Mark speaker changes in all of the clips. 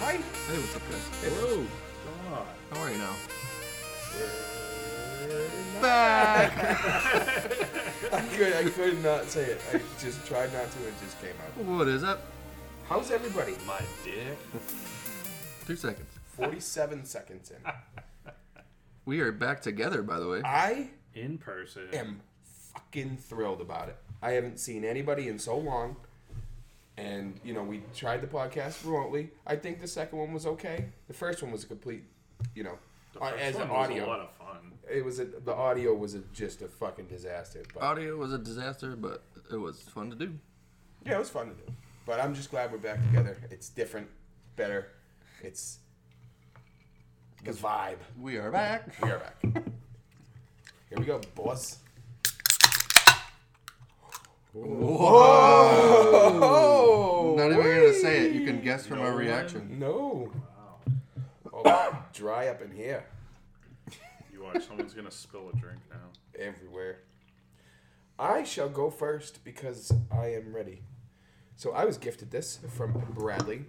Speaker 1: Hi.
Speaker 2: Hey, what's up, guys? Hey,
Speaker 3: Whoa.
Speaker 1: God.
Speaker 2: how are you now? Back.
Speaker 1: I could, I could not say it. I just tried not to. It just came out.
Speaker 2: what is up?
Speaker 1: How's everybody?
Speaker 3: My dick.
Speaker 2: Two seconds.
Speaker 1: 47 seconds in.
Speaker 2: We are back together, by the way.
Speaker 1: I
Speaker 3: In person.
Speaker 1: am fucking thrilled about it. I haven't seen anybody in so long. And, you know, we tried the podcast remotely. I think the second one was okay. The first one was a complete, you know,
Speaker 3: The
Speaker 1: uh,
Speaker 3: first
Speaker 1: as
Speaker 3: one
Speaker 1: an
Speaker 3: was
Speaker 1: audio.
Speaker 3: a lot of fun.
Speaker 1: it was a, the audio was a, just a fucking disaster. But
Speaker 2: Audio was a disaster, but it was fun to do.
Speaker 1: yeah, it was fun to do. But I'm just glad we're back together. It's different, better. It's the vibe.
Speaker 2: We are back.
Speaker 1: We are back. Here we go, boss. Oh,
Speaker 2: Not even gonna say it. You can guess from
Speaker 3: No
Speaker 2: our
Speaker 3: one.
Speaker 2: reaction.
Speaker 1: No. Oh, dry up in here,
Speaker 3: You watch, someone's gonna spill a drink now.
Speaker 1: everywhere. I shall go first because I am ready. So I was gifted this from Bradley.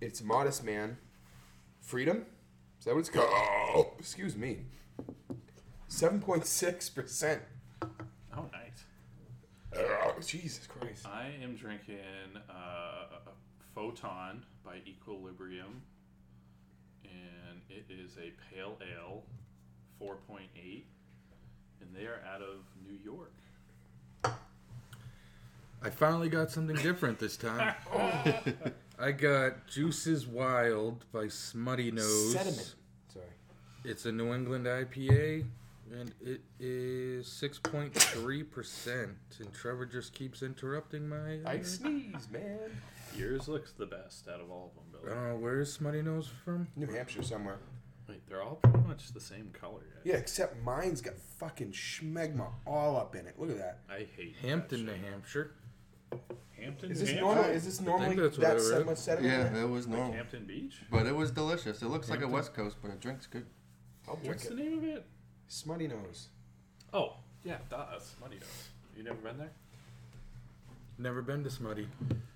Speaker 1: It's Modest Man, Freedom. Is that what it's called? Oh, excuse me. Seven point six percent. Oh,
Speaker 3: Oh, nice.
Speaker 1: Jesus Christ.
Speaker 3: I am drinking uh, a Photon by Equilibrium, and it is a pale ale, 4.8, and they are out of New York.
Speaker 4: I finally got something different this time. I got Juices Wild by Smutty Nose.
Speaker 1: Sediment. Sorry.
Speaker 4: It's a New England IPA, and it is 6.3%. And Trevor just keeps interrupting my.
Speaker 1: I sneeze, man.
Speaker 3: Yours looks the best out of all of
Speaker 4: I
Speaker 3: them, Bill.
Speaker 4: don't know, where is Uh, Smutty Nose from?
Speaker 1: New Hampshire somewhere.
Speaker 3: Wait, they're all pretty much the same color. guys.
Speaker 1: Yeah, except mine's got fucking schmegma all up in it. Look at that.
Speaker 3: I hate that
Speaker 4: Hampton,
Speaker 3: shit.
Speaker 4: New Hampshire.
Speaker 3: Hampton.
Speaker 1: Is this
Speaker 3: Hampton,
Speaker 1: normal? Is this normally
Speaker 4: that's what
Speaker 1: that
Speaker 4: I
Speaker 1: so
Speaker 4: read.
Speaker 1: much sediment?
Speaker 2: Yeah, it was
Speaker 3: Like
Speaker 2: normal,
Speaker 3: Hampton Beach.
Speaker 2: but it was delicious. It looks like a West Coast, but it drinks good.
Speaker 1: I'll drink
Speaker 3: What's the
Speaker 1: it.
Speaker 3: name of it?
Speaker 1: Smutty nose.
Speaker 3: Oh, yeah, that's Muddy Nose. You never been there?
Speaker 4: Never been to Smutty.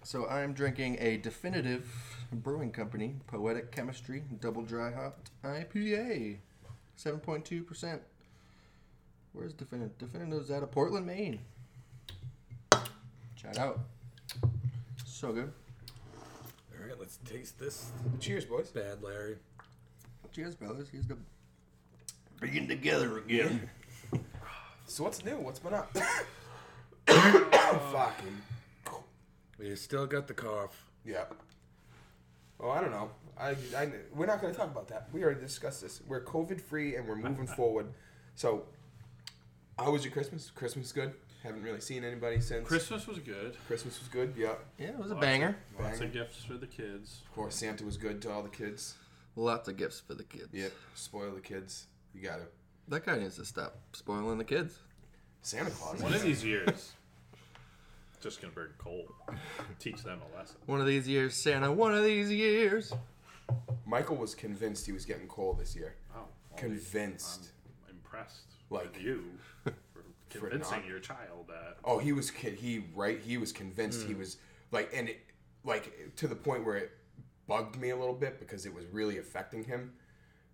Speaker 2: So I'm drinking a definitive brewing company, Poetic Chemistry Double Dry Hopped IPA, 7.2%. Where's definitive? Definitive's out of Portland, Maine. Shout out. So good.
Speaker 4: All right, let's taste this.
Speaker 1: Cheers, boys.
Speaker 4: Bad Larry.
Speaker 2: Cheers, fellas. Here's the being together again.
Speaker 1: So what's new? What's been up? Oh, fucking.
Speaker 4: We still got the cough.
Speaker 1: Yeah. Oh, I don't know. I, I, we're not going to talk about that. We already discussed this. We're COVID free and we're moving forward. So, how was your Christmas? Christmas was good. Haven't really seen anybody since.
Speaker 3: Christmas was good.
Speaker 1: Christmas was good. Yeah.
Speaker 2: Yeah, it was a
Speaker 3: Lots of-
Speaker 2: banger.
Speaker 3: Lots
Speaker 1: Banger.
Speaker 3: of gifts for the kids.
Speaker 1: Of course, Santa was good to all the kids.
Speaker 2: Lots of gifts for the kids.
Speaker 1: Yep. Spoil the kids. You got to.
Speaker 2: That guy needs to stop spoiling the kids.
Speaker 1: Santa Claus.
Speaker 3: One of these years, just gonna burn coal. Teach them a lesson.
Speaker 2: One of these years, Santa. One of these years.
Speaker 1: Michael was convinced he was getting coal this year.
Speaker 3: Wow.
Speaker 1: Oh,
Speaker 3: Ollie,
Speaker 1: Convinced.
Speaker 3: Oh, I'm impressed.
Speaker 1: Like-
Speaker 3: with you for convincing
Speaker 1: not-
Speaker 3: your child that
Speaker 1: Oh, he was con- he right. He was convinced he was like, and it, like to the point where it bugged me a little bit because it was really affecting him.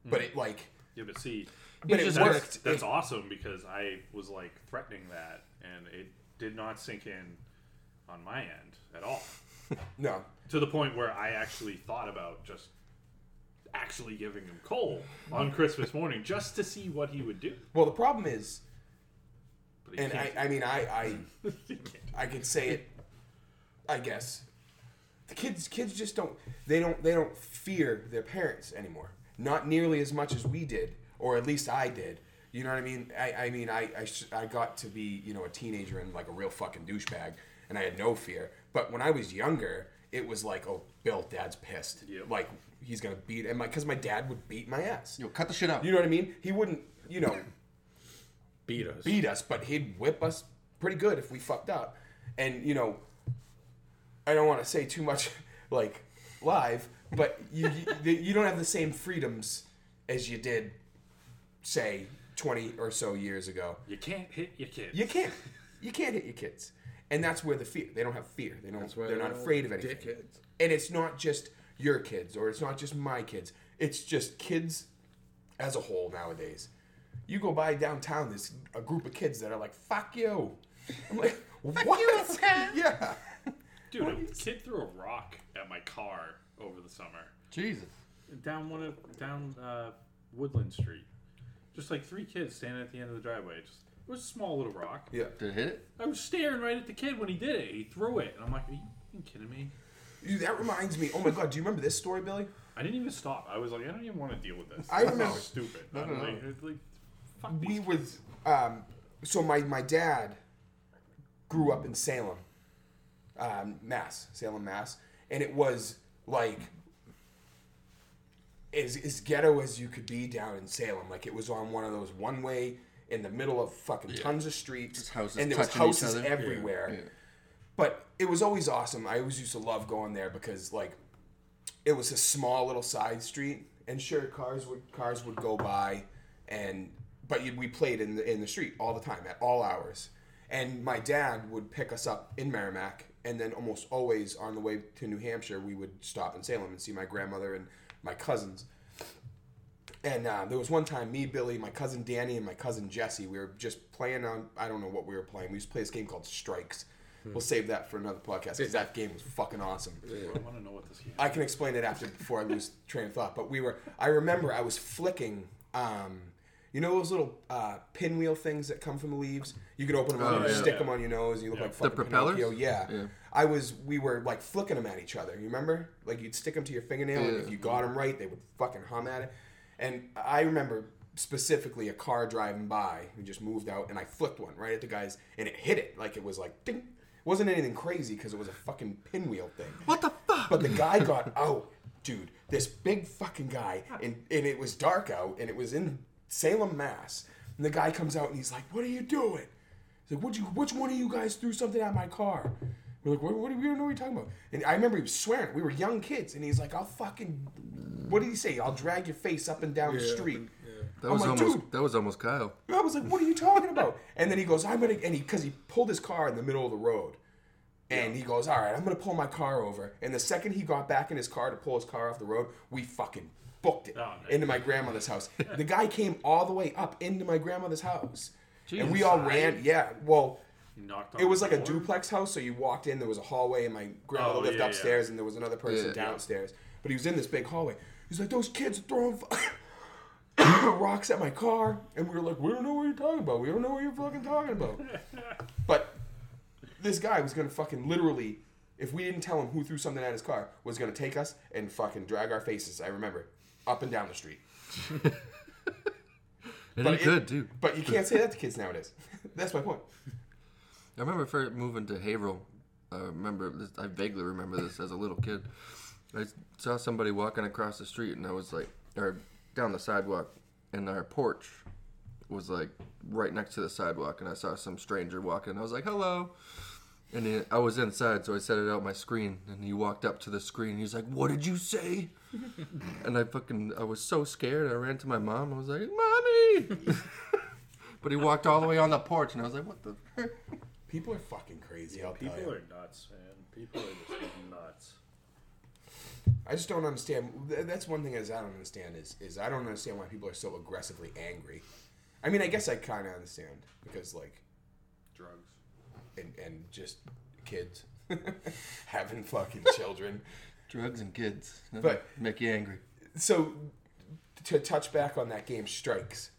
Speaker 1: But it like,
Speaker 3: yeah, but see,
Speaker 1: but it
Speaker 2: just
Speaker 3: that's,
Speaker 1: worked.
Speaker 3: that's
Speaker 1: It-
Speaker 3: awesome because I was like threatening that, and it did not sink in on my end at all.
Speaker 1: no,
Speaker 3: To the point where I actually thought about just actually giving him coal on Christmas morning just to see what he would do.
Speaker 1: well the problem is,
Speaker 3: But he
Speaker 1: and I,
Speaker 3: can't.
Speaker 1: I mean I
Speaker 3: he can't.
Speaker 1: I I could say it, I guess. The kids kids just don't they don't they don't fear their parents anymore. Not nearly as much as we did, or at least I did. You know what I mean? I, I mean I I, sh- I got to be you know a teenager and like a real fucking douchebag, and I had no fear. But when I was younger, it was like oh Bill, Dad's pissed.
Speaker 3: Yep.
Speaker 1: Like he's gonna beat and my because my dad would beat my ass.
Speaker 2: Yo, cut the shit out.
Speaker 1: You know what I mean? He wouldn't you know
Speaker 4: Beat us.
Speaker 1: beat us, but he'd whip us pretty good if we fucked up. And you know, I don't want to say too much like live, but you you, you don't have the same freedoms as you did, say, twenty or so years ago.
Speaker 3: You can't hit your kid.
Speaker 1: You can't you can't hit your kids, and that's where the fear. They don't have fear. They don't.
Speaker 4: why
Speaker 1: They're
Speaker 4: they're
Speaker 1: not
Speaker 4: all
Speaker 1: afraid of anything.
Speaker 4: dickheads.
Speaker 1: And it's not just your kids or it's not just my kids. It's just kids as a whole nowadays. You go by downtown, there's a group of kids that are like, "Fuck you." I'm like, "What?" yeah.
Speaker 3: Dude, a kid threw a rock at my car over the summer.
Speaker 2: Jesus.
Speaker 3: down one of down uh, Woodland Street. Just like three kids standing at the end of the driveway. Just it was a small little rock.
Speaker 1: Yeah.
Speaker 2: Did it hit it?
Speaker 3: I was staring right at the kid when he did it. He threw it, and I'm like, "Are you fucking kidding me?"
Speaker 1: Dude, that reminds me. Oh my god, do you remember this story, Billy?
Speaker 3: I didn't even stop. I was like, "I don't even want to deal with this."
Speaker 1: I
Speaker 3: This is
Speaker 1: remember-
Speaker 3: stupid.
Speaker 2: No,
Speaker 3: I'm
Speaker 2: no,
Speaker 3: like,
Speaker 2: no.
Speaker 3: it's like, fuck these
Speaker 1: we was um, so my my dad grew up in Salem, um, Mass, Salem, Mass, and it was like as as ghetto as you could be down in Salem. Like it was on one of those one way in the middle of fucking tons of streets,
Speaker 2: Just houses
Speaker 1: and there was
Speaker 2: touching each
Speaker 1: houses
Speaker 2: other. Yeah,
Speaker 1: everywhere.
Speaker 2: yeah.
Speaker 1: But it was always awesome. I always used to love going there because like it was a small little side street, and sure, cars would cars would go by, and but you, we played in the in the street all the time at all hours. And my dad would pick us up in Merrimack, and then almost always on the way to New Hampshire, we would stop in Salem and see my grandmother and my cousins. And uh, there was one time, me, Billy, my cousin Danny, and my cousin Jesse, we were just playing on, I don't know what we were playing. We used to play this game called Strikes. We'll save that for another podcast because that game was fucking awesome.
Speaker 3: people. I want to know what this game.
Speaker 1: I can explain it after before I lose train of thought. But we were, I remember I was flicking, um, you know those little uh, pinwheel things that come from the leaves? You could open them up
Speaker 2: Oh,
Speaker 1: and
Speaker 2: yeah.
Speaker 1: stick them on your nose and you look like fucking
Speaker 2: propellers?
Speaker 1: Pinocchio. Yeah.
Speaker 2: Yeah.
Speaker 1: I was, we were like flicking them at each other. You remember? Like you'd stick them to your fingernail and
Speaker 2: Yeah.
Speaker 1: if you got them right, they would fucking hum at it. And I remember specifically a car driving by who just moved out and I flicked one right at the guy's and it hit it. Like it was like, ding. It wasn't anything crazy because it was a fucking pinwheel thing.
Speaker 2: What the fuck?
Speaker 1: But the guy got out, dude. This big fucking guy, and, and it was dark out, and it was in Salem, Mass. And the guy comes out and he's like, "What are you doing?" He's like, "What you? Which one of you guys threw something at my car?" We're like, "What? what do we don't know what you're talking about." And I remember he was swearing. We were young kids, and he's like, "I'll fucking." What did he say? I'll drag your face up and down the street.
Speaker 2: That
Speaker 1: I'm
Speaker 2: was
Speaker 1: like,
Speaker 2: almost
Speaker 1: "Dude."
Speaker 2: that was almost Kyle.
Speaker 1: I was like, "What are you talking about?" And then he goes, "I'm gonna," and he because he pulled his car in the middle of the road, and he goes, "All right, I'm gonna pull my car over." And the second he got back in his car to pull his car off the road, we fucking booked it
Speaker 3: Oh, nice.
Speaker 1: into my grandmother's house. the guy came all the way up into my grandmother's house, and we
Speaker 2: Jesus.
Speaker 1: all ran. Yeah, well,
Speaker 3: He knocked on
Speaker 1: it was like a
Speaker 3: door.
Speaker 1: duplex house, so you walked in. There was a hallway, and my grandmother
Speaker 3: Oh,
Speaker 1: lived
Speaker 3: yeah, yeah.
Speaker 1: upstairs, and there was another person
Speaker 2: Yeah.
Speaker 1: downstairs. But he was in this big hallway. He's like, "Those kids are throwing fu- rocks at my car," and we were like, "We don't know what you're talking about. We don't know what you're fucking talking about." but this guy was gonna fucking literally, if we didn't tell him who threw something at his car, was gonna take us and fucking drag our faces. I remember, up and down the street.
Speaker 2: And
Speaker 1: But it-
Speaker 2: he could too.
Speaker 1: But you can't say that to kids nowadays. That's my point.
Speaker 2: I remember first moving to Haverhill. I remember this, I vaguely remember this as a little kid. I saw somebody walking across the street, and I was like, or down the sidewalk, and our porch was like right next to the sidewalk, and I saw some stranger walking. and I was like, hello. And he, I was inside, so I set it out my screen, and he walked up to the screen. He's like, "What did you say?" and I fucking, I was so scared. I ran to my mom. I was like, "Mommy!" but he walked all the way on the porch, and I was like, "What the?" frick?"
Speaker 1: People are fucking crazy. I'll tell you.
Speaker 3: People are nuts, man. People are just nuts.
Speaker 1: I just don't understand. th- That's one thing is I don't understand is is I don't understand why people are so aggressively angry. I mean, I guess I kind of understand because like
Speaker 3: Drugs.
Speaker 1: and and just kids having fucking children.
Speaker 2: Drugs and kids.
Speaker 1: But-
Speaker 2: make you angry.
Speaker 1: So to touch back on that game strikes.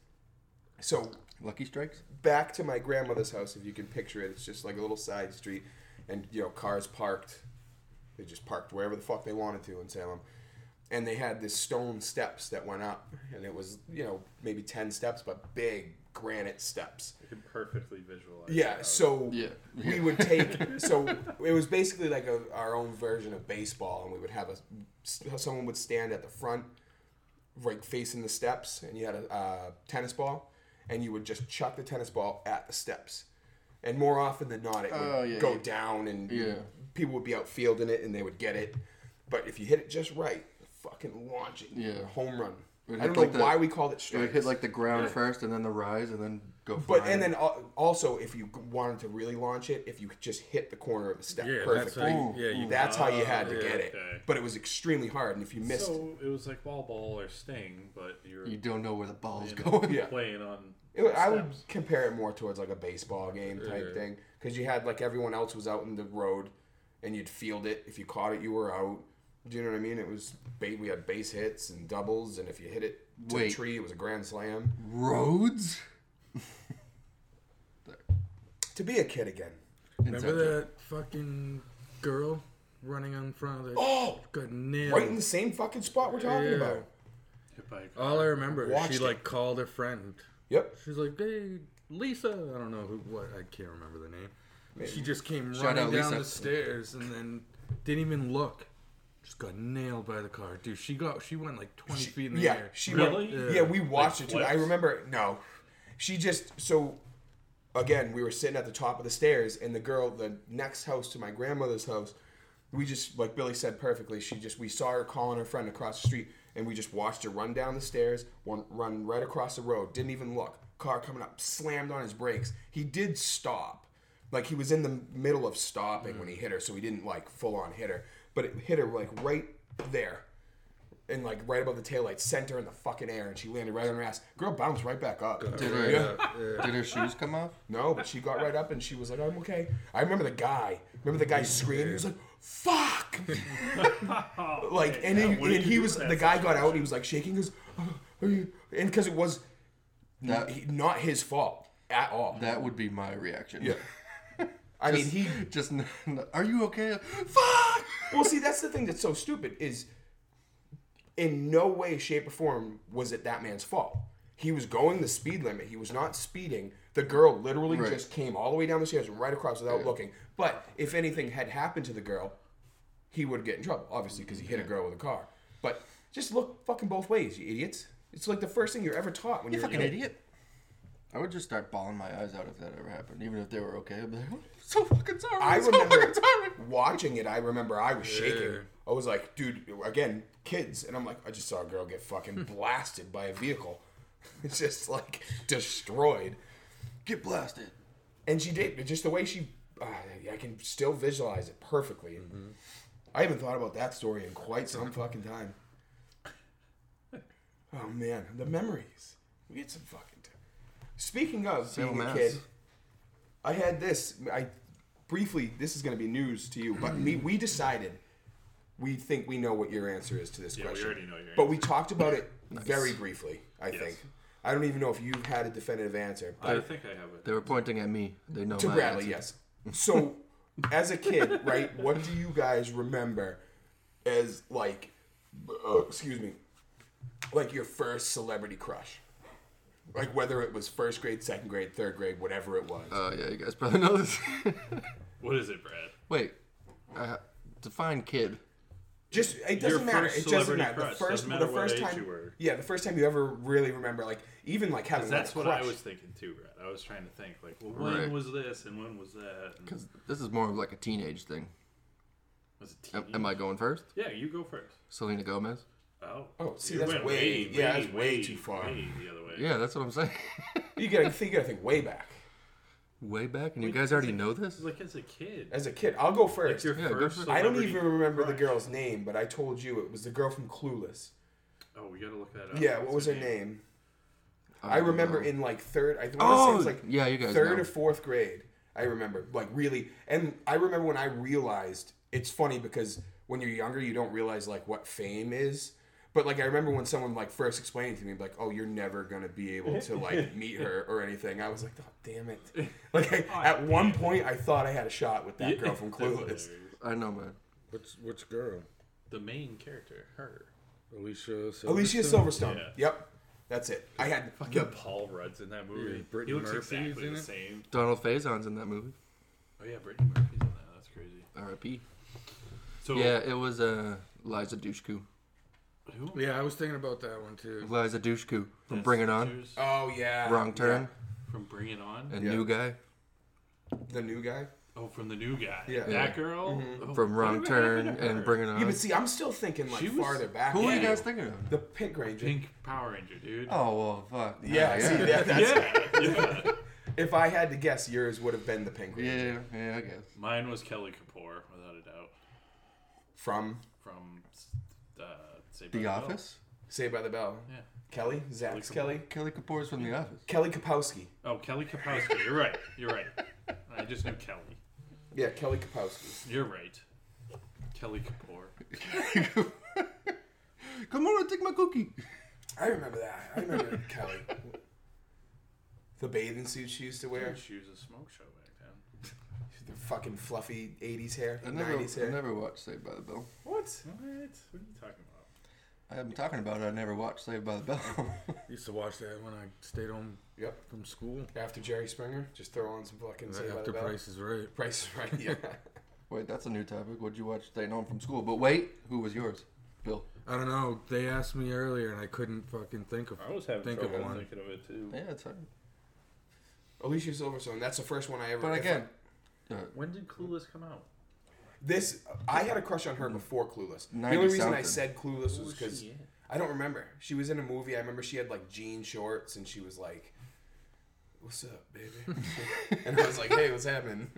Speaker 1: So
Speaker 2: Lucky strikes.
Speaker 1: back to my grandmother's house, if you can picture it, it's just like a little side street, and you know cars parked. They just parked wherever the fuck they wanted to in Salem, and they had this stone steps that went up, and it was you know maybe ten steps, but big granite steps.
Speaker 3: I can perfectly visualize.
Speaker 1: Yeah,
Speaker 3: that.
Speaker 1: so
Speaker 2: Yeah.
Speaker 1: we would take so it was basically like a, our own version of baseball, and we would have a someone would stand at the front, right facing the steps, and you had a uh, tennis ball, and you would just chuck the tennis ball at the steps, and more often than not, it would
Speaker 2: Oh, yeah,
Speaker 1: go
Speaker 2: yeah.
Speaker 1: down, and
Speaker 2: Yeah.
Speaker 1: people would be out fielding it, and they would get it, but if you hit it just right, fucking launch it,
Speaker 2: Yeah.
Speaker 1: home run.
Speaker 2: It
Speaker 1: I don't
Speaker 2: hit
Speaker 1: know
Speaker 2: like the-
Speaker 1: why we called it
Speaker 2: It would
Speaker 1: strikes.
Speaker 2: hit like the ground
Speaker 3: Yeah.
Speaker 2: first, and then the rise, and then go.
Speaker 1: but
Speaker 2: flying.
Speaker 1: and then al- also, if you wanted to really launch it, if you could just hit the corner of the step
Speaker 4: Yeah, that's
Speaker 1: perfectly,
Speaker 4: how you, yeah, you, Oh,
Speaker 1: that's how you had to
Speaker 4: Yeah.
Speaker 1: get it.
Speaker 3: Okay.
Speaker 1: But it was extremely hard, and if you missed,
Speaker 3: so it was like wall ball or sting, but you're
Speaker 2: you don't know where the ball's
Speaker 3: you know,
Speaker 2: going.
Speaker 1: Yeah.
Speaker 3: playing on.
Speaker 1: It, would- I would
Speaker 3: steps.
Speaker 1: compare it more towards like a baseball game type
Speaker 4: Yeah.
Speaker 1: thing because you had like everyone else was out in the road, and you'd field it. If you caught it, you were out. Do you know what I mean? It was ba- we had base hits and doubles, and if you hit it to
Speaker 2: Wait.
Speaker 1: the tree, it was a grand slam.
Speaker 2: Roads.
Speaker 1: To be a kid again.
Speaker 4: Remember that fucking girl running in front of the
Speaker 1: Oh,
Speaker 4: got nailed.
Speaker 1: right in the same fucking spot we're talking
Speaker 4: Yeah.
Speaker 1: about.
Speaker 3: Hit by a car.
Speaker 4: All I remember is
Speaker 1: Watched
Speaker 4: she
Speaker 1: it.
Speaker 4: like called her friend.
Speaker 1: Yep.
Speaker 4: She's like, "Hey, Lisa." I don't know who, what. I can't remember the name. She just came
Speaker 2: Shout
Speaker 4: running
Speaker 2: out
Speaker 4: down
Speaker 2: Lisa.
Speaker 4: the stairs and then didn't even look. Just got nailed by the car, dude. She got. She went like twenty feet in the
Speaker 1: yeah,
Speaker 4: air.
Speaker 1: she
Speaker 3: Really?
Speaker 1: went- yeah, we watched it too. I
Speaker 3: flips?
Speaker 1: remember. No, she just so. Again, we were sitting at the top of the stairs, and the girl, the next house to my grandmother's house, we just like Billy said perfectly. She just we saw her calling her friend across the street, and we just watched her run down the stairs, one run right across the road. Didn't even look. Car coming up, slammed on his brakes. He did stop, like he was in the middle of stopping
Speaker 4: Mm.
Speaker 1: when he hit her, so he didn't like full on hit her, but it hit her like right there and like right above the taillight, sent her in the fucking air, and she landed right on her ass. Girl bounced right back up.
Speaker 2: Did her,
Speaker 4: Yeah.
Speaker 2: did her shoes come off?
Speaker 1: No, but she got right up and she was like, "I'm okay." I remember the guy. Remember the guy screaming? He was like, "Fuck!" like, and,
Speaker 3: yeah,
Speaker 1: he,
Speaker 3: what did
Speaker 1: and
Speaker 3: you
Speaker 1: he
Speaker 3: do
Speaker 1: was
Speaker 3: in that
Speaker 1: the guy got out. and He was like shaking. He goes, "Oh, are you-" and because it was
Speaker 2: That-
Speaker 1: he- not his fault at all.
Speaker 2: That would be my reaction.
Speaker 1: Yeah. I mean, he
Speaker 2: just. n- n- Are you okay? Fuck.
Speaker 1: well, see, that's the thing that's so stupid is in no way, shape, or form was it that man's fault. He was going the speed limit. He was not speeding. The girl literally
Speaker 2: Right.
Speaker 1: just came all the way down the stairs and right across without looking. But if anything had happened to the girl, he would get in trouble, obviously, because he hit a girl with a car. But just look fucking both ways, you idiots. It's like the first thing you're ever taught when
Speaker 2: You
Speaker 1: you're
Speaker 2: fucking idiot. I would just start bawling my eyes out if that ever happened, even if they were okay. I'd be like, "Oh, "I'm so fucking sorry.
Speaker 1: I
Speaker 2: I'm so
Speaker 1: remember
Speaker 2: fucking sorry.
Speaker 1: watching it. I remember I was shaking.
Speaker 4: Yeah.
Speaker 1: I was like, dude, again, kids, and I'm like, I just saw a girl get fucking blasted by a vehicle. It's just like destroyed,
Speaker 2: Get blasted.
Speaker 1: and she did. Just the way she, uh, I can still visualize it perfectly. I haven't thought about that story in quite some fucking time. Oh man, the memories. We get some fucking. T- Speaking of
Speaker 2: So
Speaker 1: being a
Speaker 2: mess.
Speaker 1: kid, I had this. I briefly. This is going to be news to you, but me. We decided. We think we know what your answer is to this
Speaker 3: Yeah, we
Speaker 1: question.
Speaker 3: already know your
Speaker 1: But
Speaker 3: answer.
Speaker 1: we talked about it very briefly. I
Speaker 3: Yes.
Speaker 1: think. I don't even know if you've had a definitive answer. but-
Speaker 3: I think I have it.
Speaker 2: They were pointing at me. They know
Speaker 1: to
Speaker 2: my
Speaker 1: Bradley,
Speaker 2: answer.
Speaker 1: yes. So, as a kid, right? What do you guys remember as like, uh, excuse me, like your first celebrity crush? Like whether it was first grade, second grade, third grade, whatever it was.
Speaker 2: Oh yeah, you guys probably know this.
Speaker 3: What is it, Brad?
Speaker 2: Wait, uh, define kid.
Speaker 1: Just it doesn't
Speaker 3: Your
Speaker 1: matter.
Speaker 3: first
Speaker 1: It doesn't
Speaker 3: celebrity
Speaker 1: matter. The
Speaker 3: crush,
Speaker 1: first,
Speaker 3: doesn't matter
Speaker 1: the
Speaker 3: what
Speaker 1: first
Speaker 3: age
Speaker 1: time
Speaker 3: you were.
Speaker 1: Yeah, the first time you ever really remember, like even like having
Speaker 3: That's
Speaker 1: like,
Speaker 3: what
Speaker 1: a
Speaker 3: I
Speaker 1: crush.
Speaker 3: was thinking too, Brad. I was trying to think like, well, when
Speaker 2: Right.
Speaker 3: was this and when was that? And
Speaker 2: Because this is more of like a teenage thing.
Speaker 3: was it
Speaker 2: Am,
Speaker 3: teen?
Speaker 2: am I going first?
Speaker 3: Yeah, you go first.
Speaker 2: Selena Gomez.
Speaker 3: Oh,
Speaker 1: Oh, see,
Speaker 3: you
Speaker 1: that's
Speaker 3: went
Speaker 1: way- yeah, that's way too far.
Speaker 3: Way the other way.
Speaker 2: Yeah, that's what I'm saying.
Speaker 1: You gotta think. You gotta think way back
Speaker 2: Way back, and you
Speaker 3: Wait,
Speaker 2: guys
Speaker 3: is
Speaker 2: already
Speaker 3: it-
Speaker 2: know this.
Speaker 3: Like as a kid,
Speaker 1: as a kid. I'll go
Speaker 3: like
Speaker 1: first.
Speaker 3: your
Speaker 2: Yeah, go
Speaker 3: first.
Speaker 2: for it.
Speaker 1: I don't
Speaker 3: celebrity
Speaker 1: even remember the
Speaker 3: crush.
Speaker 1: girl's name, but I told you it was the girl from Clueless.
Speaker 3: Oh, we gotta look that up.
Speaker 1: Yeah, what was
Speaker 3: What's
Speaker 1: her name? I remember in like third. I want to say it was like
Speaker 2: Oh, yeah, you guys
Speaker 1: third
Speaker 2: know.
Speaker 1: or fourth grade. I remember like really, and I remember when I realized. It's funny because when you're younger, you don't realize like what fame is. But like I remember when someone like first explained it to me, like, "Oh, you're never gonna be able to like meet her or anything." I was like, "Oh, damn it!" Like
Speaker 2: Oh,
Speaker 1: I, at one point, I thought I had a shot with that girl from
Speaker 3: That's
Speaker 1: Clueless.
Speaker 3: hilarious.
Speaker 2: I know, man.
Speaker 4: Which which girl?
Speaker 3: The main character, her.
Speaker 4: Alicia. Silverstone?
Speaker 1: Alicia Silverstone.
Speaker 3: Yeah.
Speaker 1: Yep, that's it. I had
Speaker 3: Fucking
Speaker 1: the
Speaker 3: Paul Rudd's in that movie.
Speaker 4: Yeah, Brittany
Speaker 3: he looks
Speaker 4: Murphy's
Speaker 3: exactly
Speaker 4: in
Speaker 3: the
Speaker 4: it.
Speaker 3: same.
Speaker 2: Donald Faison's in that movie.
Speaker 3: Oh yeah, Brittany Murphy's in that. That's crazy.
Speaker 2: R.I.P.
Speaker 3: So
Speaker 2: Yeah, it was uh, Liza Dushku.
Speaker 3: who?
Speaker 4: Yeah, I was thinking about that one too.
Speaker 2: Liza Dushku from
Speaker 3: That's
Speaker 2: Bring It On,
Speaker 3: pictures
Speaker 1: oh yeah
Speaker 2: Wrong
Speaker 1: yeah.
Speaker 2: Turn,
Speaker 3: From Bring It On.
Speaker 2: and
Speaker 1: Yeah.
Speaker 2: New Guy.
Speaker 1: The new guy.
Speaker 3: Oh, from the new guy.
Speaker 1: Yeah.
Speaker 2: Yeah. Mm-hmm.
Speaker 3: That girl Oh,
Speaker 2: from
Speaker 3: what
Speaker 2: Wrong
Speaker 3: ever happened
Speaker 2: Turn
Speaker 3: to her?
Speaker 2: and Bringing
Speaker 1: Yeah,
Speaker 2: On.
Speaker 1: but see, I'm still thinking like
Speaker 3: She was-
Speaker 1: farther back.
Speaker 2: Who are you
Speaker 3: Yeah.
Speaker 2: guys thinking of?
Speaker 1: The Pink Ranger.
Speaker 3: Pink Power Ranger, dude.
Speaker 2: Oh well, fuck.
Speaker 1: Yeah, see, that, that's,
Speaker 3: yeah. yeah.
Speaker 1: If I had to guess, yours would have been the Pink Ranger
Speaker 2: yeah, yeah. I guess.
Speaker 3: Mine was Kelly Kapoor, without a doubt,
Speaker 1: from
Speaker 3: from uh, Saved by
Speaker 2: The
Speaker 3: Bell.
Speaker 2: Office.
Speaker 1: Saved by the Bell.
Speaker 3: Yeah.
Speaker 1: Kelly, Zach's Kelly,
Speaker 2: Kelly Kapoor's from The Office.
Speaker 1: Kelly Kapowski.
Speaker 3: Oh, Kelly Kapowski. You're right. You're right. I just knew Kelly.
Speaker 1: Yeah, Kelly Kapowski.
Speaker 3: You're right. Kelly Kapoor.
Speaker 2: Come on, and take my cookie.
Speaker 1: I remember that. I remember Kelly. The bathing suit she used to wear.
Speaker 3: She was a smoke show back then.
Speaker 1: The fucking fluffy 80s hair,
Speaker 2: I never,
Speaker 1: 90s hair.
Speaker 2: I never watched Saved by the Bell.
Speaker 1: What?
Speaker 3: What? What are you talking about?
Speaker 2: I'm talking about I never watched Saved by the Bell.
Speaker 4: Used to watch that when I stayed home
Speaker 1: Yep.
Speaker 4: from school.
Speaker 1: After Jerry Springer, just throw on some fucking Saved by the
Speaker 4: After
Speaker 1: Bell.
Speaker 4: Price is Right.
Speaker 1: Price is right, yeah.
Speaker 2: wait, that's a new topic. What'd you watch staying home from school? But wait, who was yours, Bill?
Speaker 4: I don't know. They asked me earlier, and I couldn't fucking think of.
Speaker 3: I was having
Speaker 4: Think of
Speaker 3: trouble
Speaker 4: one.
Speaker 3: thinking of it too.
Speaker 2: Yeah, it's hard.
Speaker 1: Alicia Silverstone. That's the first one I ever.
Speaker 2: But
Speaker 1: if I-
Speaker 2: again, uh,
Speaker 3: When did Clueless come out?
Speaker 1: this I had a crush on her before Clueless. The
Speaker 2: 90
Speaker 1: only reason I
Speaker 2: something.
Speaker 1: said Clueless
Speaker 3: Who
Speaker 1: was
Speaker 3: was
Speaker 1: because
Speaker 3: she in?
Speaker 1: I don't remember. She was in a movie. I remember she had like jean shorts and she was like, "What's up, baby?" and I was like, "Hey, what's happening?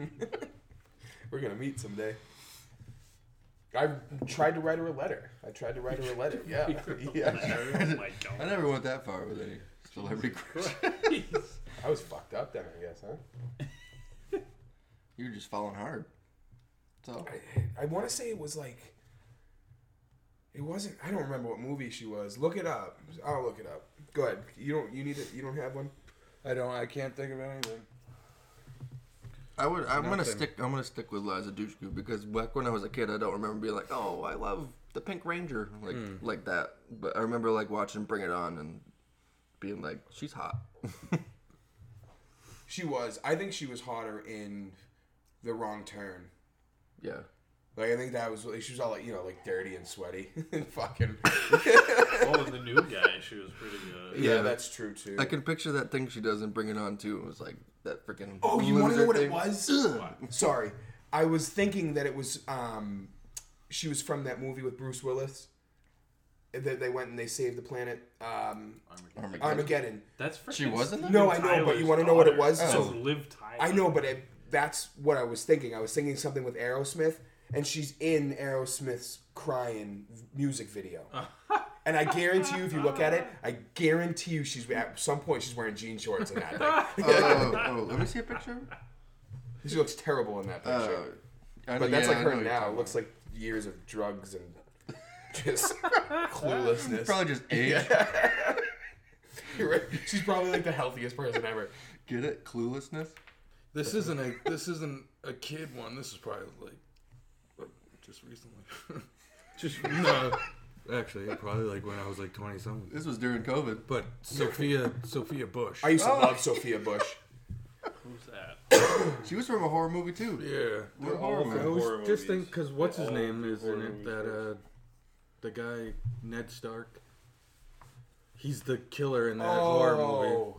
Speaker 1: We're gonna meet someday." I tried to write her a letter. I tried to write her a letter. Yeah, yeah.
Speaker 3: oh my
Speaker 2: uh, I
Speaker 3: god.
Speaker 2: never went that far with any celebrity crush.
Speaker 3: Christ.
Speaker 1: I was fucked up then, I guess, huh?
Speaker 2: You're just falling hard. So
Speaker 1: I, I want to say it was like. It wasn't. I don't remember what movie she was. Look it up. I'll look it up. Go ahead. You don't. You need it. You don't have one.
Speaker 4: I don't. I can't think of anything.
Speaker 2: I would. I'm gonna
Speaker 4: Nothing.
Speaker 2: stick. I'm gonna stick with Liza Dushku because back when I was a kid, I don't remember being like, "Oh, I love the Pink Ranger," like like that. But I remember like watching Bring It On and being like, "She's hot."
Speaker 1: She was. I think she was hotter in the wrong turn.
Speaker 2: yeah.
Speaker 1: Like I think that was. She was all like you know like dirty and sweaty and fucking.
Speaker 3: Oh, and the new guy, she was pretty good.
Speaker 1: Yeah,
Speaker 2: Yeah.
Speaker 1: that's true too.
Speaker 2: I can picture that thing she does in Bring It On too. It was like that freaking.
Speaker 1: oh, you want to know
Speaker 2: loser
Speaker 1: what it
Speaker 2: thing.
Speaker 1: was? Sorry, I was thinking that it was. um She was from that movie with Bruce Willis. That they went and they saved the planet. Um,
Speaker 2: Armageddon.
Speaker 1: Armageddon.
Speaker 3: That's freaking
Speaker 2: She wasn't in
Speaker 1: No, I know, but you want to know what it was?
Speaker 3: That's
Speaker 1: So
Speaker 3: Liv Tyler.
Speaker 1: I know, but it, that's what I was thinking. I was thinking something with Aerosmith, and she's in Aerosmith's "Crying" music video. and I guarantee you, if you look at it, I guarantee you, she's at some point she's wearing jean shorts in that thing.
Speaker 2: Oh, oh, oh, let me see a picture.
Speaker 1: she looks terrible in that
Speaker 2: Uh,
Speaker 1: picture.
Speaker 2: I know-
Speaker 1: but that's
Speaker 2: yeah, I
Speaker 1: like
Speaker 2: know
Speaker 1: her
Speaker 2: what you're
Speaker 1: now.
Speaker 2: talking
Speaker 1: It looks like years of drugs and just
Speaker 2: about.
Speaker 1: cluelessness.
Speaker 2: probably just age.
Speaker 1: You're right. She's probably like the healthiest person ever.
Speaker 2: Get it? Cluelessness.
Speaker 4: This isn't a. This isn't a kid one. This is probably like, like just recently. just no. Actually, probably like when I was like twenty something.
Speaker 2: This was during COVID.
Speaker 4: But Sophia, Sophia Bush.
Speaker 1: I used to love Sophia Bush.
Speaker 3: Who's that?
Speaker 2: She was from a horror movie too.
Speaker 4: yeah.
Speaker 2: They're
Speaker 4: I
Speaker 2: all
Speaker 4: was
Speaker 2: from
Speaker 3: horror
Speaker 4: just
Speaker 3: movies.
Speaker 4: thinking because what's his
Speaker 3: All
Speaker 4: name is in
Speaker 3: horror
Speaker 4: it
Speaker 3: movies,
Speaker 4: that uh, the guy Ned Stark. He's the killer in that horror movie.
Speaker 1: Oh,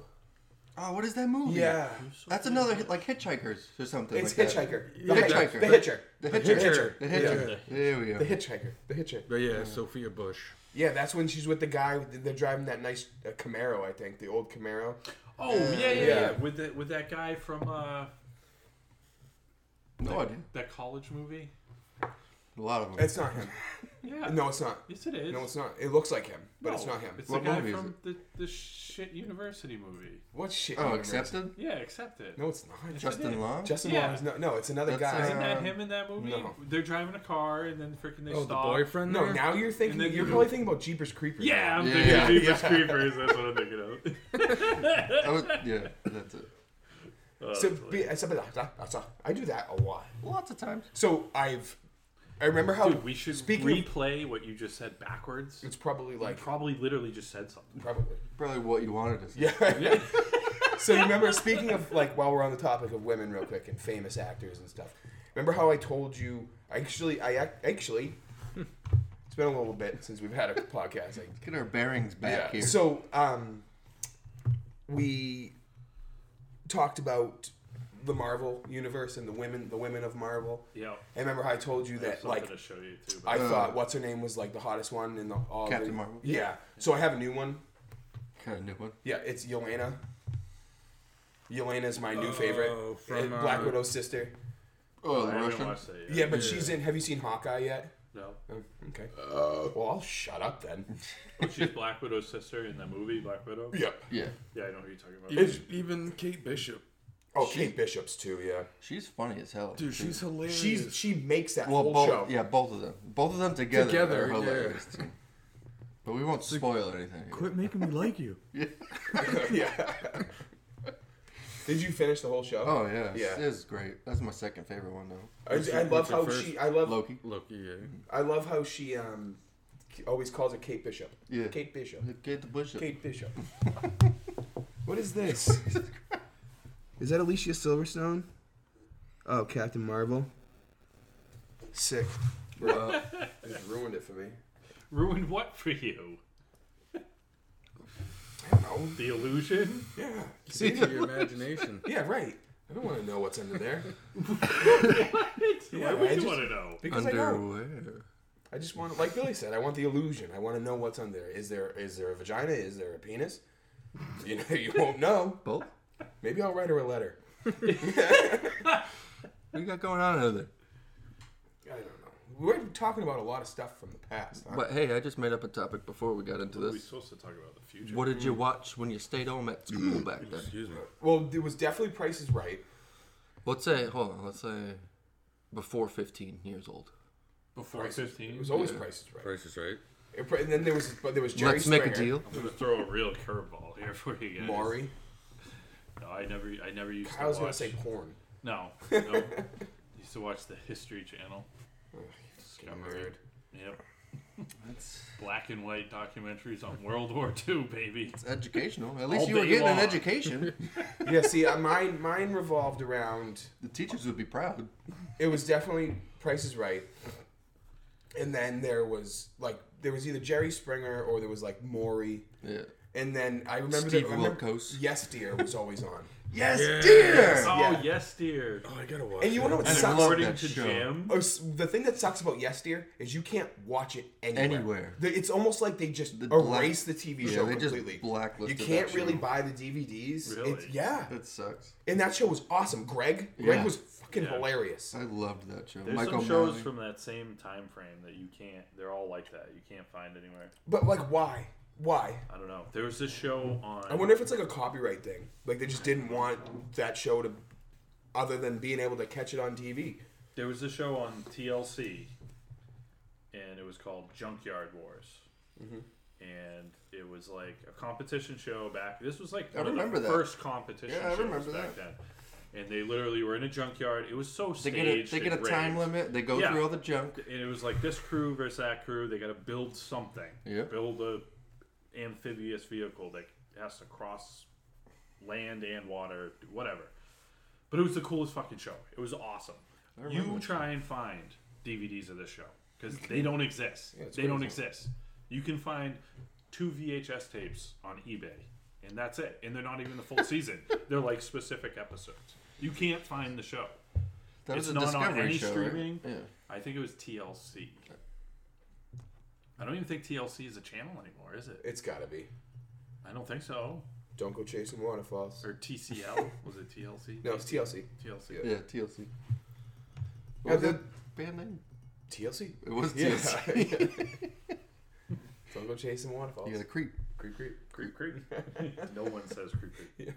Speaker 2: Oh, what is that movie?
Speaker 1: yeah.
Speaker 2: That's another hit, like Hitchhikers or something.
Speaker 1: It's
Speaker 2: like that.
Speaker 1: Hitchhiker. The
Speaker 4: Yeah,
Speaker 1: Hitchhiker.
Speaker 2: Hitchhiker.
Speaker 1: The Hitcher.
Speaker 2: The
Speaker 1: The
Speaker 2: Hitcher.
Speaker 1: Hitcher.
Speaker 2: The Hitcher.
Speaker 4: Yeah.
Speaker 2: There we
Speaker 1: The
Speaker 2: go.
Speaker 1: hitchhiker. The hitchhiker.
Speaker 4: But yeah, Sophia Bush.
Speaker 1: Yeah, that's when she's with the guy. with- They're driving that nice uh, Camaro, I think, the old Camaro.
Speaker 3: Oh yeah, yeah, yeah.
Speaker 1: Yeah.
Speaker 3: With the, with that guy from uh,
Speaker 2: No idea.
Speaker 3: that college movie.
Speaker 2: A lot of them.
Speaker 1: It's not him.
Speaker 3: Yeah.
Speaker 1: No, it's not.
Speaker 3: Yes, it is.
Speaker 1: No, it's not. It looks like him, but it's
Speaker 3: No,
Speaker 1: not him.
Speaker 3: It's
Speaker 2: What
Speaker 3: the guy
Speaker 2: movie is
Speaker 3: from the, the shit university movie.
Speaker 1: What shit?
Speaker 2: oh,
Speaker 1: universe?
Speaker 2: accepted.
Speaker 3: Yeah, accept it.
Speaker 1: No, it's not.
Speaker 3: It's-
Speaker 2: Justin Long.
Speaker 1: Justin
Speaker 3: Yeah.
Speaker 1: yeah. No, no, it's another
Speaker 2: That's,
Speaker 1: guy.
Speaker 2: uh,
Speaker 3: Isn't that him in that movie?
Speaker 1: Um, no.
Speaker 3: They're driving a car and then freaking they
Speaker 4: Oh, the
Speaker 3: stop.
Speaker 4: boyfriend.
Speaker 1: no,
Speaker 4: there?
Speaker 1: now you're thinking.
Speaker 3: And then
Speaker 1: you're
Speaker 3: you-
Speaker 1: probably thinking about Jeepers Creepers.
Speaker 3: Yeah, I'm
Speaker 2: Yeah.
Speaker 3: thinking
Speaker 1: Yeah.
Speaker 3: of Jeepers Creepers. That's what I'm thinking of.
Speaker 2: I was, yeah, that's it.
Speaker 3: Oh,
Speaker 1: So,
Speaker 3: that's
Speaker 1: be, so- that's a- I do that a lot.
Speaker 2: Lots of times.
Speaker 1: So I've. I remember how.
Speaker 3: Dude, we should
Speaker 1: Speaking of-
Speaker 3: replay what you just said backwards.
Speaker 1: it's probably
Speaker 3: I
Speaker 1: like.
Speaker 3: probably literally just said something.
Speaker 1: Probably.
Speaker 2: Probably what you wanted to say.
Speaker 1: Yeah. so you remember speaking of like while we're on the topic of women real quick and famous actors and stuff remember how i told you actually i ac- actually it's been a little bit since we've had a podcast like
Speaker 2: Get our bearings back here.
Speaker 1: so um we talked about the Marvel universe and the women, the women of Marvel.
Speaker 3: Yeah.
Speaker 1: And remember how I told you
Speaker 3: I have
Speaker 1: that
Speaker 3: something
Speaker 1: like
Speaker 3: to show you too.
Speaker 1: I
Speaker 3: but-
Speaker 1: thought what's her name was like the hottest one in the all the-
Speaker 2: Uh. Captain Marvel.
Speaker 1: Yeah. So I have a new one.
Speaker 2: Got a new one.
Speaker 1: Yeah, it's Yelena. Yelena's my new favorite.
Speaker 4: Oh, from,
Speaker 1: Uh, Black
Speaker 4: uh,
Speaker 1: Widow's sister.
Speaker 2: Oh,
Speaker 3: I
Speaker 2: the
Speaker 3: haven't
Speaker 2: Russian.
Speaker 3: watched that yet.
Speaker 1: Yeah, but she's in. Have you seen Hawkeye yet?
Speaker 3: No.
Speaker 1: Oh, okay.
Speaker 2: Uh,
Speaker 1: well, I'll shut up then.
Speaker 3: Oh, she's Black Widow's sister in the movie Black Widow.
Speaker 1: yep.
Speaker 2: Yeah,
Speaker 3: Yeah, I know who you're talking about.
Speaker 4: Even, even Kate Bishop,
Speaker 1: Oh, Kate Bishop's too. Yeah.
Speaker 2: she's funny as hell.
Speaker 4: dude, she's hilarious.
Speaker 1: She's she makes that
Speaker 2: well,
Speaker 1: whole
Speaker 2: both,
Speaker 1: show.
Speaker 2: yeah, both of them, both of them together,
Speaker 4: Together,
Speaker 2: are
Speaker 4: yeah.
Speaker 2: hilarious. too. But we won't spoil anything. here.
Speaker 4: quit making me like you.
Speaker 1: yeah. Did you finish the whole show?
Speaker 2: Oh yeah,
Speaker 1: Yeah.
Speaker 2: it is great. That's my second favorite one though.
Speaker 1: I, I love
Speaker 4: What's your
Speaker 1: how
Speaker 4: first?
Speaker 1: she. I love.
Speaker 2: Loki.
Speaker 4: Loki, yeah.
Speaker 1: I love how she um, always calls her Kate Bishop.
Speaker 2: Yeah.
Speaker 1: Kate Bishop.
Speaker 2: Get the Bishop.
Speaker 1: Kate Bishop. what is this? is that Alicia Silverstone? Oh, Captain Marvel. Sick. Bro, just ruined it for me.
Speaker 3: Ruined what for you?
Speaker 1: I don't know.
Speaker 3: The illusion?
Speaker 1: Yeah.
Speaker 4: See your imagination.
Speaker 1: Yeah, right. I don't want to know what's under there.
Speaker 3: Why
Speaker 1: I
Speaker 3: would you
Speaker 1: just-
Speaker 3: want to know?
Speaker 1: Because I don't.
Speaker 2: Underwear.
Speaker 1: I just want, like Billy said, I want the illusion. I want to know what's under there. Is there is there a vagina? Is there a penis? You know, you won't know.
Speaker 2: Both.
Speaker 1: Maybe I'll write her a letter.
Speaker 2: What do you got going on over there?
Speaker 1: I don't know. We're talking about a lot of stuff from the past. Huh?
Speaker 2: But hey, I just made up a topic before we got into
Speaker 3: We're
Speaker 2: this.
Speaker 3: supposed to talk about the future.
Speaker 2: What did you watch when you stayed home at school back then?
Speaker 4: Excuse me.
Speaker 1: Well, it was definitely Price is Right.
Speaker 2: Let's say, hold on, let's say before 15 years old.
Speaker 3: Before 15?
Speaker 1: It was always Price is Right.
Speaker 4: Price is right.
Speaker 1: It pr- And then there was, but there was Jerry
Speaker 2: let's
Speaker 1: Springer.
Speaker 2: make a deal.
Speaker 3: I'm gonna throw a real curveball here for you guys.
Speaker 1: Maury.
Speaker 3: No, I never, I never used
Speaker 1: I was
Speaker 3: to
Speaker 1: gonna
Speaker 3: watch.
Speaker 1: say porn.
Speaker 3: no, no. used to watch the History Channel. Discovery. Yep.
Speaker 2: That's
Speaker 3: Black and white documentaries on World War II, baby.
Speaker 2: it's educational. At least
Speaker 3: All
Speaker 2: you were
Speaker 3: day
Speaker 2: getting an
Speaker 3: long.
Speaker 2: education.
Speaker 1: yeah. See, uh, mine mine revolved around.
Speaker 2: the teachers would be proud.
Speaker 1: It was definitely Price is Right. And then there was like there was either Jerry Springer or there was like Maury.
Speaker 2: Yeah.
Speaker 1: And then I remember
Speaker 2: Steve
Speaker 1: I remember-
Speaker 2: Wilkos.
Speaker 1: Yes, dear was always on.
Speaker 2: Yes,
Speaker 4: Yes.
Speaker 2: dear!
Speaker 3: Oh
Speaker 1: Yeah.
Speaker 3: yes, dear.
Speaker 4: Oh, I gotta watch.
Speaker 1: And you wanna know what
Speaker 2: And I
Speaker 1: sucks?
Speaker 2: love
Speaker 3: According
Speaker 2: that
Speaker 3: to
Speaker 2: show.
Speaker 3: Jim,
Speaker 1: Oh, s- the thing that sucks about Yes Dear is you can't watch it anywhere.
Speaker 2: Anywhere.
Speaker 1: The- It's almost like they just
Speaker 2: The black-
Speaker 1: erase the TV
Speaker 2: Yeah,
Speaker 1: show
Speaker 2: they just
Speaker 1: completely. you
Speaker 2: blacklisted
Speaker 1: can't
Speaker 2: that
Speaker 1: really
Speaker 2: show.
Speaker 1: buy the DVDs.
Speaker 3: Really?
Speaker 1: It's- yeah,
Speaker 2: That sucks.
Speaker 1: and that show was awesome. Greg, Greg
Speaker 2: Yeah.
Speaker 1: was fucking
Speaker 3: Yeah.
Speaker 1: hilarious.
Speaker 2: I loved that show.
Speaker 3: there's
Speaker 2: Michael
Speaker 3: some shows
Speaker 2: Malley.
Speaker 3: from that same time frame that you can't. They're all like that. You can't find anywhere.
Speaker 1: But like, why? Why?
Speaker 3: I don't know. There was this show on.
Speaker 1: I wonder if it's like a copyright thing. Like they just didn't want that show to, other than being able to catch it on TV.
Speaker 3: There was a show on TLC, and it was called Junkyard Wars,
Speaker 2: Mm-hmm.
Speaker 3: and it was like a competition show back. This was like
Speaker 2: I
Speaker 3: one of the
Speaker 2: remember that.
Speaker 3: first competition.
Speaker 2: Yeah, I
Speaker 3: shows
Speaker 2: remember
Speaker 3: back then. And they literally were in a junkyard. It was so
Speaker 2: They
Speaker 3: staged.
Speaker 2: get a, they get a
Speaker 3: and
Speaker 2: time
Speaker 3: rigged.
Speaker 2: limit. They go
Speaker 3: Yeah.
Speaker 2: through all the junk.
Speaker 3: And it was like this crew versus that crew. They got to build something.
Speaker 2: Yeah.
Speaker 3: Build a amphibious vehicle that has to cross land and water, whatever. But it was the coolest fucking show. It was awesome. You try and find DVDs of this show because they don't exist.
Speaker 1: Yeah, it's
Speaker 3: they don't
Speaker 1: crazy.
Speaker 3: exist. You can find two VHS tapes on eBay, and that's it. And they're not even the full season. They're like specific episodes. You can't find the show.
Speaker 2: That was
Speaker 3: it's
Speaker 2: a
Speaker 3: not
Speaker 2: Discovery
Speaker 3: on any
Speaker 2: show, right?
Speaker 3: streaming.
Speaker 2: Yeah.
Speaker 3: I think it was TLC. I don't even think TLC is a channel anymore, is it?
Speaker 1: It's gotta be.
Speaker 3: I don't think so.
Speaker 1: Don't go chasing waterfalls.
Speaker 3: Or TCL was it TLC?
Speaker 1: No, it's TLC.
Speaker 3: TLC.
Speaker 1: Yeah.
Speaker 2: Yeah, TLC.
Speaker 1: Yeah,
Speaker 2: What was
Speaker 1: the-
Speaker 2: that band name?
Speaker 1: TLC.
Speaker 2: It was
Speaker 1: Yeah.
Speaker 2: TLC.
Speaker 1: Don't go chasing waterfalls.
Speaker 2: You gotta creep.
Speaker 1: Creep, creep,
Speaker 3: Creep Creek. no one says Creep Creek.
Speaker 1: Yeah,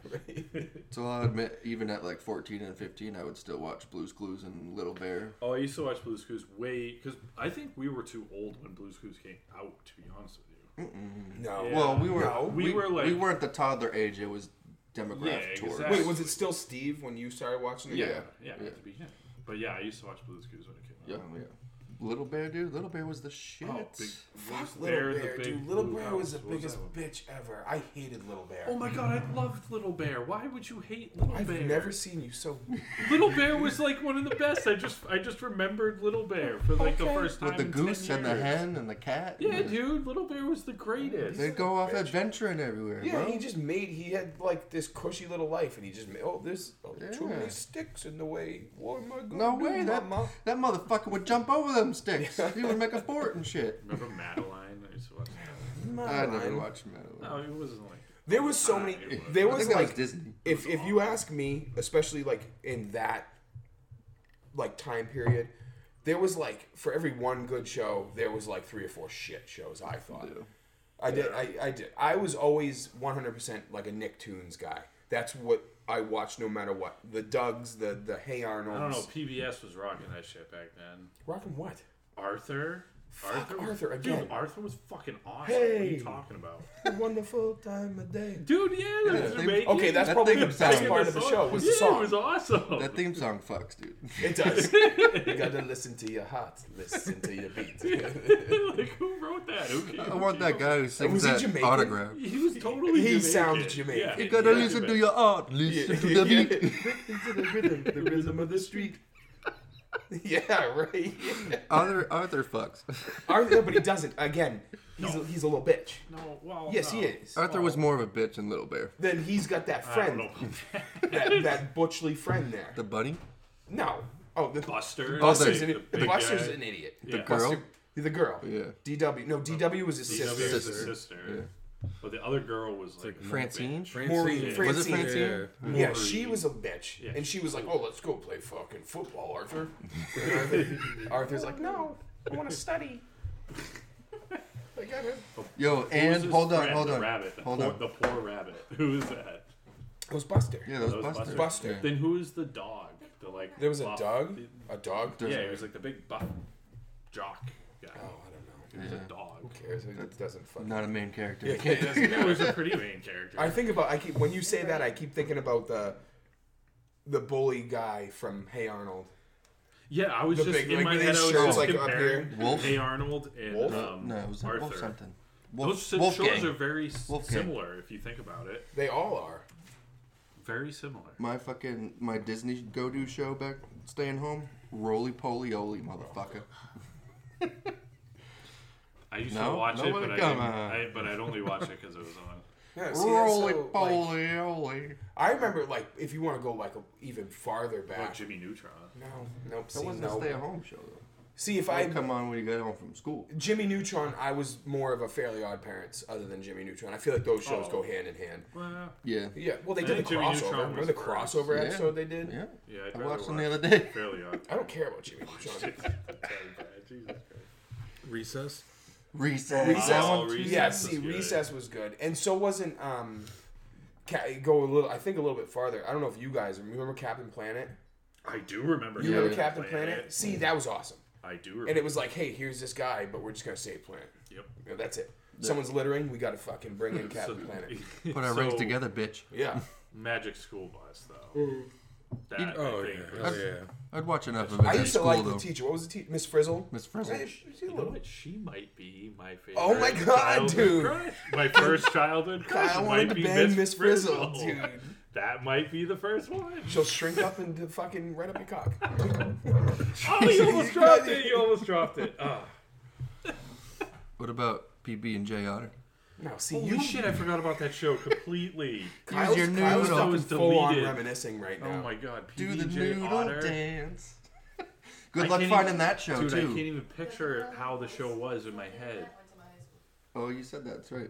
Speaker 1: right.
Speaker 2: So I'll admit, even at like 14 and 15, I would still watch Blue's Clues and Little Bear.
Speaker 3: Oh, I used to watch Blue's Clues way because I think we were too old when Blue's Clues came out. To be honest with you,
Speaker 1: No.
Speaker 3: Yeah.
Speaker 2: Well, we were
Speaker 1: No,
Speaker 3: we were, like-
Speaker 2: we weren't the toddler age. It was demographic
Speaker 3: Yeah,
Speaker 2: towards.
Speaker 3: exactly.
Speaker 1: Wait, was it still Steve when you started watching it?
Speaker 2: Yeah.
Speaker 3: yeah, at the beginning. But yeah, I used to watch Blue's Clues when it came out.
Speaker 2: Oh, Yeah, yeah. Little Bear, dude. Little Bear was the shit.
Speaker 3: Oh, big,
Speaker 1: Fuck
Speaker 3: Little
Speaker 1: Little Bear,
Speaker 3: the big
Speaker 1: dude. Little
Speaker 3: blue
Speaker 1: Bear was the
Speaker 3: house. What
Speaker 1: biggest
Speaker 3: that one?
Speaker 1: bitch ever. I hated Little Bear.
Speaker 3: Oh my god, I loved Little Bear. Why would you hate Little
Speaker 1: I've
Speaker 3: Bear?
Speaker 1: never seen you so.
Speaker 3: Little Bear was like one of the best. I just I just remembered Little Bear for like the
Speaker 1: Okay.
Speaker 3: first time.
Speaker 2: With the
Speaker 3: in 10
Speaker 2: goose and the
Speaker 3: years.
Speaker 2: hen and the cat.
Speaker 3: Yeah, dude, Little Bear was the greatest.
Speaker 2: They go off
Speaker 1: Bitch.
Speaker 2: adventuring everywhere,
Speaker 1: Yeah,
Speaker 2: bro.
Speaker 1: he just made. He had like this cushy little life, and he just made. Oh, there's oh, too
Speaker 2: Yeah.
Speaker 1: many sticks in the way. What am I gonna
Speaker 2: No
Speaker 1: do,
Speaker 2: way, that,
Speaker 1: Mama?
Speaker 2: that motherfucker would jump over them sticks. he would make a fort and shit.
Speaker 3: Remember Madeline? I just watched
Speaker 2: I never
Speaker 1: Madeline.
Speaker 2: watched Madeline.
Speaker 3: No, it wasn't like
Speaker 1: There was so many.
Speaker 3: It was-
Speaker 1: There
Speaker 2: I
Speaker 1: was
Speaker 2: think that was
Speaker 1: like
Speaker 2: Disney.
Speaker 1: if if you ask me, especially like in that like time period, there was like for every one good show, there was like three or four shit shows. I thought. I did. I, I did. I was always 100% like a Nicktoons guy. That's what I watched no matter what. The Dugs, the the Hey Arnolds.
Speaker 3: I don't know. PBS was rocking that shit back then.
Speaker 1: Rocking what?
Speaker 3: Arthur. Arthur, was-
Speaker 1: Arthur
Speaker 3: Dude,
Speaker 1: again.
Speaker 3: Arthur was fucking awesome. What are
Speaker 1: Hey.
Speaker 3: you talking about?
Speaker 1: A wonderful time of day.
Speaker 3: Dude, yeah, that was
Speaker 2: Yeah.
Speaker 3: Jamaican.
Speaker 1: Okay, that's
Speaker 2: That
Speaker 1: probably
Speaker 2: thing
Speaker 1: the
Speaker 2: was
Speaker 1: best
Speaker 2: song.
Speaker 1: part of the show was
Speaker 3: yeah,
Speaker 1: the
Speaker 3: It
Speaker 1: song.
Speaker 3: was awesome.
Speaker 2: That theme song fucks, dude.
Speaker 1: It does. you gotta listen to your heart, listen to your beat.
Speaker 3: like, who wrote that? Who came
Speaker 2: I
Speaker 3: up
Speaker 2: want
Speaker 3: with
Speaker 2: that guy who sings
Speaker 1: Was he
Speaker 2: that
Speaker 1: Jamaican?
Speaker 2: autograph.
Speaker 3: He was totally.
Speaker 1: He
Speaker 3: Jamaican.
Speaker 1: sounded Jamaican.
Speaker 3: Yeah,
Speaker 1: You
Speaker 2: You gotta
Speaker 3: yeah,
Speaker 2: listen to
Speaker 3: Jamaican.
Speaker 2: your art, listen to the beat.
Speaker 1: Into the rhythm, the rhythm of the street. Yeah, right.
Speaker 2: Arthur, Arthur fucks.
Speaker 1: Arthur, but he doesn't. Again, he's a, he's a little bitch.
Speaker 3: No, well,
Speaker 1: Yes,
Speaker 3: no.
Speaker 1: he is.
Speaker 2: Arthur was more of a bitch than Little Bear.
Speaker 1: Then he's got that
Speaker 3: I don't know
Speaker 1: friend,
Speaker 3: about that.
Speaker 1: that, that butchly friend there.
Speaker 2: The bunny?
Speaker 1: No. Oh, the
Speaker 3: Buster.
Speaker 1: Buster's,
Speaker 2: the-
Speaker 1: an,
Speaker 3: the
Speaker 1: the
Speaker 3: big
Speaker 1: Buster's
Speaker 3: guy.
Speaker 1: an idiot.
Speaker 3: The Yeah.
Speaker 2: girl?
Speaker 1: Buster- the girl.
Speaker 2: Yeah.
Speaker 1: DW. No, DW was his
Speaker 3: DW
Speaker 1: sister.
Speaker 3: was his
Speaker 2: Sister.
Speaker 3: sister. But the other girl was like,
Speaker 2: Francine?
Speaker 1: Maureen.
Speaker 4: Francine.
Speaker 1: Francine.
Speaker 2: Was it Francine?
Speaker 4: Yeah.
Speaker 1: Yeah, she was a bitch,
Speaker 3: Yeah.
Speaker 1: and she was like, "Oh, let's go play fucking football, Arthur." And Arthur- Arthur's like, "No, I want to study." Like, I don't-
Speaker 2: Yo,
Speaker 3: Who was
Speaker 2: and
Speaker 3: his
Speaker 2: hold on,
Speaker 3: friend?
Speaker 2: hold
Speaker 3: the
Speaker 2: on.
Speaker 3: Rabbit. The
Speaker 2: Hold
Speaker 3: poor,
Speaker 2: on.
Speaker 3: The poor rabbit. Who was that?
Speaker 1: It was Buster.
Speaker 2: Yeah, that was,
Speaker 3: That was
Speaker 2: Buster.
Speaker 3: Buster.
Speaker 1: Buster.
Speaker 3: Then who is the dog? The like.
Speaker 1: There was a
Speaker 3: buff-
Speaker 1: dog.
Speaker 3: the-
Speaker 1: A dog.
Speaker 2: There's-
Speaker 3: Yeah, he was like the big buff jock guy.
Speaker 1: Oh, I don't know.
Speaker 3: He was
Speaker 2: Yeah.
Speaker 3: a dog.
Speaker 1: Who cares? It doesn't fucking.
Speaker 2: Not a main character.
Speaker 1: Yeah, it doesn't
Speaker 3: He was
Speaker 1: matter.
Speaker 3: a pretty main character.
Speaker 1: I think about. I keep when you say that, I keep thinking about the the bully guy from Hey Arnold.
Speaker 3: yeah, I was
Speaker 1: The
Speaker 3: just
Speaker 1: big-
Speaker 3: in
Speaker 1: like,
Speaker 3: my
Speaker 1: with
Speaker 3: head.
Speaker 1: his
Speaker 3: I was
Speaker 1: shirts,
Speaker 3: just
Speaker 1: like, up
Speaker 3: comparing
Speaker 1: here.
Speaker 2: Wolf?
Speaker 3: Hey Arnold and
Speaker 1: Wolf?
Speaker 3: Um,
Speaker 2: No, it was
Speaker 3: Arthur.
Speaker 2: Arthur. Wolf something. Wolf,
Speaker 3: Those two shows
Speaker 2: Wolfgang.
Speaker 3: are very s-
Speaker 2: Wolfgang.
Speaker 3: similar if you think about it.
Speaker 1: They all are.
Speaker 3: Very similar.
Speaker 2: My fucking, my Disney go-do show back staying home, Roly Poly Oly, motherfucker.
Speaker 3: I used
Speaker 2: No?
Speaker 3: to watch
Speaker 2: No
Speaker 3: it,
Speaker 2: one
Speaker 3: but I,
Speaker 2: would
Speaker 3: didn't,
Speaker 2: come on.
Speaker 3: I but I'd only watch it because it was on.
Speaker 1: Yeah, see, that's so,
Speaker 2: Roly
Speaker 1: like-
Speaker 2: Poly Oly.
Speaker 1: I remember, like, if you want to go like even farther
Speaker 3: Oh,
Speaker 1: back.
Speaker 3: Jimmy Neutron.
Speaker 1: no, nope.
Speaker 2: That
Speaker 1: See,
Speaker 2: wasn't a
Speaker 1: no.
Speaker 2: stay-at-home show, though.
Speaker 1: See, if
Speaker 2: I
Speaker 1: I
Speaker 2: would come on when you got home from school.
Speaker 1: Jimmy Neutron, I was more of a Fairly Odd Parents, other than Jimmy Neutron. I feel like those shows
Speaker 3: Oh.
Speaker 1: go hand in hand.
Speaker 3: Well,
Speaker 2: Yeah.
Speaker 1: Yeah, well, they
Speaker 3: I
Speaker 1: did the
Speaker 3: think Jimmy
Speaker 1: crossover.
Speaker 3: Neutron
Speaker 1: Remember
Speaker 3: was
Speaker 1: the
Speaker 3: first.
Speaker 1: crossover
Speaker 2: Yeah.
Speaker 1: episode they did?
Speaker 2: Yeah.
Speaker 3: yeah, I'd
Speaker 2: I
Speaker 3: rather
Speaker 2: watched them the
Speaker 3: watch
Speaker 2: other day.
Speaker 3: Fairly Odd.
Speaker 1: I don't care about Jimmy Neutron.
Speaker 3: Jesus Christ.
Speaker 4: Recess.
Speaker 2: Recess.
Speaker 1: Recess.
Speaker 3: Oh,
Speaker 1: Recess yeah,
Speaker 3: Recess
Speaker 1: see,
Speaker 3: was good.
Speaker 1: Recess was good, and so wasn't um, Ca- go a little. I think a little bit farther. I don't know if you guys remember Captain Planet.
Speaker 3: I do remember.
Speaker 1: You remember
Speaker 2: yeah.
Speaker 1: Captain Planet? See, that was awesome.
Speaker 3: I do remember.
Speaker 1: And it was like, hey, here's this guy, but we're just gonna save Planet.
Speaker 3: Yep.
Speaker 1: You know, that's it. Someone's littering. We gotta fucking bring in Captain Planet.
Speaker 2: Put our
Speaker 3: so,
Speaker 2: rings together, bitch.
Speaker 1: Yeah.
Speaker 3: Magic School Bus, though.
Speaker 1: Mm.
Speaker 3: That,
Speaker 4: Oh
Speaker 3: I
Speaker 4: yeah.
Speaker 3: think,
Speaker 4: Oh
Speaker 3: was-
Speaker 4: yeah.
Speaker 2: I'd watch enough of it
Speaker 1: I
Speaker 2: at
Speaker 1: used to
Speaker 2: school,
Speaker 1: like
Speaker 2: though.
Speaker 1: the teacher. What was the teacher? Miss Frizzle.
Speaker 2: Miss Frizzle.
Speaker 1: Yeah, she- she
Speaker 3: You know
Speaker 1: little-
Speaker 3: what? She might be my favorite.
Speaker 1: Oh my God,
Speaker 3: childhood
Speaker 1: dude.
Speaker 3: crush. My first childhood crush
Speaker 1: I wanted
Speaker 3: might
Speaker 1: to
Speaker 3: be
Speaker 1: bang
Speaker 3: Miss,
Speaker 1: Miss Frizzle, dude.
Speaker 3: That might be the first one.
Speaker 1: She'll shrink up into fucking right up your cock.
Speaker 3: Oh, you almost dropped it. You almost dropped it. Ah.
Speaker 2: What about PB and J Otter?
Speaker 1: No, see,
Speaker 2: Oh,
Speaker 3: holy
Speaker 1: you
Speaker 3: shit! I forgot about that show completely.
Speaker 1: Kyle's,
Speaker 2: your
Speaker 1: Kyle's
Speaker 2: noodle.
Speaker 1: fucking
Speaker 3: That was
Speaker 1: full on
Speaker 3: deleted.
Speaker 1: reminiscing right now.
Speaker 3: Oh my god,
Speaker 2: Do the
Speaker 3: PBJ
Speaker 2: noodle
Speaker 3: Otter.
Speaker 2: dance.
Speaker 3: I
Speaker 2: Good luck
Speaker 3: can't
Speaker 2: finding
Speaker 3: even-
Speaker 2: that show
Speaker 3: dude, I can't
Speaker 2: too.
Speaker 3: even picture how the show was in my head.
Speaker 2: Oh, you said that's right.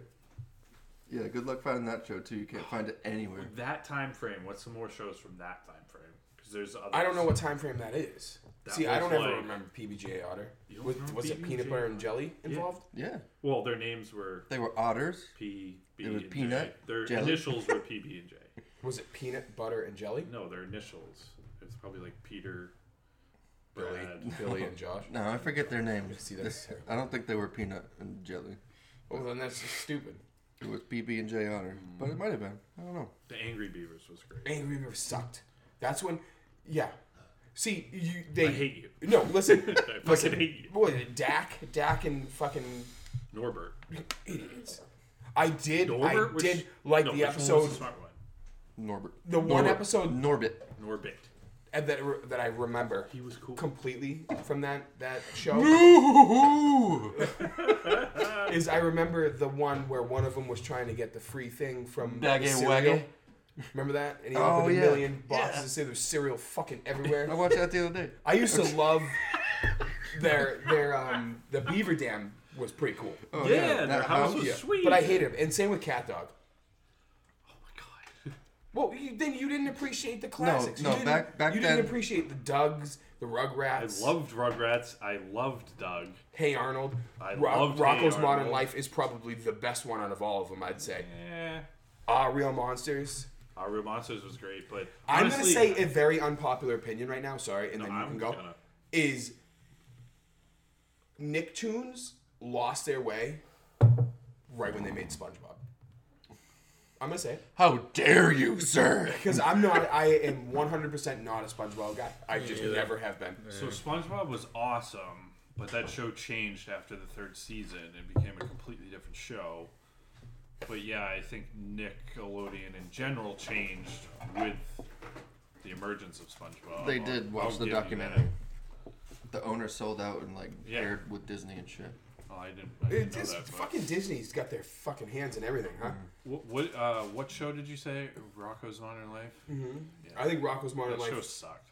Speaker 2: Yeah, good luck finding that show too. You can't find it anywhere.
Speaker 3: That time frame. What's some more shows from that time frame? Because there's others.
Speaker 1: I don't know what time frame that is.
Speaker 3: That
Speaker 1: see, I
Speaker 3: was
Speaker 1: don't ever
Speaker 3: like-
Speaker 1: remember PBJ Otter.
Speaker 3: You don't
Speaker 1: Was,
Speaker 3: remember
Speaker 1: was it
Speaker 3: PBJ
Speaker 1: peanut butter and jelly
Speaker 3: Yeah.
Speaker 1: involved?
Speaker 2: Yeah,
Speaker 3: Well, their names were
Speaker 2: they were otters.
Speaker 3: P, B,
Speaker 2: It was
Speaker 3: and
Speaker 2: peanut,
Speaker 3: J. Their
Speaker 2: jelly.
Speaker 3: initials were PB and J.
Speaker 1: Was it peanut butter and jelly?
Speaker 3: No, their initials. It's probably like Peter,
Speaker 1: Billy,
Speaker 3: Brad.
Speaker 1: Billy and Josh.
Speaker 2: No, I forget their names.
Speaker 1: See, that's terrible.
Speaker 2: I don't think they were peanut and jelly.
Speaker 1: Well, then that's just stupid.
Speaker 2: It was PB and J Otter, but
Speaker 3: Hmm.
Speaker 2: it might have been. I don't know.
Speaker 3: The Angry Beavers was great.
Speaker 1: Angry River sucked. That's when, yeah. See, you they
Speaker 3: I hate you.
Speaker 1: No, listen.
Speaker 3: I
Speaker 1: listen,
Speaker 3: fucking hate you.
Speaker 1: Boy, Dak, Dak, and fucking
Speaker 3: Norbert.
Speaker 1: idiots. I did.
Speaker 3: Norbert?
Speaker 1: I
Speaker 3: Which-
Speaker 1: did like
Speaker 3: no,
Speaker 1: the
Speaker 3: which one was
Speaker 1: episode,
Speaker 3: the smart one.
Speaker 2: Norbert.
Speaker 1: the one
Speaker 2: Norbit.
Speaker 1: episode
Speaker 2: Norbit.
Speaker 3: Norbit.
Speaker 1: and that that I remember
Speaker 3: He was cool.
Speaker 1: completely from that that show. is I remember the one where one of them was trying to get the free thing from
Speaker 2: Daggy
Speaker 1: cereal.
Speaker 2: waggy.
Speaker 1: Remember that? And he
Speaker 2: Oh,
Speaker 1: opened a
Speaker 2: yeah.
Speaker 1: million boxes
Speaker 2: Yeah.
Speaker 1: and said there was cereal fucking
Speaker 2: I
Speaker 1: everywhere.
Speaker 2: watched that the other day.
Speaker 1: I used to love their their um the beaver dam was pretty cool.
Speaker 2: Oh,
Speaker 3: yeah, their house was
Speaker 1: Yeah,
Speaker 3: sweet.
Speaker 1: But I hate him. And same with Cat Dog.
Speaker 3: Oh my god.
Speaker 1: Well, you, then you didn't appreciate the classics.
Speaker 2: no,
Speaker 1: you didn't,
Speaker 2: back- back
Speaker 1: you didn't
Speaker 2: then-
Speaker 1: appreciate the Dugs, the
Speaker 3: I
Speaker 1: Rugrats.
Speaker 3: loved Rugrats. I loved Doug.
Speaker 1: Hey Arnold.
Speaker 3: I
Speaker 1: Ro-
Speaker 3: loved Hey
Speaker 1: Rocco's Modern
Speaker 3: Arnold.
Speaker 1: Life is probably the best one out of all of them. I'd say.
Speaker 3: Eh.
Speaker 1: Ah, Real Monsters.
Speaker 3: Our Real Monsters was great, but
Speaker 1: I'm gonna
Speaker 3: honestly,
Speaker 1: say a very unpopular opinion right now. Sorry, and then you
Speaker 3: I'm
Speaker 1: can go.
Speaker 3: gonna-
Speaker 1: Is Nicktoons lost their way right when they made SpongeBob? I'm gonna say it
Speaker 2: How dare you, sir?
Speaker 1: because I'm not. I am 100% not a SpongeBob guy. I just never have been.
Speaker 3: So SpongeBob was awesome, but that show changed after the third season and became a completely different show. But yeah, I think Nickelodeon in general changed with the emergence of SpongeBob.
Speaker 2: They
Speaker 3: I'll-
Speaker 2: did
Speaker 3: I'll
Speaker 2: watch
Speaker 3: give
Speaker 2: the
Speaker 3: you that.
Speaker 2: documentary. The owner sold out and like
Speaker 3: Yeah.
Speaker 2: paired with Disney and shit.
Speaker 3: Oh, I didn't, I
Speaker 1: It
Speaker 3: didn't know
Speaker 1: just
Speaker 3: that. But.
Speaker 1: fucking Disney's got their fucking hands in everything, huh?
Speaker 3: What what, uh, what show did you say? Rocco's Modern Life.
Speaker 1: I think Rocco's Modern
Speaker 3: That
Speaker 1: Life.
Speaker 3: show sucked.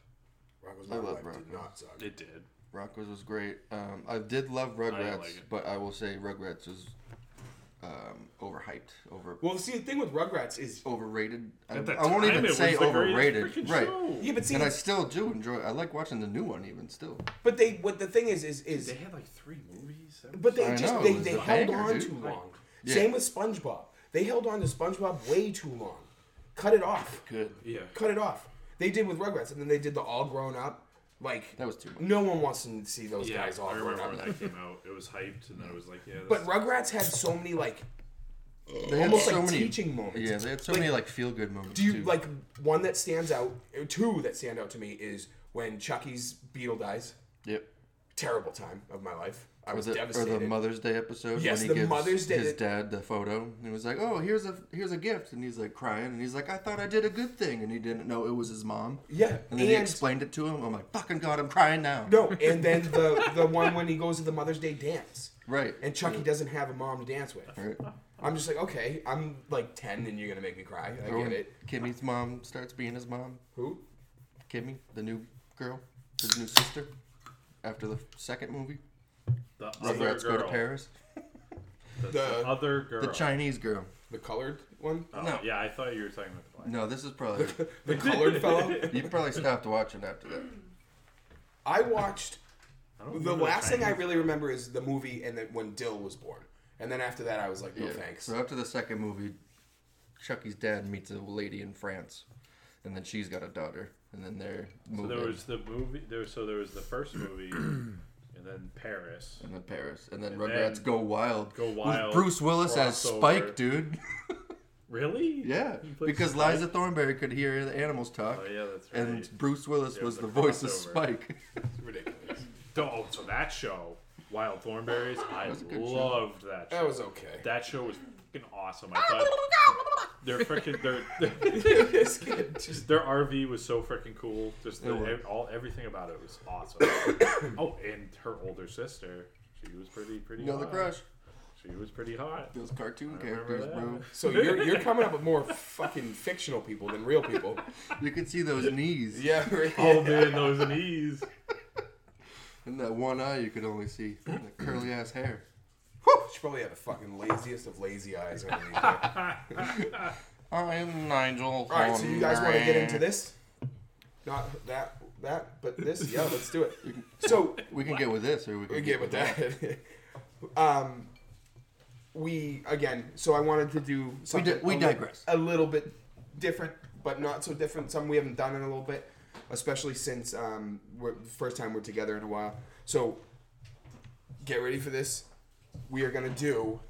Speaker 1: Rocco's Modern
Speaker 2: love
Speaker 1: Life did
Speaker 2: Rocco.
Speaker 1: not suck.
Speaker 3: It did.
Speaker 2: Rocko's was great. Um, I did love Rugrats,
Speaker 3: like it.
Speaker 2: but I will say Rugrats was um, overhyped, over
Speaker 1: Well, see, the thing with Rugrats is
Speaker 2: overrated. I,
Speaker 3: At the
Speaker 2: I won't
Speaker 3: time,
Speaker 2: even
Speaker 3: it
Speaker 2: say
Speaker 3: was the greatest
Speaker 2: overrated,
Speaker 3: freaking
Speaker 2: right?
Speaker 3: show.
Speaker 1: yeah, but see,
Speaker 2: And I still do enjoy. I like watching the new one even still.
Speaker 1: but they what the thing is is is
Speaker 3: They had like three movies. That
Speaker 1: But they
Speaker 2: I
Speaker 1: just
Speaker 2: know,
Speaker 1: they,
Speaker 2: it was
Speaker 1: they
Speaker 2: a
Speaker 1: held
Speaker 2: banger,
Speaker 1: on
Speaker 2: dude.
Speaker 1: too long.
Speaker 2: Yeah.
Speaker 1: Same with SpongeBob. They held on to SpongeBob way too long. Cut it off.
Speaker 2: Good.
Speaker 3: yeah.
Speaker 1: Cut it off. They did with Rugrats, and then they did the all grown up. Like
Speaker 2: That was too much.
Speaker 1: no one wants to see those
Speaker 3: Yeah,
Speaker 1: guys all
Speaker 3: I
Speaker 1: grown
Speaker 3: remember when
Speaker 1: up.
Speaker 3: that came out. It was hyped, and then it was like, yeah.
Speaker 1: But
Speaker 3: this-
Speaker 1: Rugrats had so many like
Speaker 2: They had
Speaker 1: almost
Speaker 2: so
Speaker 1: like
Speaker 2: many
Speaker 1: teaching moments.
Speaker 2: Yeah, they had so
Speaker 1: Like,
Speaker 2: many like feel good moments.
Speaker 1: Do you
Speaker 2: too.
Speaker 1: like one that stands out? Two that stand out to me is when Chucky's beetle dies.
Speaker 2: Yep.
Speaker 1: Terrible time of my life. I
Speaker 2: Or
Speaker 1: was
Speaker 2: the, or
Speaker 1: devastated.
Speaker 2: the Mother's Day episode
Speaker 1: Yes,
Speaker 2: when he
Speaker 1: the
Speaker 2: gives
Speaker 1: Mother's Day-
Speaker 2: his dad the photo. And he was like, "Oh, here's a here's a gift," and he's like crying, and he's like, "I thought I did a good thing," and he didn't know it was his mom.
Speaker 1: yeah,
Speaker 2: And then he explained it to him. I'm like, "Fucking god, I'm crying now."
Speaker 1: No, and then the the one when he goes to the Mother's Day dance,
Speaker 2: Right.
Speaker 1: and Chucky doesn't have a mom to dance with.
Speaker 2: Right.
Speaker 1: I'm just like, okay, I'm like ten, and you're gonna make me cry. I
Speaker 2: Or when
Speaker 1: get it.
Speaker 2: Kimmy's mom starts being his mom.
Speaker 1: Who?
Speaker 2: Kimmy, the new girl, his new sister, after the second movie.
Speaker 3: the other
Speaker 2: Rugrats go to
Speaker 3: girl,
Speaker 2: Paris.
Speaker 3: The,
Speaker 1: The-
Speaker 3: the other girl.
Speaker 2: The Chinese girl.
Speaker 1: The colored one?
Speaker 3: Oh,
Speaker 2: No.
Speaker 3: Yeah, I thought you were talking about the black.
Speaker 2: No, this is probably
Speaker 1: The colored fellow?
Speaker 2: you probably stopped watching after that.
Speaker 1: I watched.
Speaker 3: I don't
Speaker 1: The
Speaker 3: remember
Speaker 1: last thing I
Speaker 3: Chinese-
Speaker 1: really remember is the movie, and then when Dill was born, and then after that, I was like, no
Speaker 2: Yeah.
Speaker 1: thanks.
Speaker 2: So after the second movie, Chucky's dad meets a lady in France, and then she's got a daughter, and then they're
Speaker 3: So
Speaker 2: moving
Speaker 3: there was the movie. There was, so there was the first movie, and then Paris.
Speaker 2: and then Paris, and then
Speaker 3: And
Speaker 2: Rugrats
Speaker 3: then
Speaker 2: go wild.
Speaker 3: Go
Speaker 2: with
Speaker 3: Wild,
Speaker 2: Bruce Willis as
Speaker 3: crossover.
Speaker 2: Spike, dude.
Speaker 3: Really?
Speaker 2: yeah,
Speaker 3: He plays
Speaker 2: because
Speaker 3: Spike?
Speaker 2: Liza Thornberry could hear the animals talk,
Speaker 3: Oh yeah, that's right.
Speaker 2: and Bruce Willis
Speaker 3: Yeah,
Speaker 2: was
Speaker 3: the
Speaker 2: the voice of
Speaker 3: crossover.
Speaker 2: Spike.
Speaker 1: It's ridiculous.
Speaker 3: oh, so that show, Wild Thornberries, I
Speaker 2: was a good show.
Speaker 3: loved that. show.
Speaker 1: That was okay.
Speaker 3: That show was freaking awesome. I thought their freaking their
Speaker 1: This kid just-
Speaker 3: their RV was so freaking cool. Just the,
Speaker 2: was.
Speaker 3: all everything about it was awesome. oh, and her older sister, she was pretty pretty.
Speaker 2: Another
Speaker 3: hot.
Speaker 2: crush.
Speaker 3: She was pretty hot.
Speaker 2: Those cartoon
Speaker 3: remember
Speaker 2: characters, bro.
Speaker 1: so you're you're coming up with more fucking fictional people than real people.
Speaker 2: You could see those knees
Speaker 1: Yeah. Right.
Speaker 3: Oh man, those knees.
Speaker 2: and that one eye you could only see, and the curly ass hair.
Speaker 1: She probably had the fucking laziest of lazy eyes. underneath her.
Speaker 2: I am Nigel.
Speaker 1: All right, so you guys want to get into this? Not that, that, but this. Yeah, let's do it. So
Speaker 2: We can get with this, or we can
Speaker 1: we get with that. um, we again. So I wanted to do something.
Speaker 2: we
Speaker 1: a li-
Speaker 2: digress.
Speaker 1: A little bit different, but not so different. Some we haven't done in a little bit, especially since um, we're first time we're together in a while. So get ready for this. We are gonna do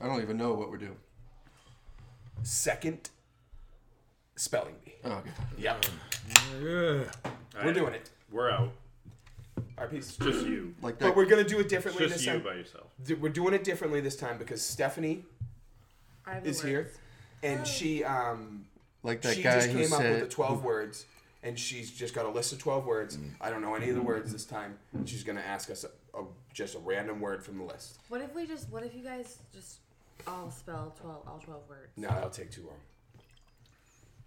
Speaker 2: I don't even know what we're doing.
Speaker 1: second spelling bee.
Speaker 2: Oh, okay.
Speaker 1: Yep.
Speaker 4: Yeah.
Speaker 1: We're doing it.
Speaker 3: We're out.
Speaker 1: Our piece.
Speaker 3: It's just you.
Speaker 2: Like that.
Speaker 1: But we're gonna do it
Speaker 3: It's
Speaker 1: differently
Speaker 3: just
Speaker 1: this
Speaker 3: you
Speaker 1: time.
Speaker 3: by yourself.
Speaker 1: D- We're doing it differently this time because Stephanie
Speaker 5: I have the
Speaker 1: is here,
Speaker 5: words.
Speaker 1: and she um
Speaker 2: like that
Speaker 1: she
Speaker 2: guy
Speaker 1: just
Speaker 2: who
Speaker 1: came up with the
Speaker 2: said.
Speaker 1: 12 words and she's just got a list of 12 words
Speaker 2: Mm.
Speaker 1: i don't know any of
Speaker 2: Mm-hmm.
Speaker 1: the words this time she's going to ask us a, a, just a random word from the list
Speaker 5: What if we just? What if you guys just all spell twelve, all twelve words?
Speaker 1: no that'll take too long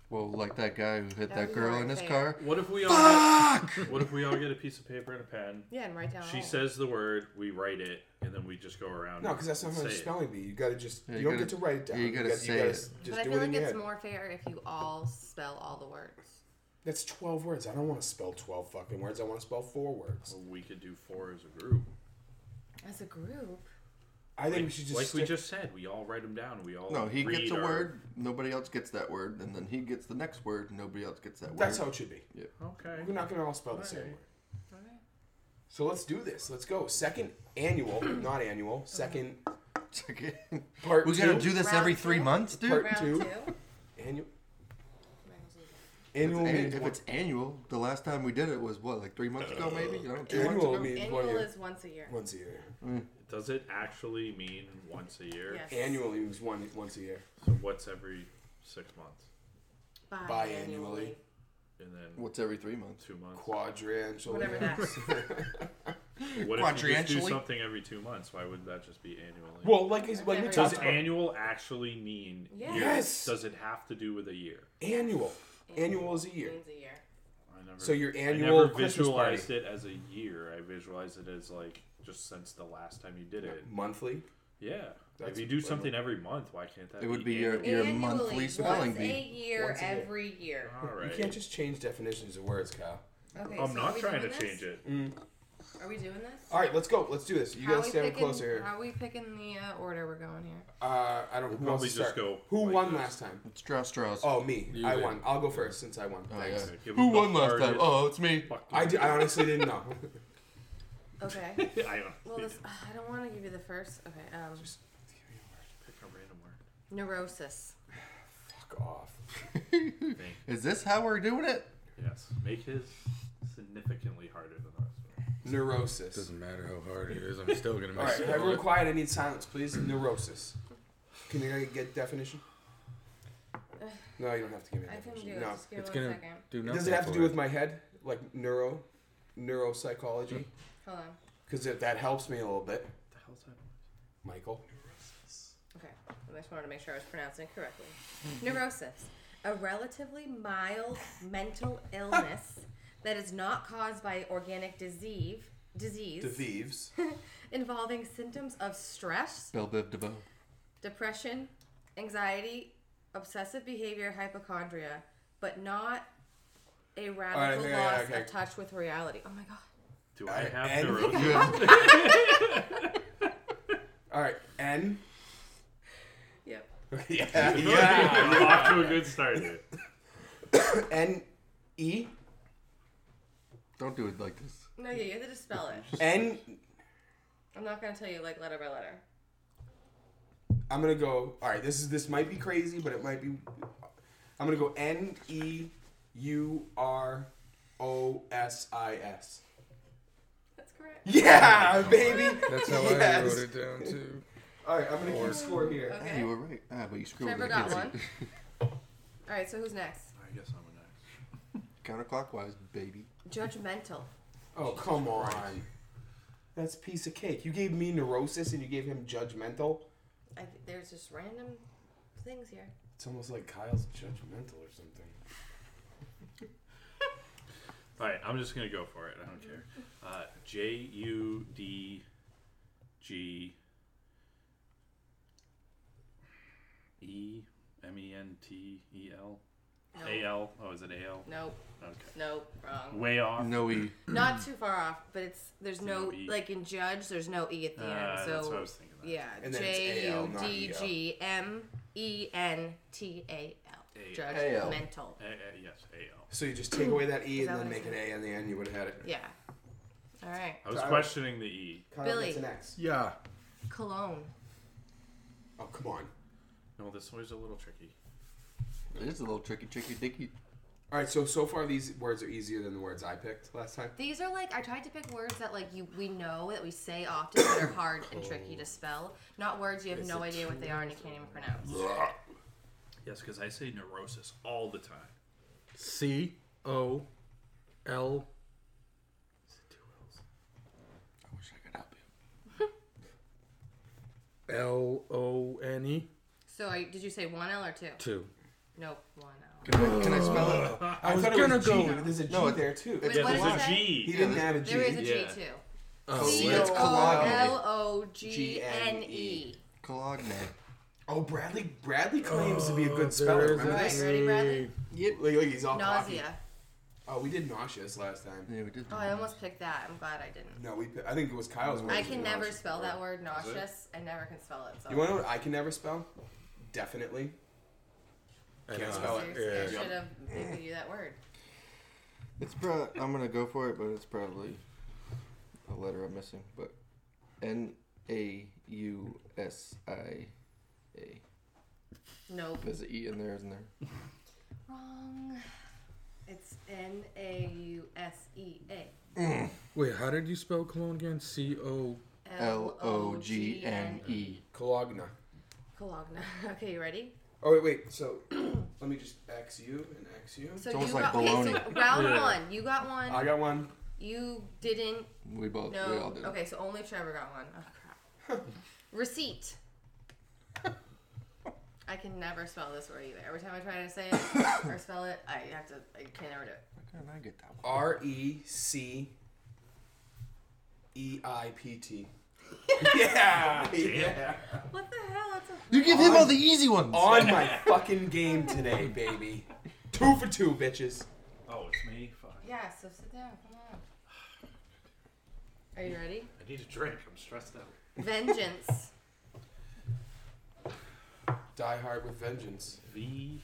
Speaker 2: Well, like that guy who hit
Speaker 5: That
Speaker 2: that
Speaker 5: was
Speaker 2: girl
Speaker 5: not
Speaker 2: in his
Speaker 5: fair.
Speaker 2: car.
Speaker 3: What if we all get, What if we all get a piece of paper and a pen?
Speaker 5: Yeah, and write down.
Speaker 3: She
Speaker 5: all.
Speaker 3: says the word, we write it, and then we just go around.
Speaker 1: no because that's not
Speaker 3: and
Speaker 1: how a
Speaker 3: say it.
Speaker 1: spelling bee you got to just
Speaker 2: Yeah,
Speaker 1: you,
Speaker 2: you
Speaker 1: don't
Speaker 2: gotta-
Speaker 1: get to write it down
Speaker 2: yeah, you gotta
Speaker 1: gotta-
Speaker 2: say
Speaker 1: gotta
Speaker 2: it.
Speaker 1: s- just
Speaker 5: But I
Speaker 1: do
Speaker 5: feel
Speaker 1: it in
Speaker 5: like
Speaker 1: your
Speaker 5: it's
Speaker 1: head
Speaker 5: more fair if you all spell all the words.
Speaker 1: that's 12 words i don't want to spell 12 fucking words i want to spell four words
Speaker 3: Well, we could do four as a group.
Speaker 5: As a group.
Speaker 1: i think
Speaker 3: Like,
Speaker 1: we should just
Speaker 3: like we
Speaker 1: stick-
Speaker 3: just said, we all write them down. We all
Speaker 2: No, he
Speaker 3: read
Speaker 2: gets a
Speaker 3: our-
Speaker 2: word. Nobody else gets that word, and then he gets the next word. Nobody else gets that word.
Speaker 1: that's how it should be
Speaker 3: Okay.
Speaker 1: we're not going to all spell the same
Speaker 3: Alright.
Speaker 1: word so let's do this let's go second annual not annual second part
Speaker 2: We're
Speaker 1: two
Speaker 2: gonna do this
Speaker 5: Round
Speaker 2: every
Speaker 5: two.
Speaker 2: three months, dude.
Speaker 1: Part
Speaker 5: Round
Speaker 1: two.
Speaker 5: two.
Speaker 1: annual
Speaker 5: Round two.
Speaker 1: annual
Speaker 2: An-
Speaker 1: means
Speaker 2: If
Speaker 1: one-
Speaker 2: it's annual, the last time we did it was what, like three months ago, maybe? You know, two months
Speaker 1: Uh, annual
Speaker 2: ago.
Speaker 1: means one
Speaker 5: Annual
Speaker 1: year
Speaker 5: is once a year.
Speaker 1: Once a year.
Speaker 3: Does it actually mean once a year?
Speaker 5: Yes.
Speaker 1: Annually was one once a year.
Speaker 3: So what's every six months,
Speaker 1: Biannually.
Speaker 3: and then
Speaker 2: What's every three months?
Speaker 3: two months?
Speaker 1: Quadrantial.
Speaker 5: Whatever that.
Speaker 3: What if you just do
Speaker 2: Quadrantially?
Speaker 3: something every two months? Why would that just be annually?
Speaker 1: Well, like is like we
Speaker 5: Whatever.
Speaker 3: Does
Speaker 1: talked about
Speaker 3: annual actually mean
Speaker 5: Yeah.
Speaker 3: year?
Speaker 1: Yes.
Speaker 3: Does it have to do with a year?
Speaker 1: annual. Annual is a year.
Speaker 5: Means a year.
Speaker 3: I never.
Speaker 1: So your
Speaker 3: I
Speaker 1: annual
Speaker 3: never
Speaker 1: Christmas party.
Speaker 3: visualized it as a year. I visualized it as like just since the last time you did it.
Speaker 1: Monthly.
Speaker 3: Yeah.
Speaker 1: That's
Speaker 3: if you do
Speaker 1: clever.
Speaker 3: something every month, why can't that?
Speaker 2: It would be
Speaker 3: be
Speaker 2: your,
Speaker 3: annual?
Speaker 2: your
Speaker 5: Annually,
Speaker 2: monthly spelling
Speaker 5: once a
Speaker 2: bee.
Speaker 5: year,
Speaker 1: Once a year.
Speaker 5: every year.
Speaker 3: All right.
Speaker 1: You can't just change definitions of words, Kyle.
Speaker 5: Okay,
Speaker 3: I'm
Speaker 5: so are
Speaker 3: not
Speaker 5: we
Speaker 3: trying to
Speaker 5: doing
Speaker 3: change
Speaker 5: this?
Speaker 3: it.
Speaker 5: Are we doing this?
Speaker 1: All right, let's go. Let's do this. You
Speaker 5: How
Speaker 1: guys
Speaker 5: we
Speaker 1: stand
Speaker 5: picking-
Speaker 1: closer here.
Speaker 5: How are we picking the uh, order we're going here?
Speaker 1: Uh, I don't. who wants
Speaker 3: probably
Speaker 1: to
Speaker 3: just
Speaker 1: start?
Speaker 3: go
Speaker 1: Who
Speaker 3: like
Speaker 1: won
Speaker 3: this.
Speaker 1: last time?
Speaker 2: It's draw straws.
Speaker 1: Oh, me.
Speaker 4: You
Speaker 1: I
Speaker 4: did.
Speaker 1: won. I'll go first since I won.
Speaker 2: Oh,
Speaker 1: Thanks.
Speaker 2: yeah.
Speaker 3: Give
Speaker 2: Who
Speaker 3: him the
Speaker 2: won last time?
Speaker 3: hardest-
Speaker 2: Oh, it's me.
Speaker 3: Fuck
Speaker 1: I,
Speaker 3: you.
Speaker 1: di- I honestly didn't know.
Speaker 5: Okay.
Speaker 3: I don't.
Speaker 5: Well, this, ugh, I don't want to give you the first. Okay. Um,
Speaker 1: Just
Speaker 3: Pick a random word.
Speaker 5: neurosis.
Speaker 1: fuck off.
Speaker 2: Is this how we're doing it?
Speaker 3: Yes. Make his significantly harder than us.
Speaker 1: Neurosis.
Speaker 4: Doesn't matter how hard it is, I'm still gonna
Speaker 1: All
Speaker 4: mess
Speaker 1: right,
Speaker 4: it
Speaker 1: everyone
Speaker 4: up.
Speaker 1: quiet. I need silence, please. Neurosis. Can you get definition? No, you don't have to give me a
Speaker 5: I can do
Speaker 1: definition.
Speaker 5: it.
Speaker 1: No.
Speaker 5: Just give
Speaker 4: It's
Speaker 5: me one
Speaker 4: gonna
Speaker 5: second.
Speaker 4: do nothing.
Speaker 1: Does it have to
Speaker 4: for
Speaker 1: do
Speaker 4: it.
Speaker 1: with my head? Like neuro, neuropsychology?
Speaker 5: Hold on.
Speaker 1: Because that helps me a little bit,
Speaker 3: What the hell's that?
Speaker 1: Michael.
Speaker 5: Okay. I just wanted to make sure I was pronouncing it correctly. Neurosis. A relatively mild mental illness that is not caused by organic disease, disease
Speaker 1: The thieves.
Speaker 5: involving symptoms of stress,
Speaker 2: Bell Biv DeVoe.
Speaker 5: depression, anxiety, obsessive behavior, hypochondria, but not a
Speaker 1: yeah,
Speaker 5: radical
Speaker 1: yeah,
Speaker 5: loss
Speaker 1: okay.
Speaker 5: of touch with reality. Oh my god.
Speaker 3: Do I
Speaker 1: Alright,
Speaker 3: have
Speaker 1: and-
Speaker 3: neurosis?
Speaker 1: All right, N.
Speaker 5: Yep.
Speaker 1: yeah,
Speaker 3: I'm off to a good start there.
Speaker 1: N E
Speaker 2: Don't do it like this.
Speaker 5: No, yeah, you have to just spell it.
Speaker 1: N.
Speaker 5: I'm not gonna tell you like letter by letter.
Speaker 1: I'm gonna go. All right, this is this might be crazy, but it might be. I'm gonna go N E U R O S I S.
Speaker 5: That's correct.
Speaker 1: Yeah, baby.
Speaker 4: That's how I
Speaker 1: Yes.
Speaker 4: wrote it down too.
Speaker 1: All right, I'm gonna keep score here.
Speaker 2: Ah,
Speaker 5: Okay.
Speaker 2: you were right. Ah, but you screwed
Speaker 5: Trevor
Speaker 2: it.
Speaker 5: got one. All right, so who's next?
Speaker 3: I guess I'm next.
Speaker 2: Counterclockwise, baby.
Speaker 5: Judgmental.
Speaker 1: Oh come on. That's piece of cake. You gave me neurosis and you gave him judgmental.
Speaker 5: I, there's just random things here.
Speaker 1: It's almost like Kyle's judgmental or something.
Speaker 3: All right, I'm just gonna go for it. I don't care. Uh, J U D G E M E N T E L A
Speaker 5: No.
Speaker 3: L. Oh, is it A L?
Speaker 5: Nope.
Speaker 3: Okay.
Speaker 5: Nope. Wrong.
Speaker 3: Way off.
Speaker 2: No E.
Speaker 5: Not too far off, but it's there's no
Speaker 3: No E.
Speaker 5: like in judge. There's no e at the end.
Speaker 3: Uh,
Speaker 5: So
Speaker 3: that's what I was thinking. Of.
Speaker 5: yeah,
Speaker 1: And then it's
Speaker 5: J
Speaker 1: AL,
Speaker 5: U
Speaker 1: not E
Speaker 5: D G M E N T A L.
Speaker 3: A-
Speaker 2: AL.
Speaker 5: Judgmental.
Speaker 3: A- A- yes, A L.
Speaker 1: So you just take away that E
Speaker 5: Is
Speaker 1: and
Speaker 5: that
Speaker 1: then
Speaker 5: what I
Speaker 1: make an A in the end, you would have had it.
Speaker 5: Yeah. All right.
Speaker 3: I was
Speaker 1: Tyler.
Speaker 3: questioning the E.
Speaker 1: Kyle
Speaker 5: Billy.
Speaker 1: gets an X.
Speaker 4: Yeah.
Speaker 5: Cologne.
Speaker 1: Oh, come on.
Speaker 3: No, this one's a little tricky.
Speaker 2: It is a little tricky, tricky, dicky.
Speaker 1: All right, so so far these words are easier than the words I picked last time.
Speaker 5: These are like I tried to pick words that like you we know that we say often that are hard and tricky to spell, not words you have no idea what they are and you can't even pronounce.
Speaker 3: Yes, because I say neurosis all the time.
Speaker 4: C O L.
Speaker 2: I wish I could help you.
Speaker 4: L O N E
Speaker 5: So I, did you say one L or two?
Speaker 4: two.
Speaker 5: Nope, one L.
Speaker 2: Can I, can I spell it?
Speaker 1: I, was thought
Speaker 4: gonna
Speaker 1: it was a G.
Speaker 4: go-
Speaker 1: There's a G
Speaker 2: No, it-
Speaker 1: there too.
Speaker 5: Wait,
Speaker 3: Yeah,
Speaker 5: what is
Speaker 3: there's a
Speaker 5: that?
Speaker 1: he
Speaker 3: G.
Speaker 1: didn't add a G.
Speaker 5: There is a G
Speaker 3: Yeah.
Speaker 5: too.
Speaker 4: Oh,
Speaker 1: See
Speaker 5: C
Speaker 1: it's
Speaker 5: O
Speaker 1: Kalani.
Speaker 5: L O G N E.
Speaker 2: Cologne.
Speaker 1: Oh, Bradley! Bradley claims to be a
Speaker 4: Oh,
Speaker 1: good speller.
Speaker 4: there's
Speaker 1: Remember
Speaker 4: a
Speaker 5: Alright,
Speaker 1: this?
Speaker 4: G.
Speaker 5: ready, Bradley?
Speaker 1: Yep. Like, like he's all cocky.
Speaker 5: Nausea.
Speaker 1: Oh, we did nauseous last time.
Speaker 2: Yeah, we did.
Speaker 5: Oh, I almost picked that. I'm glad I didn't.
Speaker 1: No, we. I think it was Kyle's word.
Speaker 5: I can never
Speaker 1: Nauseous.
Speaker 5: spell that word nauseous. I never can spell it. So.
Speaker 1: You want to know what I can never spell? Definitely.
Speaker 4: I
Speaker 1: Can't
Speaker 4: know.
Speaker 1: spell it.
Speaker 5: Seriously, I
Speaker 4: Yeah.
Speaker 5: should have given you that word.
Speaker 2: It's pro- I'm gonna go for it, but it's probably a letter I'm missing. But N A U S I A.
Speaker 5: Nope.
Speaker 2: There's an E in there, isn't there?
Speaker 5: Wrong. It's N A U S E A.
Speaker 4: Wait, how did you spell cologne again? C O.
Speaker 2: L O G N E.
Speaker 1: Cologne.
Speaker 5: Cologne. Okay, you ready?
Speaker 1: Oh wait, wait. So let me just X you and X you.
Speaker 5: So
Speaker 2: almost
Speaker 5: you
Speaker 2: like
Speaker 5: got okay, so
Speaker 2: baloney.
Speaker 5: round
Speaker 4: Yeah.
Speaker 5: one. You got one.
Speaker 1: I got one.
Speaker 5: you didn't.
Speaker 2: Oh, We both. We all
Speaker 5: No.
Speaker 2: did.
Speaker 5: Okay, so only Trevor got one. Oh crap. Receipt. I can never spell this word either. Every time I try to say it or spell it, I have to. I can never do it.
Speaker 2: How can I get that one?
Speaker 1: R E C E I P T. Yeah, yeah.
Speaker 5: What the hell? That's a
Speaker 2: You give him all the easy ones.
Speaker 4: Oh.
Speaker 1: On my fucking game today, baby. Two for two, bitches.
Speaker 3: Oh, it's me. Fuck.
Speaker 5: Yeah, so sit down. Come on. Are you ready?
Speaker 3: I need a drink. I'm stressed out.
Speaker 5: Vengeance.
Speaker 1: Die hard with vengeance.
Speaker 3: V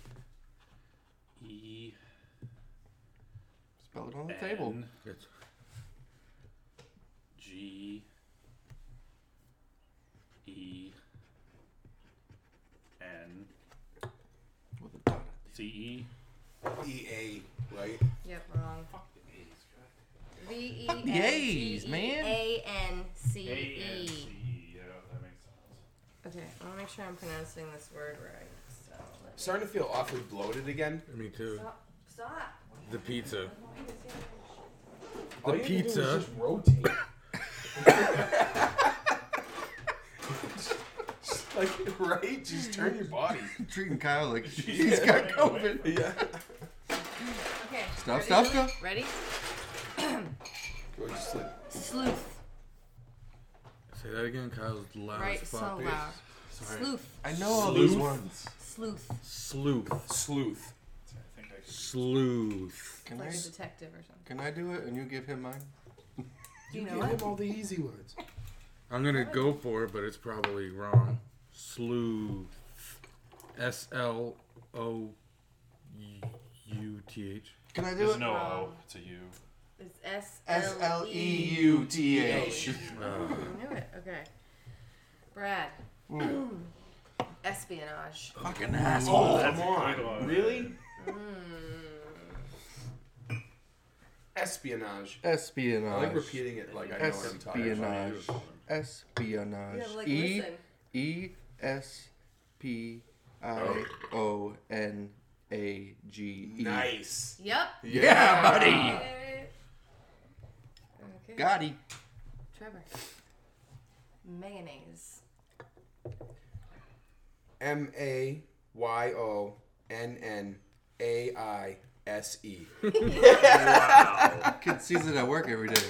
Speaker 3: E
Speaker 2: Spell it on the table.
Speaker 3: N
Speaker 4: It's
Speaker 3: G E N
Speaker 2: With a dot.
Speaker 3: C E.
Speaker 1: E A, right?
Speaker 5: Yep, wrong.
Speaker 3: Fuck the A's. God.
Speaker 5: V E
Speaker 2: Fuck the A's, man.
Speaker 5: A N C
Speaker 3: A N C
Speaker 5: E.
Speaker 3: E. Yeah, that makes sense.
Speaker 5: Okay, I want to make sure I'm pronouncing this word right. So let me-
Speaker 1: Starting to feel awfully bloated again.
Speaker 4: me too.
Speaker 5: Stop. Stop.
Speaker 4: The pizza.
Speaker 5: I want you to see
Speaker 1: All
Speaker 5: how
Speaker 4: The
Speaker 1: you have to do
Speaker 4: pizza.
Speaker 1: is just rotate. Just like right, just turn your body.
Speaker 2: Treating Kyle like he's got COVID.
Speaker 1: Yeah.
Speaker 5: much- Okay.
Speaker 2: Stop,
Speaker 5: ready?
Speaker 2: stop, stop.
Speaker 5: Ready?
Speaker 1: Or just like
Speaker 5: Sleuth.
Speaker 4: Say that again. Kyle's loud
Speaker 5: Right,
Speaker 4: as
Speaker 5: so
Speaker 4: fuck.
Speaker 5: loud.
Speaker 4: Sorry.
Speaker 5: Sleuth.
Speaker 2: I know all these
Speaker 3: Sleuth.
Speaker 2: ones.
Speaker 5: Sleuth.
Speaker 4: Sleuth.
Speaker 1: sleuth.
Speaker 3: I think I could.
Speaker 4: Sleuth.
Speaker 2: Can
Speaker 5: Like
Speaker 2: I?
Speaker 5: a detective or something.
Speaker 2: Can I do it? And you give him mine.
Speaker 5: You know
Speaker 1: Give
Speaker 5: what?
Speaker 1: him all the easy words.
Speaker 4: I'm gonna go for it, but it's probably wrong. Sleuth. S L O U T H.
Speaker 2: Can I do
Speaker 3: There's
Speaker 2: it?
Speaker 3: no O.
Speaker 5: wrong.
Speaker 3: It's a U.
Speaker 5: It's E S
Speaker 2: S L E U T H.
Speaker 5: I knew it. Okay. Brad.
Speaker 2: Mm.
Speaker 5: Espionage.
Speaker 2: Fucking asshole.
Speaker 1: Oh,
Speaker 3: that's
Speaker 1: come
Speaker 3: a good
Speaker 1: on.
Speaker 3: one.
Speaker 1: Really?
Speaker 5: Mm.
Speaker 1: Espionage. I
Speaker 2: Espionage.
Speaker 1: like repeating it like I know what I'm talking about.
Speaker 2: Espionage. Espionage.
Speaker 5: Yeah, like,
Speaker 2: E
Speaker 5: listen.
Speaker 2: E S P I O N A G E.
Speaker 1: Oh. Nice.
Speaker 5: Yep.
Speaker 2: Yeah, buddy.
Speaker 5: Okay.
Speaker 2: Got it.
Speaker 5: Trevor. Mayonnaise.
Speaker 1: M A Y O N N A I S E.
Speaker 2: Kid sees it at work every day.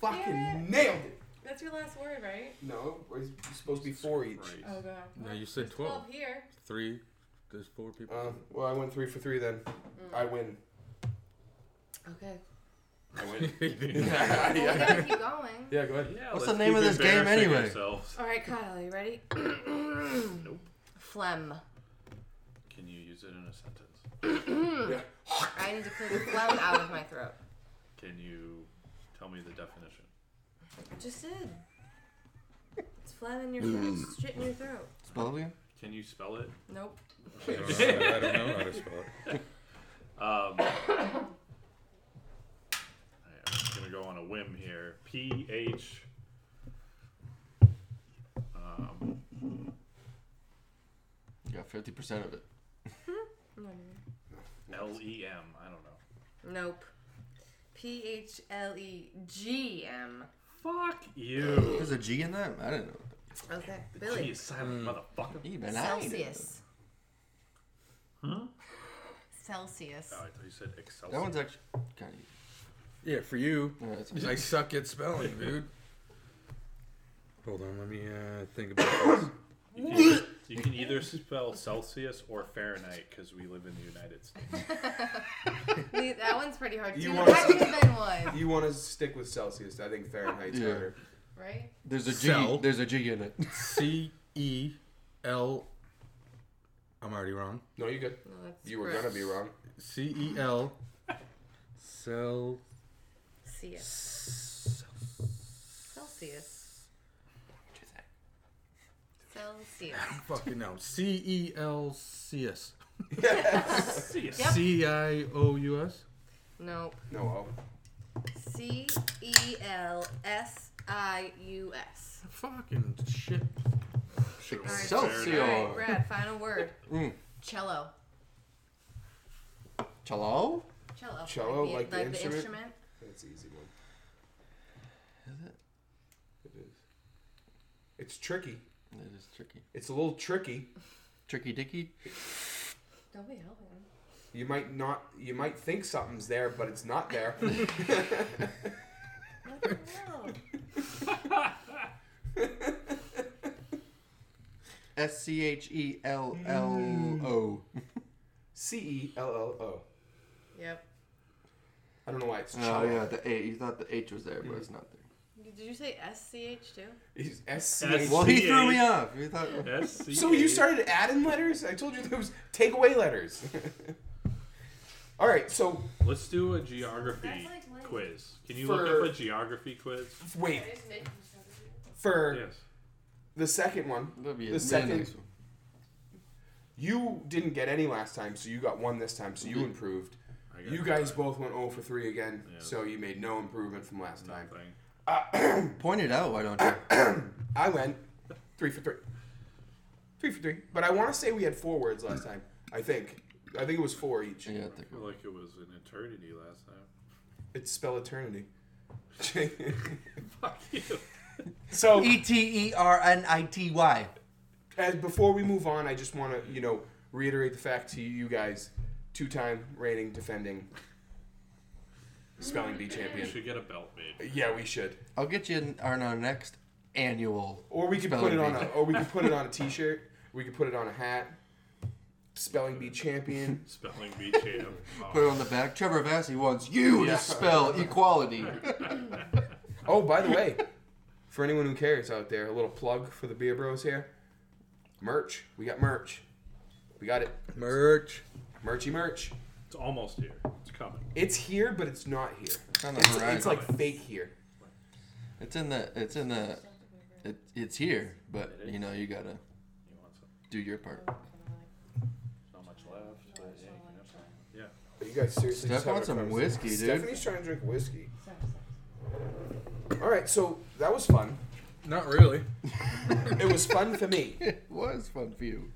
Speaker 1: Fucking nailed it.
Speaker 5: That's your last word, right?
Speaker 1: No, it's supposed to be four each.
Speaker 3: Right.
Speaker 5: Oh god.
Speaker 4: No, you said
Speaker 5: There's 12
Speaker 4: 12.
Speaker 5: here.
Speaker 4: Three. There's four people.
Speaker 1: Um, well, I went three for three then.
Speaker 5: Mm.
Speaker 1: I win.
Speaker 5: Okay.
Speaker 1: I win.
Speaker 5: Well, we
Speaker 1: yeah.
Speaker 5: gotta keep going.
Speaker 1: yeah, go ahead.
Speaker 3: Yeah,
Speaker 2: What's the
Speaker 3: let's
Speaker 2: name of
Speaker 3: keep
Speaker 2: this game
Speaker 3: embarrassing
Speaker 2: anyway?
Speaker 3: ourselves.
Speaker 5: All right, Kyle, you ready?
Speaker 3: Nope.
Speaker 5: Phlegm.
Speaker 3: Can you use it in a sentence?
Speaker 1: Yeah.
Speaker 5: I need to clear the phlegm out of my throat.
Speaker 3: Can you tell me the definition?
Speaker 5: I just did. It's phlegm in your throat.
Speaker 2: Mm.
Speaker 5: It's shit in your throat.
Speaker 2: Spell it again.
Speaker 3: Can you spell it?
Speaker 5: Nope.
Speaker 4: I don't know how to spell it.
Speaker 3: Um, I'm gonna go on a whim here. pH. Um,
Speaker 2: You got 50% of it.
Speaker 3: L E M. I don't know.
Speaker 5: Nope. P H L E G M.
Speaker 3: Fuck you.
Speaker 2: There's a G in that? I didn't know.
Speaker 5: Okay,
Speaker 3: Gee,
Speaker 5: Billy.
Speaker 3: silent motherfucker.
Speaker 2: Even
Speaker 5: Celsius. Celsius.
Speaker 3: Oh, I thought you said Excelsior.
Speaker 2: That one's actually kind
Speaker 4: Yeah, for you.
Speaker 2: of. that's
Speaker 4: I suck at spelling, dude. Hold on, let me uh, think about this.
Speaker 3: You can, either, you can either spell Celsius or Fahrenheit because we live in the United States.
Speaker 5: We- that one's pretty hard
Speaker 1: You
Speaker 5: too.
Speaker 1: wanna-
Speaker 5: I've been one,
Speaker 1: You want to stick with Celsius. I think Fahrenheit's
Speaker 2: Yeah.
Speaker 1: harder.
Speaker 5: right?
Speaker 2: There's a G.
Speaker 4: Cell.
Speaker 2: There's a G in it.
Speaker 4: C E L. I'm already wrong.
Speaker 1: No, you're good.
Speaker 5: No, that's
Speaker 1: You were going to be wrong.
Speaker 4: C E L. Cell.
Speaker 5: Celsius. Celsius. Celsius.
Speaker 4: Fucking no. C E L C S.
Speaker 3: Celsius.
Speaker 5: Yep.
Speaker 4: C I O U S.
Speaker 5: Nope.
Speaker 1: No, oh.
Speaker 5: C E L S I U S.
Speaker 4: Fucking shit.
Speaker 2: Excelsior.
Speaker 5: Alright, Brad, final word.
Speaker 2: Mm.
Speaker 5: Cello.
Speaker 2: Cello?
Speaker 5: Cello.
Speaker 1: Cello, like the instrument?
Speaker 5: instrument?
Speaker 1: That's an easy one.
Speaker 2: Is it?
Speaker 1: It is. It's tricky.
Speaker 2: It is tricky.
Speaker 1: It's a little tricky.
Speaker 2: Tricky Dicky?
Speaker 5: Don't be helping him.
Speaker 1: You might not. You might think something's there, but it's not there.
Speaker 5: What the hell?
Speaker 2: S C H E L L O.
Speaker 1: C E L L O.
Speaker 5: Yep.
Speaker 1: I don't know why it's
Speaker 2: Oh,
Speaker 1: cello.
Speaker 2: yeah, the A. You thought the H was there, but it's not there.
Speaker 5: Did you say S C H too?
Speaker 1: It's S C
Speaker 3: That's-
Speaker 1: H.
Speaker 2: Well, he threw
Speaker 3: C-H.
Speaker 2: me off. He thought.
Speaker 3: S-C-A-
Speaker 1: So you started adding letters? I told you there was takeaway letters. All right, so
Speaker 3: Let's do a geography
Speaker 5: That's like
Speaker 3: quiz. Can you
Speaker 1: For-
Speaker 3: look up a geography quiz?
Speaker 1: wait for
Speaker 3: Yes.
Speaker 1: the second one.
Speaker 2: That'd be a
Speaker 1: The
Speaker 2: really
Speaker 1: second-
Speaker 2: nice one.
Speaker 1: You didn't get any last time, so you got one this time, so you improved.
Speaker 3: I got
Speaker 1: You
Speaker 3: it.
Speaker 1: guys both went 0 for 3 again,
Speaker 3: Yeah.
Speaker 1: so you made no improvement from last time.
Speaker 3: Nothing.
Speaker 2: Point it out, why don't you?
Speaker 1: I went 3 for 3. 3 for 3. But I want to say we had four words last time. I think. I think it was four each.
Speaker 2: Yeah, I think
Speaker 3: I feel like it was an eternity last time.
Speaker 1: It's spell eternity.
Speaker 3: Fuck you.
Speaker 1: so.
Speaker 2: E T E R N I T Y.
Speaker 1: as before we move on, I just want to you know reiterate the fact to you guys: two-time reigning, defending spelling bee
Speaker 3: We
Speaker 1: champion.
Speaker 3: should get a belt made.
Speaker 1: Yeah, we should.
Speaker 2: I'll get you in- on our next annual.
Speaker 1: Or we could put
Speaker 2: Spelling
Speaker 1: it on
Speaker 2: bee.
Speaker 1: a, or we could put it on a T-shirt. We could put it on a hat. Spelling bee champion.
Speaker 3: Spelling bee champ. Oh,
Speaker 2: Put it on the back. Trevor Vassy wants you to spell equality.
Speaker 1: Oh, by the way, for anyone who cares out there, a little plug for the Beer Bros here. Merch. We got merch. We got it.
Speaker 4: Merch.
Speaker 1: Merchy merch.
Speaker 3: It's almost here. It's coming.
Speaker 1: It's here, but it's not here.
Speaker 2: It's on the
Speaker 1: It's,
Speaker 2: horizon.
Speaker 1: it's like fake here.
Speaker 2: It's in the. It's in the. It, it's here, but you know you gotta
Speaker 3: You want some?
Speaker 2: do your part.
Speaker 3: There's not much left. but yeah, you can have some. Yeah.
Speaker 1: You guys seriously just
Speaker 2: Steph
Speaker 1: having
Speaker 2: wants
Speaker 1: a
Speaker 2: some
Speaker 1: conversation.
Speaker 2: whiskey, dude.
Speaker 1: Stephanie's trying to drink whiskey. All right, so that was fun.
Speaker 4: Not really.
Speaker 1: It was fun for me.
Speaker 2: It was fun for you.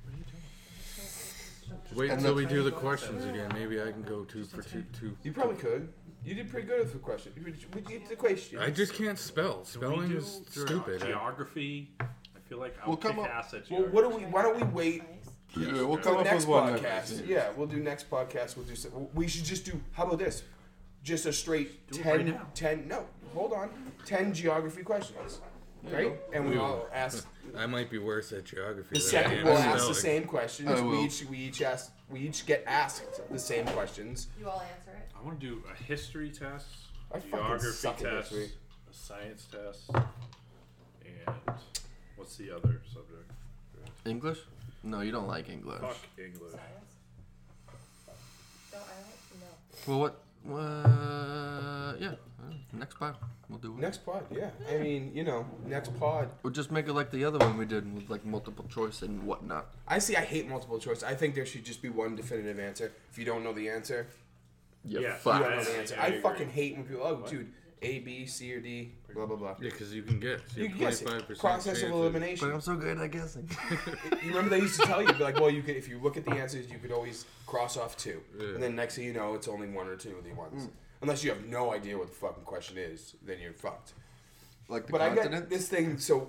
Speaker 4: Wait
Speaker 2: And
Speaker 4: until
Speaker 2: the-
Speaker 4: we do the questions again. Maybe I can go two for two. two.
Speaker 1: You probably could. You did pretty good with the question. You- We did the question.
Speaker 4: I just can't spell. Spelling is
Speaker 3: ge-
Speaker 1: eh?
Speaker 4: stupid. I-
Speaker 3: Geography. I feel like I'll
Speaker 2: Well, come
Speaker 3: kick
Speaker 2: up-
Speaker 3: ass at
Speaker 1: well,
Speaker 3: geography.
Speaker 1: what do we? Why don't we wait
Speaker 2: Yeah, we'll
Speaker 1: till
Speaker 2: come
Speaker 1: the
Speaker 2: up
Speaker 1: next
Speaker 2: with one. of
Speaker 1: podcast?
Speaker 2: these.
Speaker 1: Yeah, we'll do next podcast. We'll do. Some, we should just do. How about this? Just a straight
Speaker 3: Do it
Speaker 1: 10,
Speaker 3: right now.
Speaker 1: 10 No, hold on. Ten geography questions, right? And we all ask.
Speaker 4: I might be worse at geography.
Speaker 1: The
Speaker 4: than I
Speaker 1: second
Speaker 4: am
Speaker 1: we'll
Speaker 4: at
Speaker 1: ask the
Speaker 4: spelling.
Speaker 1: same questions.
Speaker 2: I
Speaker 1: We
Speaker 2: will.
Speaker 1: each we each ask we each get asked the same questions.
Speaker 5: You all answer it.
Speaker 3: I want to do a history test,
Speaker 1: I fucking
Speaker 3: geography
Speaker 1: suck at
Speaker 3: test,
Speaker 1: history.
Speaker 3: a science test, and what's the other subject?
Speaker 2: English? No, you don't like English.
Speaker 3: Fuck English.
Speaker 5: No, I don't know.
Speaker 2: Well, what? Uh, yeah. uh, Next pod, we'll do it.
Speaker 1: Next pod, yeah. I mean, you know, next pod.
Speaker 2: We'll just make it like the other one we did with like multiple choice and whatnot.
Speaker 1: I see. I hate multiple choice. I think there should just be one definitive answer. If you don't know the answer,
Speaker 2: You
Speaker 3: Yeah.
Speaker 1: You
Speaker 2: fuck.
Speaker 1: don't know
Speaker 3: Yeah,
Speaker 1: the answer.
Speaker 3: yeah, I
Speaker 1: I
Speaker 3: agree.
Speaker 1: fucking hate when people, oh, dude, A, B, C, or D.
Speaker 2: Blah blah blah.
Speaker 4: Yeah, because you can guess.
Speaker 1: You
Speaker 4: have
Speaker 1: can guess it.
Speaker 4: 25%
Speaker 1: Process of
Speaker 4: chance
Speaker 1: elimination.
Speaker 2: But I'm so good at guessing.
Speaker 1: You remember they used to tell you, be like, well, you could if you look at the answers, you could always cross off two,
Speaker 4: Yeah.
Speaker 1: and then next thing you know, it's only one or two of the ones. Unless you have no idea what the fucking question is, then you're fucked.
Speaker 2: like the
Speaker 1: But I
Speaker 2: continent.
Speaker 1: got this thing, so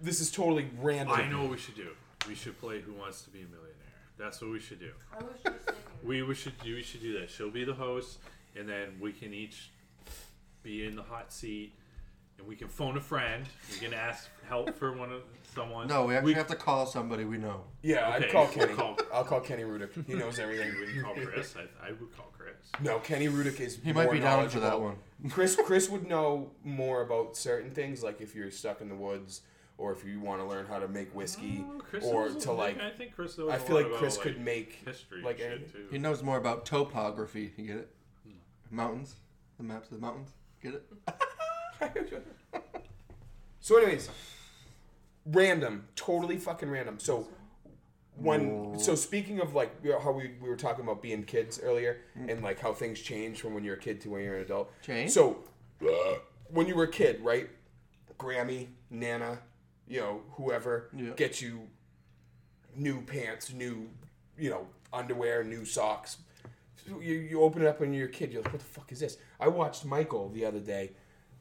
Speaker 1: this is totally random.
Speaker 3: I know what we should do. We should play Who Wants to Be a Millionaire. That's what we should do.
Speaker 6: I wish you were sleeping.
Speaker 3: We, we should do. We should do that. She'll be the host, and then we can each be in the hot seat, and we can phone a friend. We can ask help for one of someone.
Speaker 2: no, we actually have to call somebody we know.
Speaker 1: Yeah,
Speaker 3: Okay,
Speaker 1: I'd call
Speaker 3: we'll
Speaker 1: Kenny.
Speaker 3: call-
Speaker 1: I'll call Kenny Rudick. He knows everything.
Speaker 3: You wouldn't call Chris. I, I would call Chris.
Speaker 1: No, Kenny Rudick is.
Speaker 2: He might
Speaker 1: more
Speaker 2: be down for that
Speaker 1: knowledgeable.
Speaker 2: one.
Speaker 1: Chris Chris would know more about certain things, like if you're stuck in the woods, or if you want to learn how to make whiskey,
Speaker 3: Oh, Chris
Speaker 1: or
Speaker 3: knows a
Speaker 1: to
Speaker 3: lot.
Speaker 1: like.
Speaker 3: I think Chris knows
Speaker 1: I
Speaker 3: a
Speaker 1: feel
Speaker 3: lot
Speaker 1: like
Speaker 3: about,
Speaker 1: Chris
Speaker 3: like,
Speaker 1: could make
Speaker 3: history
Speaker 1: like
Speaker 3: and
Speaker 1: anything.
Speaker 3: shit too.
Speaker 2: He knows more about topography. You get it? Mountains. The maps of the mountains. Get it?
Speaker 1: so, anyways, random, totally fucking random. So, when so speaking of like you know, how we, we were talking about being kids earlier and like how things change from when you're a kid to when you're an adult.
Speaker 2: Hmm. Change?
Speaker 1: So, uh, when you were a kid, right? Grammy, Nana, you know, whoever
Speaker 2: Yeah.
Speaker 1: gets you new pants, new, you know, underwear, new socks. You, you open it up when you're a kid, you're like, what the fuck is this? I watched Michael the other day.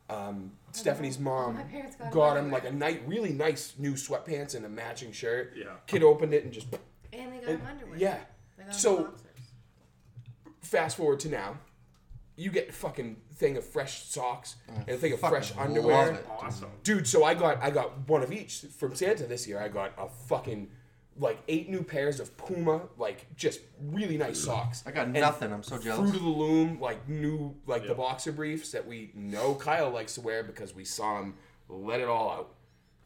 Speaker 1: Um, Stephanie's mom
Speaker 5: Oh, My parents got
Speaker 1: got,
Speaker 5: him
Speaker 1: him
Speaker 5: underwear.
Speaker 1: like a night, really nice new sweatpants and a matching shirt.
Speaker 3: Yeah.
Speaker 1: Kid opened it and just
Speaker 5: And they got
Speaker 1: And-
Speaker 5: him underwear.
Speaker 1: yeah.
Speaker 5: They got him
Speaker 1: So-
Speaker 5: boxers.
Speaker 1: fast forward to now. You get a fucking thing of fresh socks and a thing of fresh
Speaker 2: Fucking
Speaker 1: underwear.
Speaker 2: love it.
Speaker 3: awesome.
Speaker 1: Dude, so I got I got one of each from Santa this year. I got a fucking like eight new pairs of Puma, like just really nice socks.
Speaker 2: I got
Speaker 1: And
Speaker 2: nothing. I'm so jealous.
Speaker 1: Fruit of the Loom, like new like the
Speaker 3: Yeah.
Speaker 1: boxer briefs that we know Kyle likes to wear because we saw him let it all out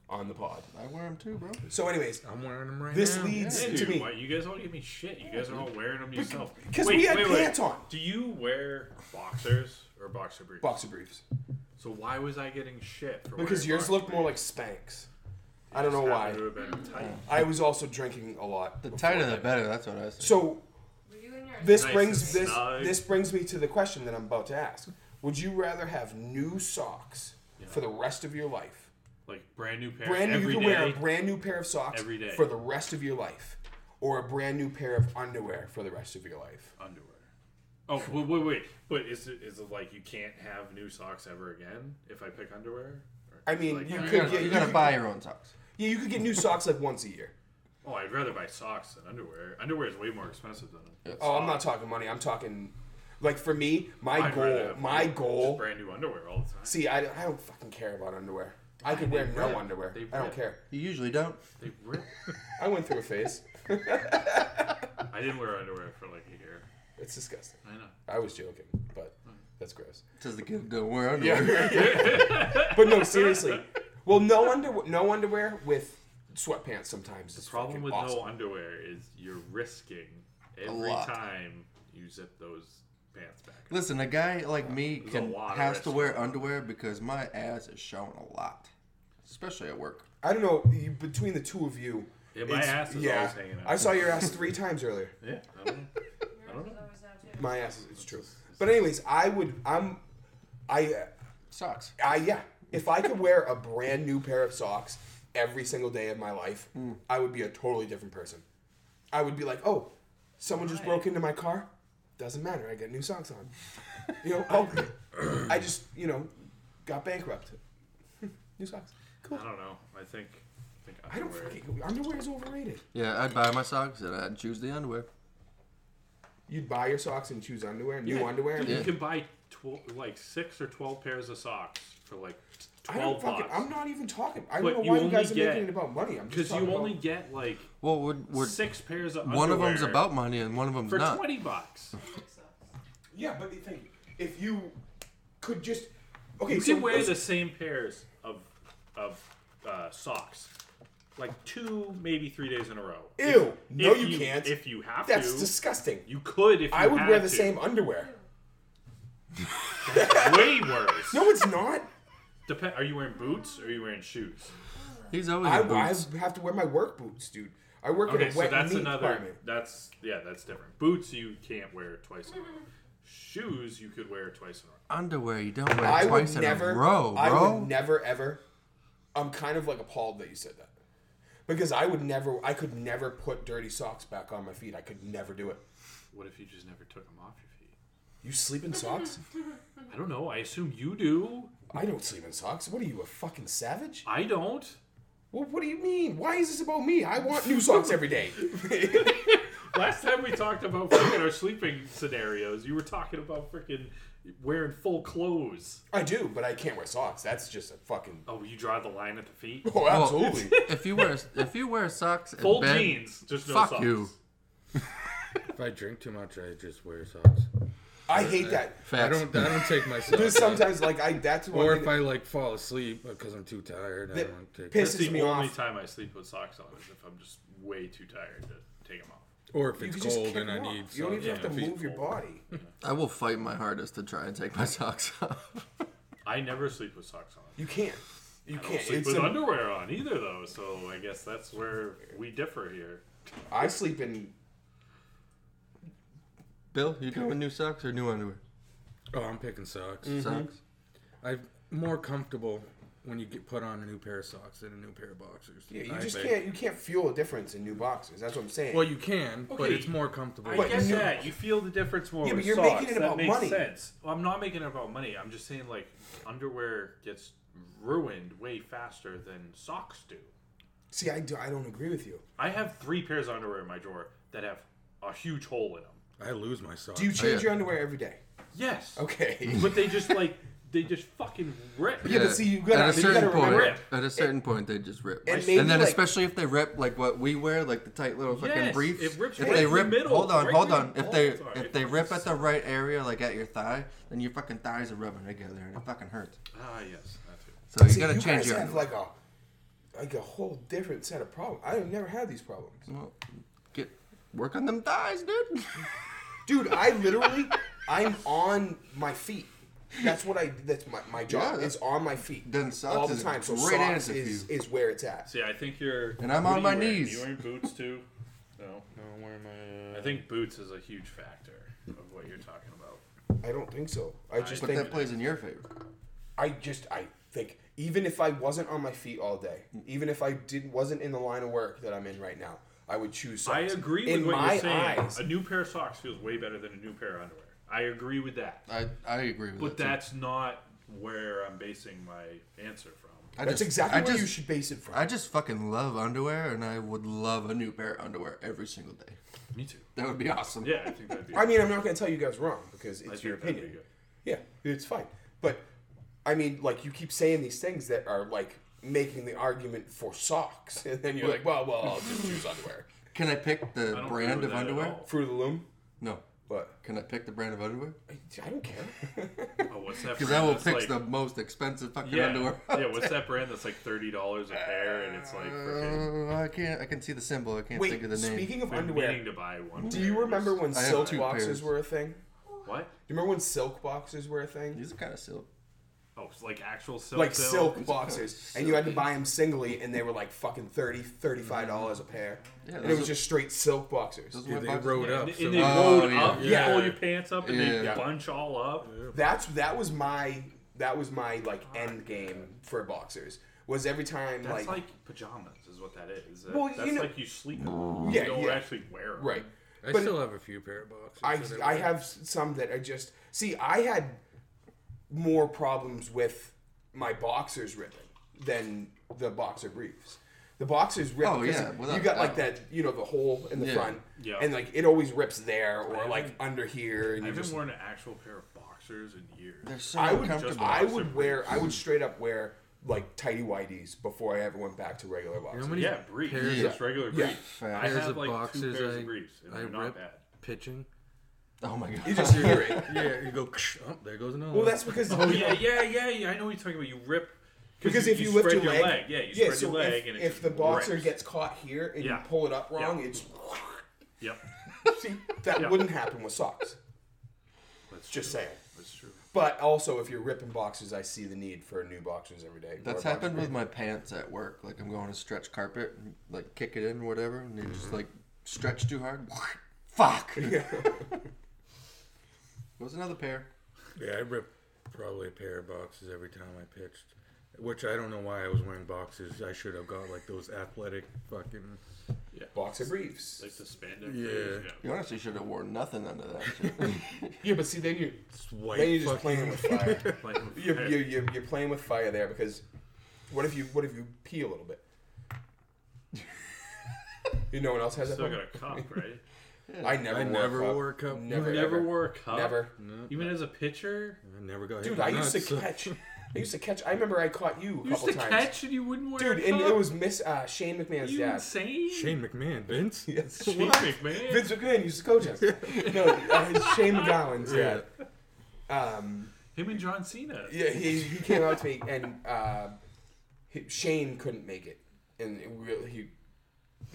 Speaker 1: on the pod.
Speaker 2: I wear them too, bro.
Speaker 1: So, anyways,
Speaker 4: I'm wearing them right
Speaker 1: This
Speaker 4: now.
Speaker 1: leads-
Speaker 3: Hey,
Speaker 1: to
Speaker 3: Oh. dude,
Speaker 1: me.
Speaker 3: why, you guys all give me shit. You guys are all wearing them yourself.
Speaker 1: 'cause we had pants on.
Speaker 3: Do you wear boxers or boxer briefs?
Speaker 1: boxer briefs
Speaker 3: so why was I getting shit for
Speaker 1: because
Speaker 3: wearing
Speaker 1: yours
Speaker 3: boxer
Speaker 1: looked more like
Speaker 3: briefs?
Speaker 1: Spanx. I don't know why.
Speaker 3: It would have been tight.
Speaker 1: I was also drinking a lot.
Speaker 2: The
Speaker 1: before
Speaker 2: tighter the
Speaker 1: that.
Speaker 2: better. That's what I said.
Speaker 1: So
Speaker 6: Were you in your
Speaker 1: This
Speaker 3: Nice
Speaker 1: brings
Speaker 3: and
Speaker 1: this
Speaker 3: snug.
Speaker 1: this brings me to the question that I'm about to ask. Would you rather have new socks for the rest of your life?
Speaker 3: Like brand new pair.
Speaker 1: Brand new
Speaker 3: E- every
Speaker 1: you can
Speaker 3: day.
Speaker 1: wear a brand new pair of socks
Speaker 3: Every day.
Speaker 1: for the rest of your life or a brand new pair of underwear for the rest of your life.
Speaker 3: underwear. Oh wait, wait, wait! But is it is it like you can't have new socks ever again if I pick underwear? Or
Speaker 1: I
Speaker 3: is it
Speaker 1: mean,
Speaker 3: like,
Speaker 1: you
Speaker 2: You
Speaker 1: could
Speaker 2: gotta,
Speaker 1: get
Speaker 2: you
Speaker 1: you
Speaker 2: gotta
Speaker 1: could-
Speaker 2: buy your own socks.
Speaker 1: Yeah, you could get new socks like once a year.
Speaker 3: oh, I'd rather buy socks than underwear. Underwear is way more expensive than.
Speaker 1: Oh, I'm not talking money. I'm talking like for me, my
Speaker 3: I'd rather
Speaker 1: goal,
Speaker 3: have
Speaker 1: my
Speaker 3: just
Speaker 1: goal.
Speaker 3: brand new underwear all the time.
Speaker 1: See, I, don't- I don't fucking care about underwear. I could wear no
Speaker 3: rip.
Speaker 1: underwear.
Speaker 3: They
Speaker 1: I don't
Speaker 3: rip.
Speaker 1: care.
Speaker 2: You usually don't.
Speaker 3: They rip.
Speaker 1: I went through a phase.
Speaker 3: I didn't wear underwear for like a year.
Speaker 1: It's disgusting.
Speaker 3: I know.
Speaker 1: I was joking, but
Speaker 3: Hmm.
Speaker 1: that's gross.
Speaker 2: Says the kid don't wear underwear.
Speaker 1: but no, seriously. Well, no under no underwear with sweatpants sometimes.
Speaker 3: The problem with no underwear is you're risking every
Speaker 2: lot.
Speaker 3: time you zip those pants back.
Speaker 2: Listen, a guy like me
Speaker 3: There's a
Speaker 2: can
Speaker 3: lot of
Speaker 2: has to
Speaker 3: risk.
Speaker 2: wear underwear because my ass is showing a lot, especially at work.
Speaker 1: I don't know you- between the two of you.
Speaker 3: Yeah, my
Speaker 1: it's-
Speaker 3: ass is always hanging out.
Speaker 1: I saw your ass three times earlier.
Speaker 3: Yeah, I don't know. I don't know.
Speaker 6: always out too.
Speaker 1: My ass is it's true. But anyways, I would I'm I
Speaker 2: Socks.
Speaker 1: I Uh, yeah. If I could wear a brand new pair of socks every single day of my life,
Speaker 3: Hmm.
Speaker 1: I would be a totally different person. I would be like, oh, someone just broke into my car. Doesn't matter. I got new socks on. You know, oh, I just you know got bankrupt. new socks. Cool.
Speaker 3: I don't know. I think. I think
Speaker 1: I don't
Speaker 3: underwear-
Speaker 1: fucking underwear is overrated.
Speaker 2: Yeah, I'd buy my socks and I'd choose the underwear.
Speaker 1: You'd buy your socks and choose underwear, new
Speaker 3: Yeah.
Speaker 1: underwear.
Speaker 3: Dude,
Speaker 2: Yeah.
Speaker 3: You can buy tw- like six or twelve pairs of socks for like t-
Speaker 1: I don't
Speaker 3: twelve
Speaker 1: fucking.
Speaker 3: bucks.
Speaker 1: I'm not even talking. I
Speaker 3: But
Speaker 1: don't know
Speaker 3: you
Speaker 1: why you
Speaker 3: only
Speaker 1: guys are
Speaker 3: get-
Speaker 1: making it about money. I'm just
Speaker 3: Because
Speaker 1: talking
Speaker 3: you only
Speaker 1: about-
Speaker 3: get like
Speaker 2: Well, we're, we're
Speaker 3: six pairs of
Speaker 2: one of
Speaker 3: underwear
Speaker 2: them's about money and one of them's
Speaker 3: for
Speaker 2: not.
Speaker 3: twenty bucks.
Speaker 1: yeah, but the thing, if you could just okay,
Speaker 3: You
Speaker 1: so
Speaker 3: can wear
Speaker 1: let's-
Speaker 3: the same pairs of of uh, socks, like two maybe three days in a row. If-
Speaker 1: Ew. No,
Speaker 3: if
Speaker 1: you can't.
Speaker 3: If you have
Speaker 1: That's
Speaker 3: to,
Speaker 1: disgusting.
Speaker 3: you could. If you
Speaker 1: I would
Speaker 3: had
Speaker 1: wear the
Speaker 3: to.
Speaker 1: same underwear.
Speaker 3: Way worse.
Speaker 1: No, it's not.
Speaker 3: Depend. Are you wearing boots or are you wearing shoes?
Speaker 2: He's always
Speaker 1: I,
Speaker 2: in
Speaker 1: I
Speaker 2: boots.
Speaker 1: have to wear my work boots, dude. I work in
Speaker 3: Okay,
Speaker 1: a
Speaker 3: so
Speaker 1: wet
Speaker 3: that's
Speaker 1: meat
Speaker 3: another.
Speaker 1: department.
Speaker 3: That's yeah, that's different. Boots you can't wear twice. a week. Shoes you could wear twice in a row.
Speaker 2: Underwear you don't wear
Speaker 1: I
Speaker 2: twice
Speaker 1: would
Speaker 2: in
Speaker 1: never.
Speaker 2: a row, bro.
Speaker 1: I would never ever. I'm kind of like appalled that you said that, because I would never. I could never put dirty socks back on my feet. I could never do it.
Speaker 3: What if you just never took them off your feet?
Speaker 1: You sleep in socks?
Speaker 3: I don't know. I assume you do.
Speaker 1: I don't sleep in socks. What are you, a fucking savage?
Speaker 3: I don't.
Speaker 1: Well, what do you mean? Why is this about me? I want new socks every day.
Speaker 3: Last time we talked about freaking our sleeping scenarios, you were talking about freaking wearing full clothes.
Speaker 1: I do, but I can't wear socks. That's just a fucking.
Speaker 3: Oh, you draw the line at the feet.
Speaker 1: Oh,
Speaker 2: Well,
Speaker 1: absolutely.
Speaker 2: if you wear if you wear socks in
Speaker 3: Full
Speaker 2: bed,
Speaker 3: jeans, just no
Speaker 2: fuck
Speaker 3: socks.
Speaker 2: you.
Speaker 4: If I drink too much, I just wear socks.
Speaker 1: I hate that.
Speaker 4: I
Speaker 2: Facts.
Speaker 4: don't. I don't take myself.
Speaker 1: Because sometimes, like, I that's one
Speaker 4: Or
Speaker 1: thing
Speaker 4: if I like fall asleep because I'm too tired, I
Speaker 1: That
Speaker 4: don't take.
Speaker 3: It's
Speaker 1: pisses
Speaker 3: the
Speaker 1: me
Speaker 3: only
Speaker 1: off.
Speaker 3: time I sleep with socks on is if I'm just way too tired to take them off.
Speaker 4: Or if
Speaker 1: You
Speaker 4: it's
Speaker 1: can just
Speaker 4: cold
Speaker 1: kick
Speaker 4: and I
Speaker 1: them off.
Speaker 4: need.
Speaker 1: You don't
Speaker 4: socks,
Speaker 1: even have to
Speaker 4: if it's
Speaker 1: move your
Speaker 4: cold.
Speaker 1: body.
Speaker 2: I will fight my hardest to try and take my socks off.
Speaker 3: I never sleep with socks on.
Speaker 1: You can't. You
Speaker 3: I don't
Speaker 1: can't.
Speaker 3: sleep
Speaker 1: It's
Speaker 3: with
Speaker 1: a-
Speaker 3: underwear on either, though. So I guess that's where we differ here.
Speaker 1: I sleep in.
Speaker 2: Bill, you going new socks or new underwear?
Speaker 4: Oh, I'm picking socks.
Speaker 1: Mm-hmm.
Speaker 2: Socks.
Speaker 4: I'm more comfortable when you get put on a new pair of socks than a new pair of boxers.
Speaker 1: Yeah, you
Speaker 4: I
Speaker 1: just
Speaker 4: think.
Speaker 1: can't. You can't feel a difference in new boxers. That's what I'm saying.
Speaker 4: Well, you can, but
Speaker 3: Okay.
Speaker 4: it's more comfortable.
Speaker 3: I
Speaker 1: But
Speaker 3: guess
Speaker 1: you-
Speaker 3: that you feel the difference more.
Speaker 1: Yeah, but
Speaker 3: with
Speaker 1: you're
Speaker 3: socks.
Speaker 1: making it
Speaker 3: that
Speaker 1: about
Speaker 3: makes
Speaker 1: money.
Speaker 3: Sense. Well, I'm not making it about money. I'm just saying like underwear gets ruined way faster than socks do.
Speaker 1: See, I do. I don't agree with you.
Speaker 3: I have three pairs of underwear in my drawer that have a huge hole in them.
Speaker 4: I lose my socks.
Speaker 1: Do you change
Speaker 2: yeah.
Speaker 1: your underwear every day?
Speaker 3: Yes.
Speaker 1: Okay.
Speaker 3: But they just like they just fucking rip.
Speaker 1: Yeah, but see, you gotta-
Speaker 2: at a
Speaker 1: you
Speaker 2: certain
Speaker 1: gotta
Speaker 2: point.
Speaker 1: remember-
Speaker 2: At a certain point, they just rip.
Speaker 1: And
Speaker 2: And,
Speaker 1: maybe,
Speaker 2: then,
Speaker 1: like-
Speaker 2: especially if they rip like what we wear, like the tight little fucking
Speaker 3: Yes,
Speaker 2: briefs.
Speaker 3: it rips
Speaker 2: if
Speaker 3: right
Speaker 2: they
Speaker 3: in the
Speaker 2: rip,
Speaker 3: middle,
Speaker 2: hold on,
Speaker 3: right
Speaker 2: hold
Speaker 3: where
Speaker 2: on.
Speaker 3: the
Speaker 2: If they
Speaker 3: balls are.
Speaker 2: if
Speaker 3: It
Speaker 2: they rip at
Speaker 3: fucking
Speaker 2: the right area, like at your thigh, then your fucking thighs are rubbing together,
Speaker 3: Oh.
Speaker 2: and it fucking hurts.
Speaker 3: Ah, yes, that too.
Speaker 2: So you
Speaker 1: See,
Speaker 2: gotta
Speaker 1: you
Speaker 2: change
Speaker 1: guys
Speaker 2: your.
Speaker 1: have like a like a whole different set of problems. I've never had these problems,
Speaker 2: Well, get work on them thighs, dude.
Speaker 1: dude. I literally, I'm on my feet. That's what I. That's my, my job.
Speaker 2: Yeah.
Speaker 1: is on my feet.
Speaker 2: Then socks
Speaker 1: all the
Speaker 2: is
Speaker 1: time. So
Speaker 2: great
Speaker 1: socks
Speaker 2: answer for
Speaker 1: is,
Speaker 2: you.
Speaker 1: is where it's at.
Speaker 3: See, I think you're.
Speaker 2: And I'm
Speaker 3: what
Speaker 2: on
Speaker 3: are you
Speaker 2: my
Speaker 3: wearing?
Speaker 2: knees.
Speaker 3: You wearing boots too? No.
Speaker 4: No, I'm wearing my.
Speaker 3: I
Speaker 4: Uh,
Speaker 3: think boots is a huge factor of what you're talking about.
Speaker 1: I don't think so. I just
Speaker 2: But
Speaker 1: think
Speaker 2: that plays in your favor.
Speaker 1: I just I think even if I wasn't on my feet all day, even if I didn't wasn't in the line of work that I'm in right now, I would choose. Socks.
Speaker 3: I agree with
Speaker 1: in
Speaker 3: what
Speaker 1: my
Speaker 3: you're saying.
Speaker 1: Eyes,
Speaker 3: A new pair of socks feels way better than a new pair of underwear. I agree with that.
Speaker 2: I I agree with
Speaker 3: But
Speaker 2: that. too.
Speaker 3: that's not where I'm basing my answer from.
Speaker 2: I
Speaker 1: that's
Speaker 2: just-
Speaker 1: exactly
Speaker 2: I
Speaker 1: where
Speaker 2: just-
Speaker 1: you should base it from.
Speaker 2: I just fucking love underwear, and I would love a new pair of underwear every single day.
Speaker 3: Me too.
Speaker 2: That would be awesome.
Speaker 3: Yeah, I think that'd be.
Speaker 1: I mean, I'm not going to tell you guys wrong because
Speaker 3: I
Speaker 1: it's
Speaker 3: think
Speaker 1: your
Speaker 3: that'd be
Speaker 1: opinion.
Speaker 3: good.
Speaker 1: Yeah, it's fine. But I mean, like you keep saying these things that are like making the argument for socks, and then you're like, well, well, I'll just choose underwear.
Speaker 2: Can I pick
Speaker 3: I
Speaker 2: the
Speaker 3: don't agree
Speaker 2: brand
Speaker 3: with
Speaker 2: of
Speaker 3: that at
Speaker 2: underwear?
Speaker 3: all.
Speaker 1: Fruit of the Loom,
Speaker 2: No.
Speaker 1: but
Speaker 2: Can I pick the brand of underwear?
Speaker 1: I, I don't care.
Speaker 3: Oh, what's that?
Speaker 2: Because I
Speaker 3: brand
Speaker 2: will
Speaker 3: that's
Speaker 2: pick
Speaker 3: like-
Speaker 2: the most expensive fucking
Speaker 3: yeah,
Speaker 2: underwear.
Speaker 3: yeah. What's that brand that's like thirty dollars a pair and it's like freaking.
Speaker 2: Uh, I can't. I can see the symbol. I can't think of
Speaker 1: Wait,
Speaker 2: the name.
Speaker 1: speaking of
Speaker 3: Been
Speaker 1: underwear,
Speaker 3: meaning to buy one.
Speaker 1: do
Speaker 3: pair,
Speaker 1: you remember
Speaker 3: just-
Speaker 1: when
Speaker 2: I have
Speaker 1: silk
Speaker 2: two
Speaker 1: boxes
Speaker 2: pairs.
Speaker 1: were a thing?
Speaker 3: What?
Speaker 1: Do you remember when silk boxes were a thing?
Speaker 2: These are kind of silk.
Speaker 3: Oh, it's like actual silk.
Speaker 1: Like
Speaker 3: though?
Speaker 1: silk boxes, and you had to buy them singly, and they were like fucking 30 35 dollars a pair,
Speaker 2: Yeah,
Speaker 1: and
Speaker 2: those
Speaker 1: it was
Speaker 2: are-
Speaker 1: just straight silk boxers.
Speaker 2: Those
Speaker 4: yeah,
Speaker 2: are
Speaker 4: they
Speaker 2: my boxes.
Speaker 4: rode up.
Speaker 3: And,
Speaker 4: so
Speaker 3: and they
Speaker 2: Oh,
Speaker 3: rolled
Speaker 2: yeah.
Speaker 3: up. You
Speaker 1: Yeah.
Speaker 3: pull your pants up and they
Speaker 2: Yeah.
Speaker 3: bunch all up.
Speaker 1: That's that was my that was my like end game for boxers. Was every time like,
Speaker 3: That's like, pajamas, is what that is. That-
Speaker 1: Well, you
Speaker 3: that's
Speaker 1: know-
Speaker 3: like you sleep. in them.
Speaker 1: Yeah,
Speaker 3: you don't
Speaker 1: yeah.
Speaker 3: actually wear them.
Speaker 1: right.
Speaker 4: I
Speaker 1: but-
Speaker 4: still have a few pair of boxers.
Speaker 1: I
Speaker 4: that
Speaker 1: I
Speaker 4: wear.
Speaker 1: have s- some that are just see I had more problems with my boxers ripping than the boxer briefs. The boxers rip
Speaker 2: Oh,
Speaker 1: because
Speaker 2: yeah, without
Speaker 1: you got
Speaker 2: a
Speaker 1: like
Speaker 2: doubt.
Speaker 1: that you know the hole in the
Speaker 2: Yeah.
Speaker 1: front
Speaker 3: Yeah.
Speaker 1: and like it always rips there or like under here and
Speaker 3: I
Speaker 1: you
Speaker 3: haven't
Speaker 1: just
Speaker 3: worn an actual pair of boxers in years.
Speaker 2: They're so
Speaker 1: I would
Speaker 2: uncomfortable.
Speaker 1: just, I
Speaker 3: Boxer
Speaker 1: would wear I would straight up wear like tighty whities before I ever went back to regular boxers.
Speaker 4: how many
Speaker 3: yeah, briefs.
Speaker 4: pairs
Speaker 3: Just regular
Speaker 1: Yeah.
Speaker 3: briefs.
Speaker 2: Yeah.
Speaker 3: I
Speaker 4: pairs
Speaker 3: have
Speaker 4: of
Speaker 3: like two
Speaker 4: boxers
Speaker 3: pairs
Speaker 4: I,
Speaker 3: of briefs, and
Speaker 4: I
Speaker 3: they're not
Speaker 4: rip
Speaker 3: bad.
Speaker 4: pitching.
Speaker 2: oh my god.
Speaker 1: You just hear it.
Speaker 4: Yeah, you go. Oh, there goes another.
Speaker 1: Well,
Speaker 4: one.
Speaker 1: that's because
Speaker 3: Oh yeah, yeah, yeah, yeah. I know what you're talking about. You rip
Speaker 1: Because
Speaker 3: you-
Speaker 1: if you,
Speaker 3: spread
Speaker 1: lift your leg,
Speaker 3: yeah, you spread
Speaker 1: so
Speaker 3: your leg,
Speaker 1: if,
Speaker 3: and it
Speaker 1: if
Speaker 3: just
Speaker 1: the boxer
Speaker 3: rips.
Speaker 1: gets caught here and
Speaker 3: Yeah.
Speaker 1: you pull it up wrong,
Speaker 3: Yeah.
Speaker 1: it's
Speaker 3: yep,
Speaker 1: see that
Speaker 3: Yeah.
Speaker 1: wouldn't happen with socks.
Speaker 3: that's
Speaker 1: Just
Speaker 3: true.
Speaker 1: saying.
Speaker 3: That's true.
Speaker 1: But also, if you're ripping boxers, I see the need for new boxers every day.
Speaker 2: That's
Speaker 1: Or a
Speaker 2: happened
Speaker 1: boxer.
Speaker 2: with my pants at work. Like I'm going to stretch carpet, and, like kick it in, or whatever, and you just like stretch too hard. Fuck. What was another pair?
Speaker 4: Yeah, I ripped probably a pair of boxes every time I pitched, which I don't know why I was wearing boxes. I should have got like those athletic fucking.
Speaker 1: Boxer briefs.
Speaker 3: Like the spandex.
Speaker 4: Yeah.
Speaker 3: days,
Speaker 2: You honestly should have worn nothing under that. shit.
Speaker 1: Yeah, but see, then you're
Speaker 4: White
Speaker 1: then you're just
Speaker 4: fucking-
Speaker 1: playing with fire.
Speaker 3: Like,
Speaker 1: you're, you're, you're, you're playing with fire there because what if you what if you pee a little bit? you know, no one else has that.
Speaker 3: still got
Speaker 1: problem?
Speaker 3: a cup, right?
Speaker 1: I never.
Speaker 4: I
Speaker 1: wore
Speaker 4: never
Speaker 1: a cup.
Speaker 4: wore a cup.
Speaker 1: Never.
Speaker 4: You
Speaker 3: Never
Speaker 1: ever.
Speaker 3: wore a cup.
Speaker 1: Never.
Speaker 4: No,
Speaker 3: Even as a pitcher,
Speaker 4: I never got
Speaker 1: Dude,
Speaker 4: hit
Speaker 1: I
Speaker 4: in the
Speaker 1: used to
Speaker 4: nuts,
Speaker 1: catch.
Speaker 4: so-
Speaker 1: I used to catch. I remember I caught you a
Speaker 3: you used
Speaker 1: couple
Speaker 3: to
Speaker 1: times.
Speaker 3: catch and you wouldn't wear
Speaker 1: Dude,
Speaker 3: a cup.
Speaker 1: and it was Miss uh, Shane McMahon's
Speaker 3: you
Speaker 1: dad.
Speaker 3: insane.
Speaker 4: Shane McMahon, Vince.
Speaker 1: Yes,
Speaker 3: Shane McMahon.
Speaker 1: Vince McMahon used to coach us. no, uh, it's Shane McGowan's
Speaker 4: Yeah.
Speaker 1: dad. Um,
Speaker 3: Him and John Cena.
Speaker 1: yeah, he, he came out to me, and uh, he, Shane couldn't make it, and it really, he,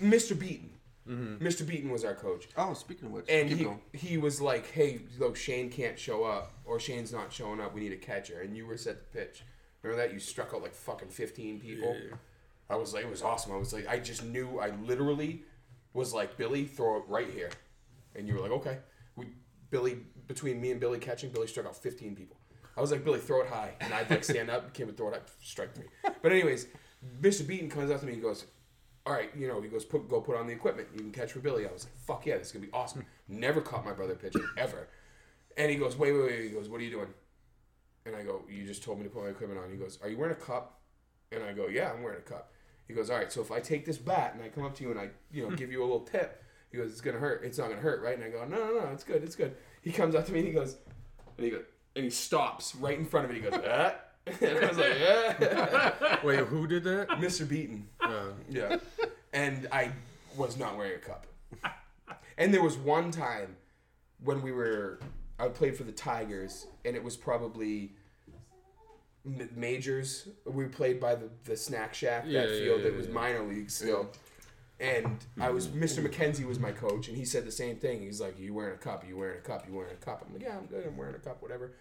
Speaker 1: Mr. Beaton,
Speaker 4: Mm-hmm.
Speaker 1: Mr. Beaton was our coach,
Speaker 2: oh, speaking of which,
Speaker 1: and
Speaker 2: keep
Speaker 1: he
Speaker 2: going.
Speaker 1: he was like, "Hey, look, Shane can't show up, or Shane's not showing up. We need a catcher." And you were set to pitch. Remember that you struck out like fucking fifteen people.
Speaker 4: Yeah.
Speaker 1: I was like, it was awesome. I was like, I just knew. I literally was like, Billy, throw it right here, and you were like, okay. We Billy between me and Billy catching, Billy struck out fifteen people. I was like, Billy, throw it high, and I'd like stand up, Kim would throw it up, strike three. But anyways, Mr. Beaton comes up to me and goes, all right, you know, he goes, put, go put on the equipment. You can catch for Billy. I was like, fuck yeah, this is gonna be awesome. Never caught my brother pitching ever. And he goes, wait, wait, wait. He goes, what are you doing? And I go, you just told me to put my equipment on. He goes, are you wearing a cup? And I go, yeah, I'm wearing a cup. He goes, all right. So if I take this bat and I come up to you and I, you know, give you a little tip, he goes, it's gonna hurt. It's not gonna hurt, right? And I go, no, no, no, it's good, it's good. He comes up to me and he goes, and he goes, and he stops right in front of me. He goes, ah. And I was like, ah.
Speaker 4: Wait, who did that?
Speaker 1: Mr. Beaton.
Speaker 4: Uh,
Speaker 1: Yeah. and I was not wearing a cup. And there was one time when we were, I played for the Tigers, and it was probably m- majors. We played by the, the snack shack,
Speaker 4: Yeah,
Speaker 1: that
Speaker 4: yeah,
Speaker 1: field.
Speaker 4: yeah,
Speaker 1: it was
Speaker 4: yeah.
Speaker 1: minor league still. And I was, Mr. McKenzie was my coach, and he said the same thing. He's like, You wearing a cup? You wearing a cup? You wearing a cup? I'm like, Yeah, I'm good. I'm wearing a cup, whatever.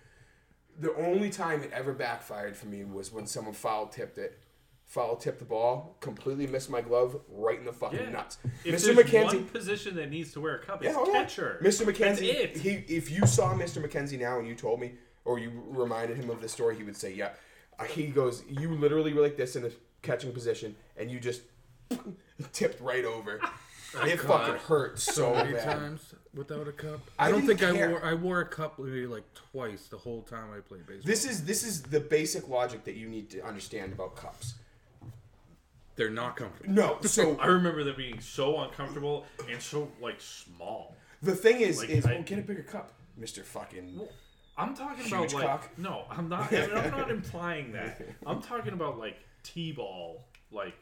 Speaker 1: The only time it ever backfired for me was when someone foul tipped it. Foul tipped the ball, completely missed my glove right in the fucking
Speaker 3: Yeah.
Speaker 1: nuts.
Speaker 3: If
Speaker 1: Mr.
Speaker 3: there's
Speaker 1: McKenzie,
Speaker 3: one position that needs to wear a cup, it's
Speaker 1: oh,
Speaker 3: catcher.
Speaker 1: Mr.
Speaker 3: That's
Speaker 1: McKenzie,
Speaker 3: it.
Speaker 1: he if you saw Mr. McKenzie now and you told me or you reminded him of the story, he would say, "Yeah." Uh, He goes, "You literally were like this in the catching position, and you just tipped right over. it fucking hurt so
Speaker 4: many
Speaker 1: bad."
Speaker 4: times without a cup.
Speaker 1: I
Speaker 4: I, don't
Speaker 1: didn't
Speaker 4: think
Speaker 1: care.
Speaker 4: I wore. I wore a cup maybe like twice the whole time I played baseball.
Speaker 1: This is this is the basic logic that you need to understand about cups.
Speaker 4: They're not comfortable.
Speaker 1: No, so
Speaker 3: I remember them being so uncomfortable and so like small.
Speaker 1: the thing is,
Speaker 3: Like,
Speaker 1: is
Speaker 3: I-
Speaker 1: oh, get a bigger cup, Mister fucking.
Speaker 3: Well, I'm talking
Speaker 1: Huge
Speaker 3: about like
Speaker 1: cock.
Speaker 3: no, I'm not. I mean, I'm not implying that. I'm talking about like t-ball, like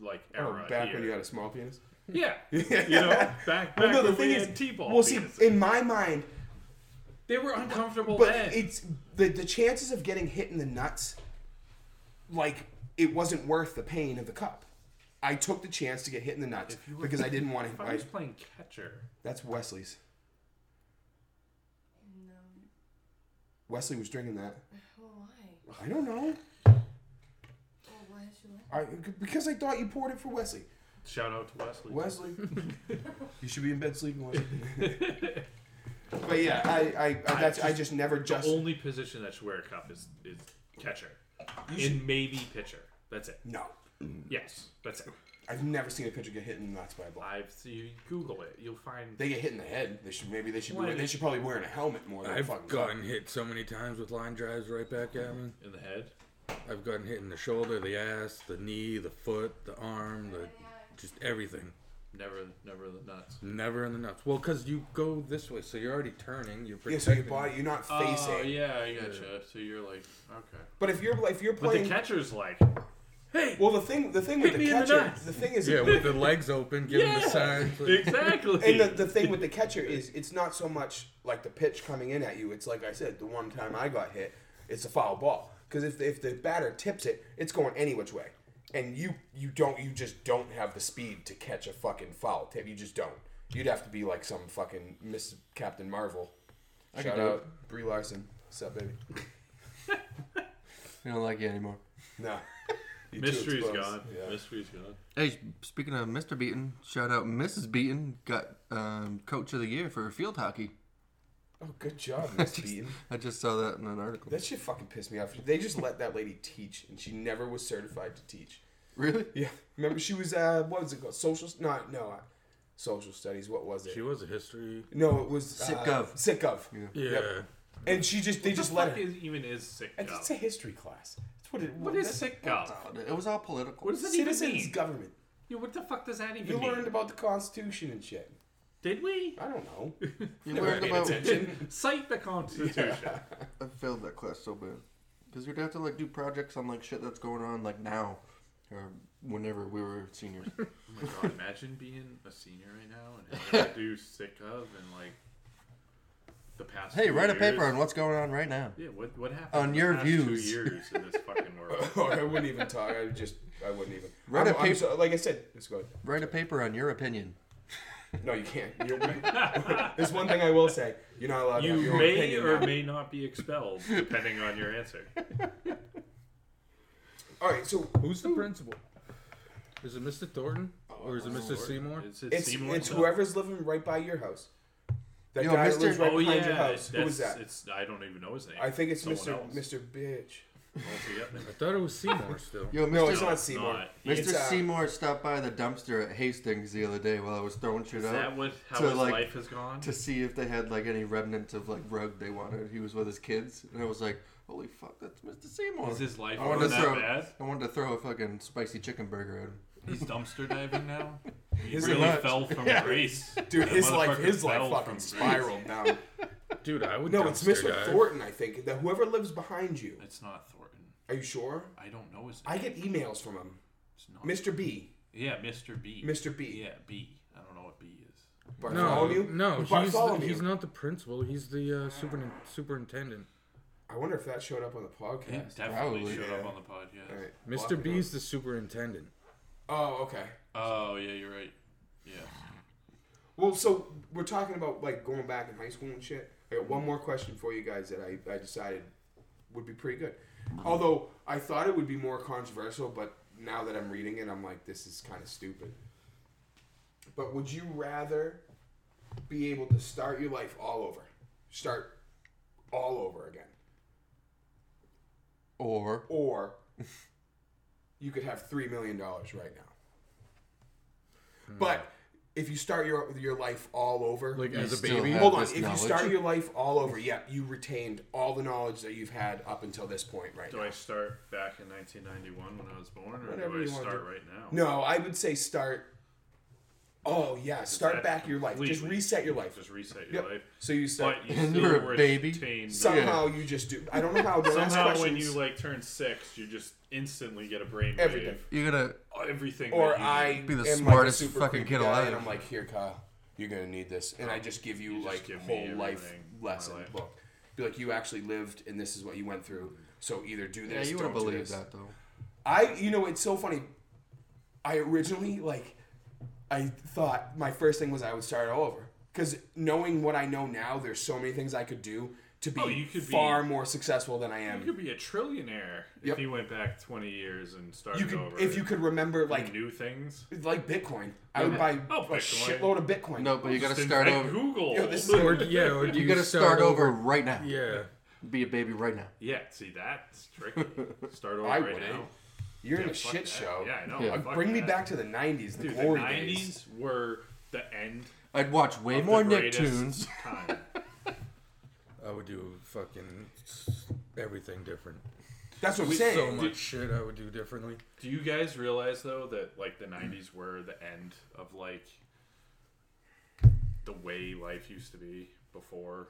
Speaker 3: like
Speaker 1: Oh,
Speaker 3: era
Speaker 1: back
Speaker 3: here.
Speaker 1: when you had a small penis.
Speaker 3: yeah, you know, back back
Speaker 1: Well, no, the
Speaker 3: when
Speaker 1: thing
Speaker 3: we
Speaker 1: is,
Speaker 3: had t-ball.
Speaker 1: well, see,
Speaker 3: penises.
Speaker 1: in my mind,
Speaker 3: they were uncomfortable
Speaker 1: But
Speaker 3: then.
Speaker 1: it's the the chances of getting hit in the nuts, like it wasn't worth the pain of the cup. I took the chance to get hit in the nuts
Speaker 3: If you were-
Speaker 1: because I didn't want
Speaker 3: if
Speaker 1: to.
Speaker 3: I
Speaker 1: I,
Speaker 3: was playing catcher,
Speaker 1: that's Wesley's.
Speaker 6: No.
Speaker 1: Wesley was drinking that.
Speaker 6: Well, Oh, why?
Speaker 1: I don't know.
Speaker 6: Well, why did you like?
Speaker 1: I because I thought you poured it for Wesley.
Speaker 3: shout out to Wesley.
Speaker 1: Wesley, you should be in bed sleeping, Wesley. but yeah, I I, I that's I just never
Speaker 3: The
Speaker 1: just
Speaker 3: only position that should wear a cup is is catcher, and maybe pitcher. That's it.
Speaker 1: no.
Speaker 3: Yes, that's it.
Speaker 1: I've never seen a pitcher get hit in the nuts by a ball.
Speaker 3: I've you Google it, you'll find.
Speaker 1: They get hit in the head. They should maybe they should be,
Speaker 3: Well, I
Speaker 1: wearing- they
Speaker 3: mean-
Speaker 1: should probably be wearing a helmet more. Than a
Speaker 4: I've
Speaker 1: fucking cup.
Speaker 4: gotten hit so many times with line drives right back at me.
Speaker 3: in the head.
Speaker 4: I've gotten hit in the shoulder, the ass, the knee, the foot, the arm, the just everything.
Speaker 3: Never, never the nuts.
Speaker 4: Never in the nuts. Well, because you go this way, so you're already turning. You're
Speaker 1: Yeah,
Speaker 4: protecting.
Speaker 1: so your body, you're not facing.
Speaker 3: Oh yeah, I gotcha. So you're like, okay.
Speaker 1: But if you're if you're
Speaker 3: But
Speaker 1: playing,
Speaker 3: the catcher's like,
Speaker 1: well, the thing the thing with
Speaker 3: Hit
Speaker 1: the
Speaker 3: me in the
Speaker 1: catcher,
Speaker 3: nuts.
Speaker 1: the thing is,
Speaker 4: Yeah, with the legs open, giving
Speaker 3: yeah,
Speaker 4: the signs. like-
Speaker 3: exactly.
Speaker 1: and the, the thing with the catcher is it's not so much like the pitch coming in at you. It's like I said, the one time I got hit, it's a foul ball because if if the batter tips it, it's going any which way, and you you don't you just don't have the speed to catch a fucking foul tip. You just don't. You'd have to be like some fucking Miss Captain Marvel.
Speaker 2: could
Speaker 1: Shout
Speaker 2: do
Speaker 1: out Brie Larson. What's up, baby?
Speaker 2: We don't like you anymore.
Speaker 1: No. You too
Speaker 3: mystery's
Speaker 1: exposed.
Speaker 3: gone.
Speaker 1: Yeah.
Speaker 3: Mystery's gone.
Speaker 2: Hey, speaking of Mr. Beaton, shout out Mrs. Beaton got um, coach of the year for field hockey.
Speaker 1: Oh, good job, Miss Bean.
Speaker 2: I just saw that in an article.
Speaker 1: That shit fucking pissed me off. They just let that lady teach, and she never was certified to teach.
Speaker 2: really?
Speaker 1: Yeah, remember she was uh, what was it called? Social? No, no, uh, social studies. What was it?
Speaker 4: She was a history.
Speaker 1: no, it was uh,
Speaker 2: SitGov.
Speaker 1: SitGov.
Speaker 2: Yeah.
Speaker 4: Yeah.
Speaker 1: Yep. And she just they just let her.
Speaker 3: Is, even is sick
Speaker 1: It's
Speaker 3: gov?
Speaker 1: it's a history class. That's what it.
Speaker 3: what is sick gov?
Speaker 2: It was all political.
Speaker 3: What does it even
Speaker 1: Citizens
Speaker 3: mean?
Speaker 1: government.
Speaker 3: Yeah, what the fuck does that even
Speaker 1: You
Speaker 3: mean?
Speaker 1: learned about the Constitution and shit.
Speaker 3: Did we?
Speaker 1: I don't know.
Speaker 2: You
Speaker 1: Never
Speaker 2: learned
Speaker 1: paid
Speaker 2: about.
Speaker 1: attention.
Speaker 3: Cite the Constitution.
Speaker 2: I failed that class so bad. Because we'd have to like do projects on like shit that's going on like now, or whenever we were seniors.
Speaker 3: Oh my god, imagine being a senior right now and having to do sick of and like the past.
Speaker 2: hey,
Speaker 3: two
Speaker 2: write a paper
Speaker 3: years.
Speaker 2: on what's going on right now.
Speaker 3: Yeah, what what happened
Speaker 2: on
Speaker 3: in the
Speaker 2: your
Speaker 3: past
Speaker 2: views.
Speaker 3: Two years in this fucking world.
Speaker 1: or Oh, I wouldn't even talk. I would just I wouldn't even.
Speaker 2: Write
Speaker 1: I'm-
Speaker 2: a
Speaker 1: I'm
Speaker 2: paper-
Speaker 1: so- like I said, let's go. ahead.
Speaker 2: Write a paper on your opinion.
Speaker 1: No, you can't. You're, there's one thing I will say. You're not allowed to have
Speaker 3: You
Speaker 1: your own
Speaker 3: may
Speaker 1: opinion.
Speaker 3: or
Speaker 1: now.
Speaker 3: may not be expelled depending on your answer.
Speaker 1: All right, so
Speaker 4: Who's the principal? Is it Mr. Thornton or is it Mr. Seymour?
Speaker 3: It's, it's,
Speaker 1: it's
Speaker 3: Seymour
Speaker 1: it's
Speaker 3: Hill.
Speaker 1: whoever's living right by your house. That
Speaker 2: Yo,
Speaker 1: guy that
Speaker 2: Mr.
Speaker 1: lives right
Speaker 3: oh
Speaker 1: behind
Speaker 3: yeah,
Speaker 1: your house. Who was
Speaker 3: that's-
Speaker 1: that?
Speaker 3: It's I don't even know his name.
Speaker 1: I think it's
Speaker 3: Someone
Speaker 1: Mr.
Speaker 3: else.
Speaker 1: Mr. Bitch.
Speaker 3: Oh, yeah.
Speaker 4: I thought it was Seymour still.
Speaker 2: Yo, Mr.
Speaker 1: No, it's
Speaker 3: No,
Speaker 1: not
Speaker 3: it's
Speaker 1: Seymour.
Speaker 3: not.
Speaker 2: Mr.
Speaker 1: It's, uh,
Speaker 2: Seymour stopped by the dumpster at Hastings the other day while I was throwing shit
Speaker 3: Is that
Speaker 2: out
Speaker 3: what how
Speaker 2: to,
Speaker 3: his
Speaker 2: like,
Speaker 3: life has gone?
Speaker 2: to see if they had like any remnants of like rug they wanted. He was with his kids, and I was like, "Holy fuck, that's Mr. Seymour!"
Speaker 3: Is his life
Speaker 2: I wanted
Speaker 3: going
Speaker 2: to
Speaker 3: that
Speaker 2: throw,
Speaker 3: bad?
Speaker 2: I wanted to throw a fucking spicy chicken burger at him.
Speaker 3: He's dumpster diving now. He
Speaker 1: His
Speaker 3: really
Speaker 1: life-
Speaker 3: fell from grace,
Speaker 1: Dude,
Speaker 3: That
Speaker 1: his life,
Speaker 3: motherfucker
Speaker 1: his
Speaker 3: fell
Speaker 1: life fucking
Speaker 3: from grace.
Speaker 1: spiraled now.
Speaker 4: Dude, I would
Speaker 1: No, it's
Speaker 4: dumpster
Speaker 1: Mr.
Speaker 4: dive.
Speaker 1: Thornton. I think that whoever lives behind you.
Speaker 3: It's not Thornton.
Speaker 1: Are you sure?
Speaker 3: I don't know his name.
Speaker 1: I get emails from him.
Speaker 3: It's not-
Speaker 1: Mr. B.
Speaker 3: yeah, Mr. B.
Speaker 1: Mr. B.
Speaker 3: Yeah, B. I don't know what B is.
Speaker 4: No,
Speaker 1: Bartholomew.
Speaker 4: no, he's, the,
Speaker 1: Bartholomew.
Speaker 4: he's not the principal. He's the uh, superin- superintendent.
Speaker 1: I wonder if that showed up on the
Speaker 3: He
Speaker 1: podcast.
Speaker 3: definitely
Speaker 2: probably,
Speaker 3: showed up
Speaker 1: yeah.
Speaker 3: on the pod, yeah.
Speaker 1: All right,
Speaker 4: Mr.
Speaker 1: Lock it
Speaker 4: B's the superintendent.
Speaker 1: on. Oh, okay.
Speaker 3: Oh, yeah, you're right. Yeah.
Speaker 1: Well, so we're talking about like going back in high school and shit. I got one more question for you guys that I, I decided would be pretty good. Although I thought it would be more controversial, but now that I'm reading it, I'm like, this is kind of stupid. But would you rather be able to start your life all over? Start all over again?
Speaker 2: Or
Speaker 1: Or you could have $3 million right now. But if you start your, your life all over,
Speaker 4: Like
Speaker 2: You
Speaker 4: as a
Speaker 2: still
Speaker 4: baby.
Speaker 2: have-
Speaker 1: Hold on.
Speaker 2: this
Speaker 1: If
Speaker 2: knowledge.
Speaker 1: you start your life all over, yeah, you retained all the knowledge that you've had up until this point, right?
Speaker 3: Do I start back in 1991 when I was born, or
Speaker 1: Whatever
Speaker 3: do I
Speaker 1: you wanna
Speaker 3: start
Speaker 1: do.
Speaker 3: right now?
Speaker 1: No, I would say start. Oh yeah, start
Speaker 3: that
Speaker 1: back your life. Just
Speaker 3: completely-
Speaker 1: reset your life.
Speaker 3: Just reset your
Speaker 1: Yep.
Speaker 3: life.
Speaker 1: So you start.
Speaker 3: But you
Speaker 2: And
Speaker 3: still
Speaker 2: you're a baby.
Speaker 3: retain-
Speaker 1: Somehow you just do. I don't know how. Don't ask
Speaker 3: Somehow,
Speaker 1: questions.
Speaker 3: when you like turn six, you just instantly get a brain
Speaker 1: Everything.
Speaker 3: wave.
Speaker 2: you're gonna
Speaker 3: Everything.
Speaker 1: Or
Speaker 3: that you
Speaker 1: I
Speaker 2: Be the
Speaker 1: am, like, a
Speaker 2: smartest
Speaker 1: super
Speaker 2: fucking
Speaker 1: creepy
Speaker 2: kid
Speaker 1: guy,
Speaker 2: alive.
Speaker 1: And I'm like, here, Kyle, you're gonna need this, and I just give you,
Speaker 3: You just
Speaker 1: like
Speaker 3: give me
Speaker 1: whole life
Speaker 3: everything, my
Speaker 1: lesson
Speaker 3: life.
Speaker 1: book. Be like, you actually lived, and this is what you went through. So either do
Speaker 2: yeah,
Speaker 1: this.
Speaker 2: you
Speaker 1: don't
Speaker 2: wouldn't
Speaker 1: do
Speaker 2: believe
Speaker 1: this.
Speaker 2: that though.
Speaker 1: I, you know, it's so funny. I originally like, I thought my first thing was I would start all over because knowing what I know now, there's so many things I could do to be
Speaker 3: Oh, you could be-
Speaker 1: far more successful than I
Speaker 3: You
Speaker 1: am.
Speaker 3: could be a trillionaire
Speaker 1: Yep.
Speaker 3: if you went back 20 years and started
Speaker 1: You could,
Speaker 3: over.
Speaker 1: if you could remember,
Speaker 3: like
Speaker 1: like,
Speaker 3: new things.
Speaker 1: like Bitcoin. I would buy
Speaker 3: Oh,
Speaker 1: a
Speaker 3: Bitcoin. Oh,
Speaker 1: shitload of Bitcoin.
Speaker 2: No, but you gotta
Speaker 3: Just
Speaker 2: start
Speaker 3: invent
Speaker 2: over.
Speaker 3: Google.
Speaker 1: Yo, this is-
Speaker 4: Or, yeah, or do
Speaker 2: You
Speaker 4: you
Speaker 2: gotta start over right now.
Speaker 4: Yeah.
Speaker 2: Be a baby right now.
Speaker 3: yeah, see that's tricky. Start over
Speaker 1: I
Speaker 3: right
Speaker 1: wouldn't.
Speaker 3: now.
Speaker 1: You're in
Speaker 3: Yeah,
Speaker 1: a
Speaker 3: fuck
Speaker 1: shit
Speaker 3: that.
Speaker 1: show.
Speaker 3: Yeah, I know.
Speaker 2: Yeah.
Speaker 1: Uh,
Speaker 3: fuck
Speaker 1: Bring me
Speaker 3: that.
Speaker 1: back to the '90s, the
Speaker 3: Dude, the
Speaker 1: glory
Speaker 3: 90s
Speaker 1: days.
Speaker 3: were the end.
Speaker 2: I'd watch way
Speaker 3: of
Speaker 2: more
Speaker 3: the
Speaker 2: Nicktoons.
Speaker 3: greatest Time.
Speaker 4: I would do fucking everything different.
Speaker 1: That's what I'm saying.
Speaker 4: So much shit I would do differently.
Speaker 3: Do you guys realize though that like the '90s were the end of like the way life used to be before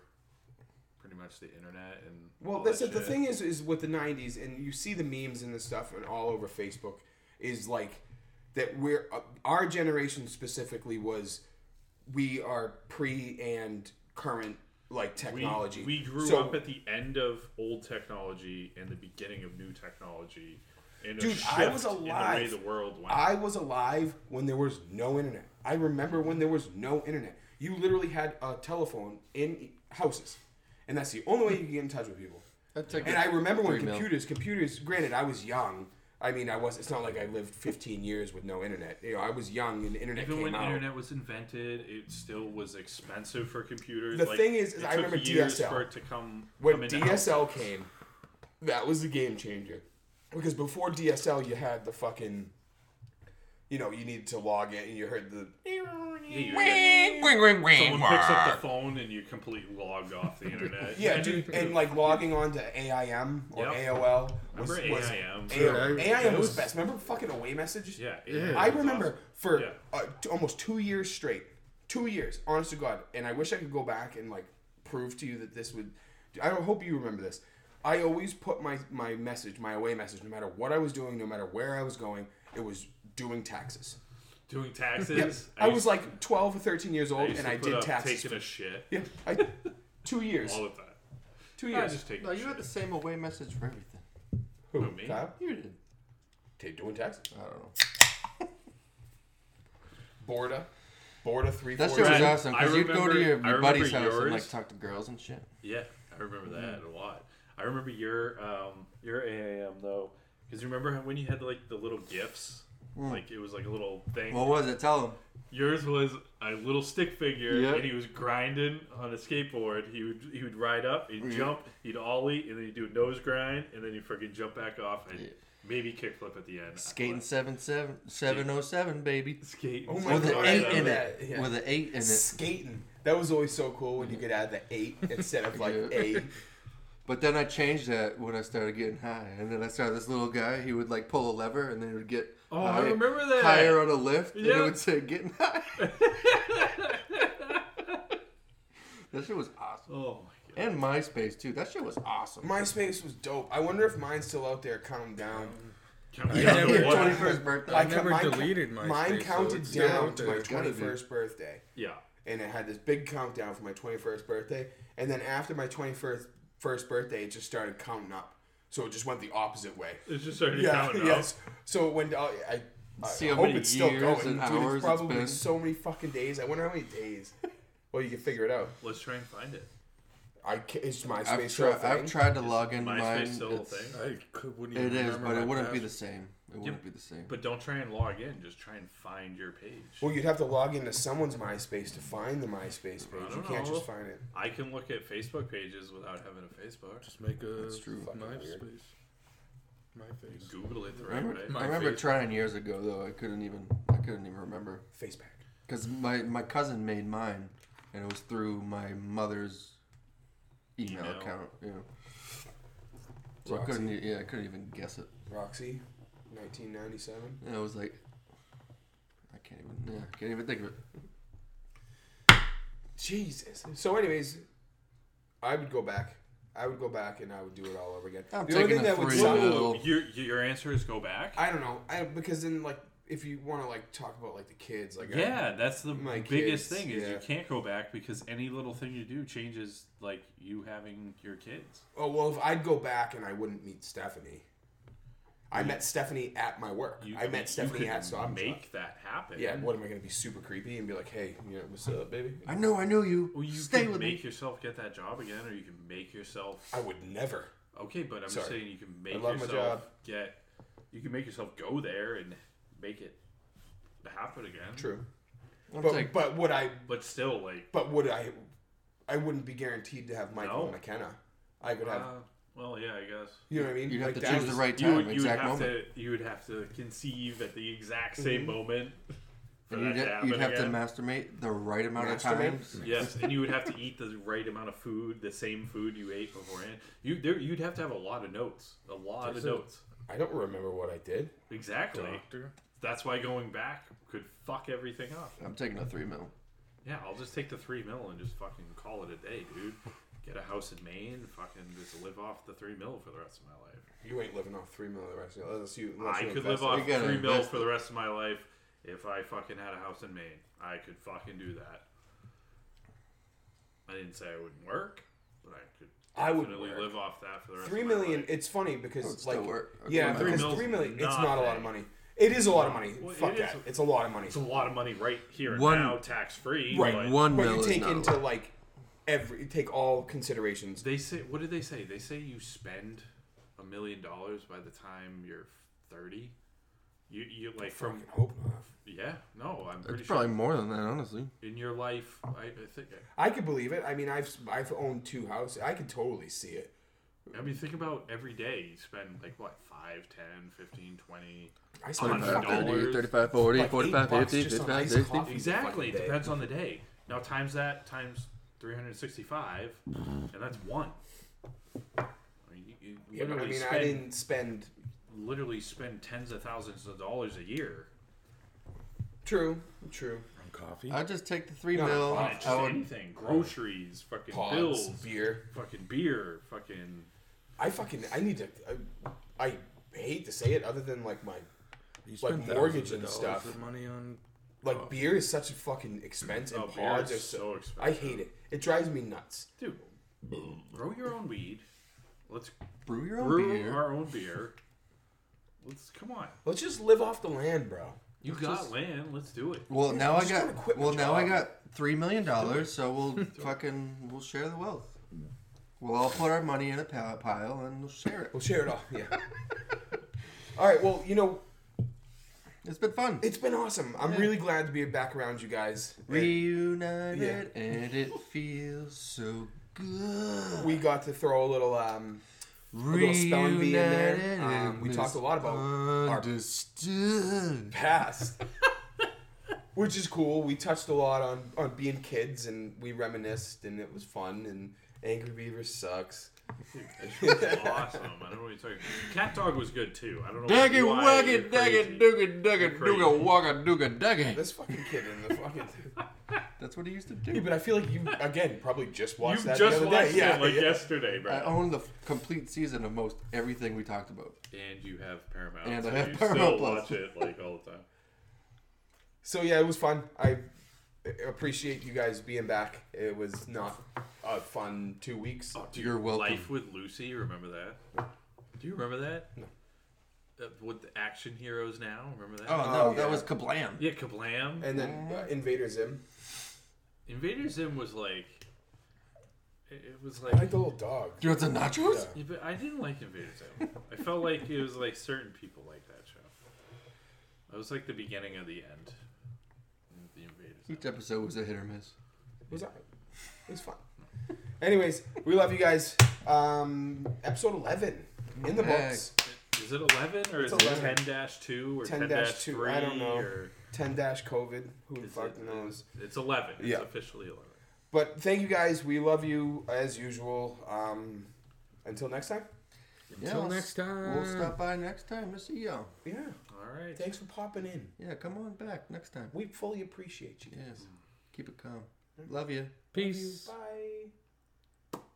Speaker 3: pretty much the internet and
Speaker 1: Well,
Speaker 3: all
Speaker 1: that's
Speaker 3: that
Speaker 1: it. The
Speaker 3: shit?
Speaker 1: thing is, is with the '90s, and you see the memes and the stuff, and all over Facebook, is like that we're uh, our generation specifically was we are pre and current like
Speaker 3: We,
Speaker 1: technology.
Speaker 3: we grew
Speaker 1: So,
Speaker 3: up at the end of old technology and the beginning of new technology. And a
Speaker 1: Dude,
Speaker 3: shift
Speaker 1: I was
Speaker 3: In
Speaker 1: alive.
Speaker 3: the way the world went.
Speaker 1: I was alive when there was no internet. I remember when there was no internet. You literally had a telephone in houses, and that's the only way you could get in touch with people.
Speaker 2: That'd take
Speaker 1: And I remember when
Speaker 2: Three mil.
Speaker 1: computers, computers. Granted, I was young. I mean, I was. It's not like I lived 15 years with no internet. You know, I was young and the internet
Speaker 3: Even
Speaker 1: came
Speaker 3: when
Speaker 1: out.
Speaker 3: internet was invented, it still was expensive for computers.
Speaker 1: The
Speaker 3: Like,
Speaker 1: thing is- is
Speaker 3: it
Speaker 1: I
Speaker 3: took
Speaker 1: remember
Speaker 3: years
Speaker 1: DSL.
Speaker 3: for it to come
Speaker 1: when
Speaker 3: come into house.
Speaker 1: DSL came, that was a game changer. Because before DSL, you had the fucking, you know, you needed to log in and you heard the.
Speaker 3: Yeah, you- Someone picks up the phone and you completely logged off the internet.
Speaker 1: Yeah, dude, and like logging on to AIM or
Speaker 3: Yep.
Speaker 1: AOL was,
Speaker 3: Remember
Speaker 1: was
Speaker 3: AIM?
Speaker 1: AIM,
Speaker 4: Dude, I-
Speaker 1: AIM
Speaker 4: that
Speaker 1: was
Speaker 4: was-
Speaker 1: best. Remember fucking away messages?
Speaker 3: Yeah,
Speaker 4: Yeah.
Speaker 1: I remember for
Speaker 3: Yeah.
Speaker 1: uh, t- almost two years straight, two years, honest to God. And I wish I could go back and like prove to you that this would. I don't hope you remember this. I always put my my message, my away message, no matter what I was doing, no matter where I was going, it was doing taxes.
Speaker 3: doing
Speaker 1: Yeah,
Speaker 3: taxes.
Speaker 1: I, was
Speaker 3: used-
Speaker 1: like twelve or thirteen years
Speaker 3: I
Speaker 1: old,
Speaker 3: used
Speaker 1: and
Speaker 3: to
Speaker 1: I
Speaker 3: put
Speaker 1: did
Speaker 3: up
Speaker 1: taxes.
Speaker 3: Taking a shit
Speaker 1: yeah, I, two years,
Speaker 3: all the time.
Speaker 1: two
Speaker 3: I
Speaker 1: years.
Speaker 3: just take.
Speaker 2: No,
Speaker 3: a
Speaker 2: you had
Speaker 3: shit.
Speaker 2: the same away message for everything.
Speaker 1: Who?
Speaker 3: me?
Speaker 1: Kyle?
Speaker 2: You did.
Speaker 1: Okay, doing taxes.
Speaker 2: I don't know.
Speaker 1: Borda, Borda three.
Speaker 2: That shit was
Speaker 3: Brad,
Speaker 2: awesome
Speaker 3: I
Speaker 2: because you'd go
Speaker 3: remember-
Speaker 2: to your,
Speaker 3: I
Speaker 2: your buddy's
Speaker 3: remember
Speaker 2: house and
Speaker 3: yours.
Speaker 2: like talk to girls and shit.
Speaker 3: Yeah, I remember that
Speaker 2: Mm-hmm.
Speaker 3: a lot. I remember your um your AAM though, because you remember how- when you had like the little gifts, like it was like a little thing.
Speaker 2: Mm. What was it? Tell them.
Speaker 3: Yours was a little stick figure,
Speaker 2: Yeah.
Speaker 3: and he was grinding on a skateboard. He would he would ride up, he'd
Speaker 2: Yeah.
Speaker 3: jump, he'd ollie, and then he'd do a nose grind, and then he'd freaking jump back off and
Speaker 2: Yeah.
Speaker 3: maybe kickflip at the end.
Speaker 2: Skating seven seven seven oh seven baby.
Speaker 3: skate.
Speaker 1: Oh my
Speaker 2: With an
Speaker 1: God,
Speaker 2: eight
Speaker 1: I love
Speaker 2: in it.
Speaker 1: that, yeah.
Speaker 2: With an eight in it.
Speaker 1: skating. That was always so cool when you could add the eight instead of like
Speaker 2: Yeah.
Speaker 1: a.
Speaker 2: But then I changed that when I started getting high, and then I saw this little guy. He would like pull a lever, and then he would get
Speaker 3: Oh, I remember that.
Speaker 2: higher on a lift, and
Speaker 3: Yeah.
Speaker 2: it would say "getting high." that shit was awesome,
Speaker 3: Oh my god.
Speaker 2: and MySpace too. That shit was awesome.
Speaker 1: MySpace was dope. I wonder if mine's still out there. Calm down.
Speaker 3: Can we
Speaker 4: I
Speaker 3: have
Speaker 4: never-
Speaker 3: the one-
Speaker 2: twenty first birthday.
Speaker 4: I
Speaker 1: ca-
Speaker 4: never
Speaker 1: mine ca-
Speaker 4: deleted MySpace,
Speaker 1: Mine
Speaker 4: so
Speaker 1: counted
Speaker 4: it's still
Speaker 1: down
Speaker 4: out
Speaker 1: to
Speaker 4: there.
Speaker 1: my
Speaker 4: It's gotta
Speaker 1: twenty
Speaker 4: be.
Speaker 1: first birthday,
Speaker 3: Yeah.
Speaker 1: and it had this big countdown for my twenty first birthday. And then after my twenty first first birthday, it just started counting up. So it just went the opposite way.
Speaker 3: It just started
Speaker 1: Yeah.
Speaker 3: counting up.
Speaker 1: Yes. So when I, I, I
Speaker 2: See how
Speaker 1: hope
Speaker 2: many
Speaker 1: it's still
Speaker 2: years
Speaker 1: going.
Speaker 2: and
Speaker 1: Dude,
Speaker 2: hours
Speaker 1: it's
Speaker 2: it's
Speaker 1: probably
Speaker 2: been.
Speaker 1: so many fucking days. I wonder how many days. Well, you can figure it out.
Speaker 3: Let's try and find it.
Speaker 1: I ca- it's MySpace.
Speaker 2: I've,
Speaker 1: still a
Speaker 2: tri- I've
Speaker 1: thing?
Speaker 2: tried to log into mine.
Speaker 3: MySpace still a
Speaker 2: It's-
Speaker 3: thing.
Speaker 4: I could, wouldn't
Speaker 2: It
Speaker 4: even
Speaker 2: is,
Speaker 4: remember
Speaker 2: but
Speaker 4: my
Speaker 2: it wouldn't be the
Speaker 4: password.
Speaker 2: same. It wouldn't be the same.
Speaker 3: But don't try and log in. Just try and find your page.
Speaker 1: Well, you'd have to log into someone's MySpace to find the MySpace page.
Speaker 3: I
Speaker 1: You
Speaker 3: don't
Speaker 1: can't
Speaker 3: know.
Speaker 1: just find it.
Speaker 3: I can look at Facebook pages without having a Facebook. Just
Speaker 4: Just make a
Speaker 2: That's true.
Speaker 1: Fucking
Speaker 4: MySpace.
Speaker 1: weird.
Speaker 4: My face.
Speaker 3: Google it the
Speaker 2: I
Speaker 3: right
Speaker 2: remember,
Speaker 3: way.
Speaker 4: my
Speaker 2: I remember
Speaker 4: face.
Speaker 2: trying years ago though. I couldn't even. I couldn't even remember.
Speaker 1: Facepack.
Speaker 2: Because my, my cousin made mine, and it was through my mother's email,
Speaker 3: Email.
Speaker 2: account. Yeah. So I couldn't. e- Yeah, I couldn't even guess it.
Speaker 1: Roxy, 1997.
Speaker 2: And I was like, I can't even. Yeah, I can't even think of it.
Speaker 1: Jesus. So, anyways, I would go back. I would go back and I would do it all over again.
Speaker 2: I'm
Speaker 1: the only
Speaker 2: taking
Speaker 1: thing
Speaker 2: the
Speaker 1: that would
Speaker 2: free
Speaker 1: suck.
Speaker 2: will.
Speaker 3: Well, your your answer is go back.
Speaker 1: I don't know. I because then like if you want to like talk about like the kids, like I-
Speaker 3: yeah, that's the
Speaker 1: My kids,
Speaker 3: biggest thing is
Speaker 1: yeah.
Speaker 3: you can't go back because any little thing you do changes like you having your kids.
Speaker 1: oh well, if I'd go back and I wouldn't meet Stephanie. I met Stephanie at my work.
Speaker 3: You,
Speaker 1: I met Stephanie
Speaker 3: could
Speaker 1: at so I'm
Speaker 3: make that happen.
Speaker 1: Yeah, what am I gonna be super creepy and be like, hey, you know, what's up, baby?
Speaker 2: I know. I knew you.
Speaker 3: Well, you
Speaker 2: Stay
Speaker 3: can
Speaker 2: with
Speaker 3: make
Speaker 2: me.
Speaker 3: yourself get that job again, or you can make yourself.
Speaker 1: I would never.
Speaker 3: Okay, but I'm
Speaker 1: Sorry.
Speaker 3: just saying you can make
Speaker 1: love my job.
Speaker 3: yourself get. You can make yourself go there and make it happen again.
Speaker 1: True.
Speaker 2: I'm
Speaker 1: But
Speaker 2: like,
Speaker 1: but would I?
Speaker 3: But still, like
Speaker 1: But would I? I wouldn't be guaranteed to have Michael and
Speaker 3: No.
Speaker 1: McKenna. I could have.
Speaker 3: uh, well, yeah, I guess.
Speaker 1: you know what I mean?
Speaker 2: you'd have
Speaker 1: Like,
Speaker 2: to
Speaker 1: that
Speaker 2: choose the
Speaker 1: was-
Speaker 2: right
Speaker 3: you
Speaker 2: time,
Speaker 3: would, you would
Speaker 2: exact
Speaker 3: have
Speaker 2: moment.
Speaker 3: to you would have to conceive at the exact same moment for
Speaker 2: and
Speaker 3: that
Speaker 2: you'd,
Speaker 3: to
Speaker 2: ha-
Speaker 3: happen
Speaker 2: you'd have
Speaker 3: again.
Speaker 2: to masturbate the right amount of
Speaker 1: Masturbate?
Speaker 2: times.
Speaker 3: yes, and you would have to eat the right amount of food, the same food you ate beforehand. You there, you'd have to have a lot of notes, a lot
Speaker 4: There's
Speaker 3: of
Speaker 4: a-
Speaker 3: notes.
Speaker 1: I don't remember what I did.
Speaker 3: Exactly.
Speaker 4: Doctor.
Speaker 3: That's why going back could fuck everything up.
Speaker 2: I'm taking a three mil.
Speaker 3: Yeah, I'll just take the three mil and just fucking call it a day, dude. Get a house in Maine, fucking just live off the three mil for the rest of my life.
Speaker 1: You ain't living off three million the rest of your unless you. Unless
Speaker 3: I
Speaker 1: you
Speaker 3: could
Speaker 1: invest
Speaker 3: live
Speaker 1: it.
Speaker 3: off
Speaker 2: You gotta
Speaker 3: three mil
Speaker 2: invest
Speaker 3: for the rest of my life if I fucking had a house in Maine. I could fucking do that. I didn't say I wouldn't work, but I could
Speaker 1: I would
Speaker 3: definitely
Speaker 1: work.
Speaker 3: live off that for the rest
Speaker 1: Three
Speaker 3: of my
Speaker 1: million.
Speaker 3: life.
Speaker 1: It's funny because
Speaker 2: That would still
Speaker 1: like
Speaker 2: work. Okay,
Speaker 1: yeah,
Speaker 2: my
Speaker 1: because
Speaker 3: bad.
Speaker 1: three million. It's
Speaker 3: Nothing.
Speaker 1: not a lot of money. It is a lot of money.
Speaker 3: Well, it
Speaker 1: Fuck
Speaker 3: is
Speaker 1: that.
Speaker 3: a-
Speaker 1: It's a lot of money.
Speaker 3: It's a lot of money right here and
Speaker 2: One-
Speaker 3: now, tax free.
Speaker 1: Right,
Speaker 2: One
Speaker 1: But
Speaker 2: mil
Speaker 1: you
Speaker 2: is
Speaker 1: take
Speaker 2: not a
Speaker 1: into
Speaker 2: lot.
Speaker 1: like every you take all considerations.
Speaker 3: They say, what did they say? They say you spend a million dollars by the time you're thirty. You you like
Speaker 1: Fucking
Speaker 3: from
Speaker 1: hope not.
Speaker 3: yeah no I'm pretty
Speaker 2: It's
Speaker 3: sure
Speaker 2: probably more than that, honestly.
Speaker 3: in your life I, I think
Speaker 1: I could believe it. I mean, I've I've owned two houses. I could totally see it.
Speaker 3: I mean think about every day you spend like what 5, 10, 15, 20
Speaker 1: I spent
Speaker 2: 25,
Speaker 3: $100.
Speaker 2: 30,
Speaker 1: fucking
Speaker 3: $100.
Speaker 2: 35, 40,
Speaker 1: Like eight
Speaker 2: 45,
Speaker 1: bucks
Speaker 2: 50,
Speaker 1: just on
Speaker 2: 55,
Speaker 1: iced
Speaker 2: 60.
Speaker 1: coffee.
Speaker 3: exactly
Speaker 1: fucking day.
Speaker 3: depends on the day now times that times three hundred sixty five and that's one. I mean, you, you
Speaker 1: Yeah, but
Speaker 3: literally
Speaker 1: I mean,
Speaker 3: spend
Speaker 1: I didn't spend.
Speaker 3: literally spend tens of thousands of dollars a year
Speaker 1: True, true.
Speaker 4: On coffee?
Speaker 2: I just take the three
Speaker 1: No,
Speaker 2: mil.
Speaker 3: on
Speaker 2: I
Speaker 3: just
Speaker 2: would,
Speaker 3: anything groceries fucking
Speaker 1: Pods,
Speaker 3: bills
Speaker 1: beer.
Speaker 3: fucking beer fucking
Speaker 1: I fucking I need to. I, I hate to say it, other than like my
Speaker 4: you
Speaker 1: like
Speaker 4: thousands
Speaker 1: mortgage
Speaker 4: of
Speaker 1: and
Speaker 4: dollars
Speaker 1: stuff.
Speaker 4: of Money on
Speaker 1: like beer is such a fucking expense, and
Speaker 3: Oh, beer
Speaker 1: pods
Speaker 3: is
Speaker 1: are so.
Speaker 3: so
Speaker 1: I
Speaker 3: expensive.
Speaker 1: hate it. It drives me nuts.
Speaker 3: dude grow your own weed let's
Speaker 2: brew your own
Speaker 3: brew
Speaker 2: beer.
Speaker 3: our own beer let's come on
Speaker 1: Let's just live off the land, bro.
Speaker 3: you got land let's do it
Speaker 2: Well, now I
Speaker 1: just gonna
Speaker 2: got.
Speaker 1: quit my
Speaker 2: Well, now I
Speaker 1: job.
Speaker 2: got three million dollars, so we'll fucking we'll share the wealth. We'll all put our money in a pa- pile and we'll share it.
Speaker 1: We'll share it all. Yeah. all right. Well, you know,
Speaker 2: It's been fun.
Speaker 1: it's been awesome. I'm really glad to be back around you guys. And
Speaker 2: Reunited and it feels so good.
Speaker 1: we got to throw a little um,
Speaker 2: Reunited
Speaker 1: little spelling bee in there.
Speaker 2: and
Speaker 1: Um, we talked a lot about our-
Speaker 2: understood.
Speaker 1: past. Which is cool. We touched a lot on, on being kids and we reminisced and it was fun and Angry Beaver sucks.
Speaker 3: That shit was awesome I don't know what you're talking about. cat dog was good too I don't know
Speaker 2: Duggy
Speaker 3: why you're
Speaker 2: wuggy
Speaker 3: crazy.
Speaker 2: duggy duggy duggy
Speaker 3: crazy.
Speaker 2: dugga wugga dugga duggy.
Speaker 1: This fucking kid in the fucking
Speaker 2: That's what he used to
Speaker 1: Yeah,
Speaker 2: do.
Speaker 1: but I feel like you again probably just watched
Speaker 3: you
Speaker 1: that
Speaker 3: just
Speaker 1: the other
Speaker 3: watched
Speaker 1: day. Yeah,
Speaker 3: it like
Speaker 1: yeah.
Speaker 3: yesterday bro
Speaker 2: I own the f- complete season of most everything we talked about.
Speaker 3: and you have Paramount
Speaker 2: And
Speaker 3: so
Speaker 2: I have
Speaker 3: you
Speaker 2: Paramount
Speaker 3: still
Speaker 2: Plus.
Speaker 3: watch it like all the time
Speaker 1: So yeah, it was fun. I appreciate you guys being back. It was not a fun two weeks.
Speaker 3: Oh,
Speaker 2: You're welcome.
Speaker 3: Life with Lucy, remember that? Do you remember that? No. Uh, with the action heroes now, remember that?
Speaker 2: Oh no,
Speaker 1: yeah.
Speaker 2: that was kablam.
Speaker 3: Yeah, Kablam.
Speaker 1: And then uh, Invader Zim.
Speaker 3: Invader Zim was like, it it was
Speaker 1: I like
Speaker 3: like,
Speaker 1: the little dog.
Speaker 2: Do you want some nachos?
Speaker 3: Yeah, but I didn't like Invader Zim. I felt like it was like certain people like that show. It was like the beginning of the end. of The Invader Zim.
Speaker 2: Each episode was a hit or miss.
Speaker 1: It was alright. It was fun. Anyways, we love you guys. Um, episode eleven in the
Speaker 2: Heck.
Speaker 1: books.
Speaker 3: Is it eleven or
Speaker 1: It's
Speaker 3: is it
Speaker 1: 11.
Speaker 3: ten two or
Speaker 1: 10-2,
Speaker 3: ten three?
Speaker 1: I don't know.
Speaker 3: Or
Speaker 1: Ten dash COVID. Who the
Speaker 3: is
Speaker 1: fuck
Speaker 3: it-
Speaker 1: knows?
Speaker 3: It's eleven. It's
Speaker 1: Yeah.
Speaker 3: officially eleven.
Speaker 1: But thank you guys. We love you as usual. Um, until next time.
Speaker 2: Yeah,
Speaker 4: Until
Speaker 2: we'll-
Speaker 4: next time.
Speaker 2: We'll stop by next time to see y'all.
Speaker 1: Yeah.
Speaker 3: All right.
Speaker 1: Thanks for popping in.
Speaker 2: Yeah, come on back next time.
Speaker 1: We fully appreciate you.
Speaker 2: Yes. Keep it calm. Love you.
Speaker 1: Love you.
Speaker 4: Peace.
Speaker 1: Bye.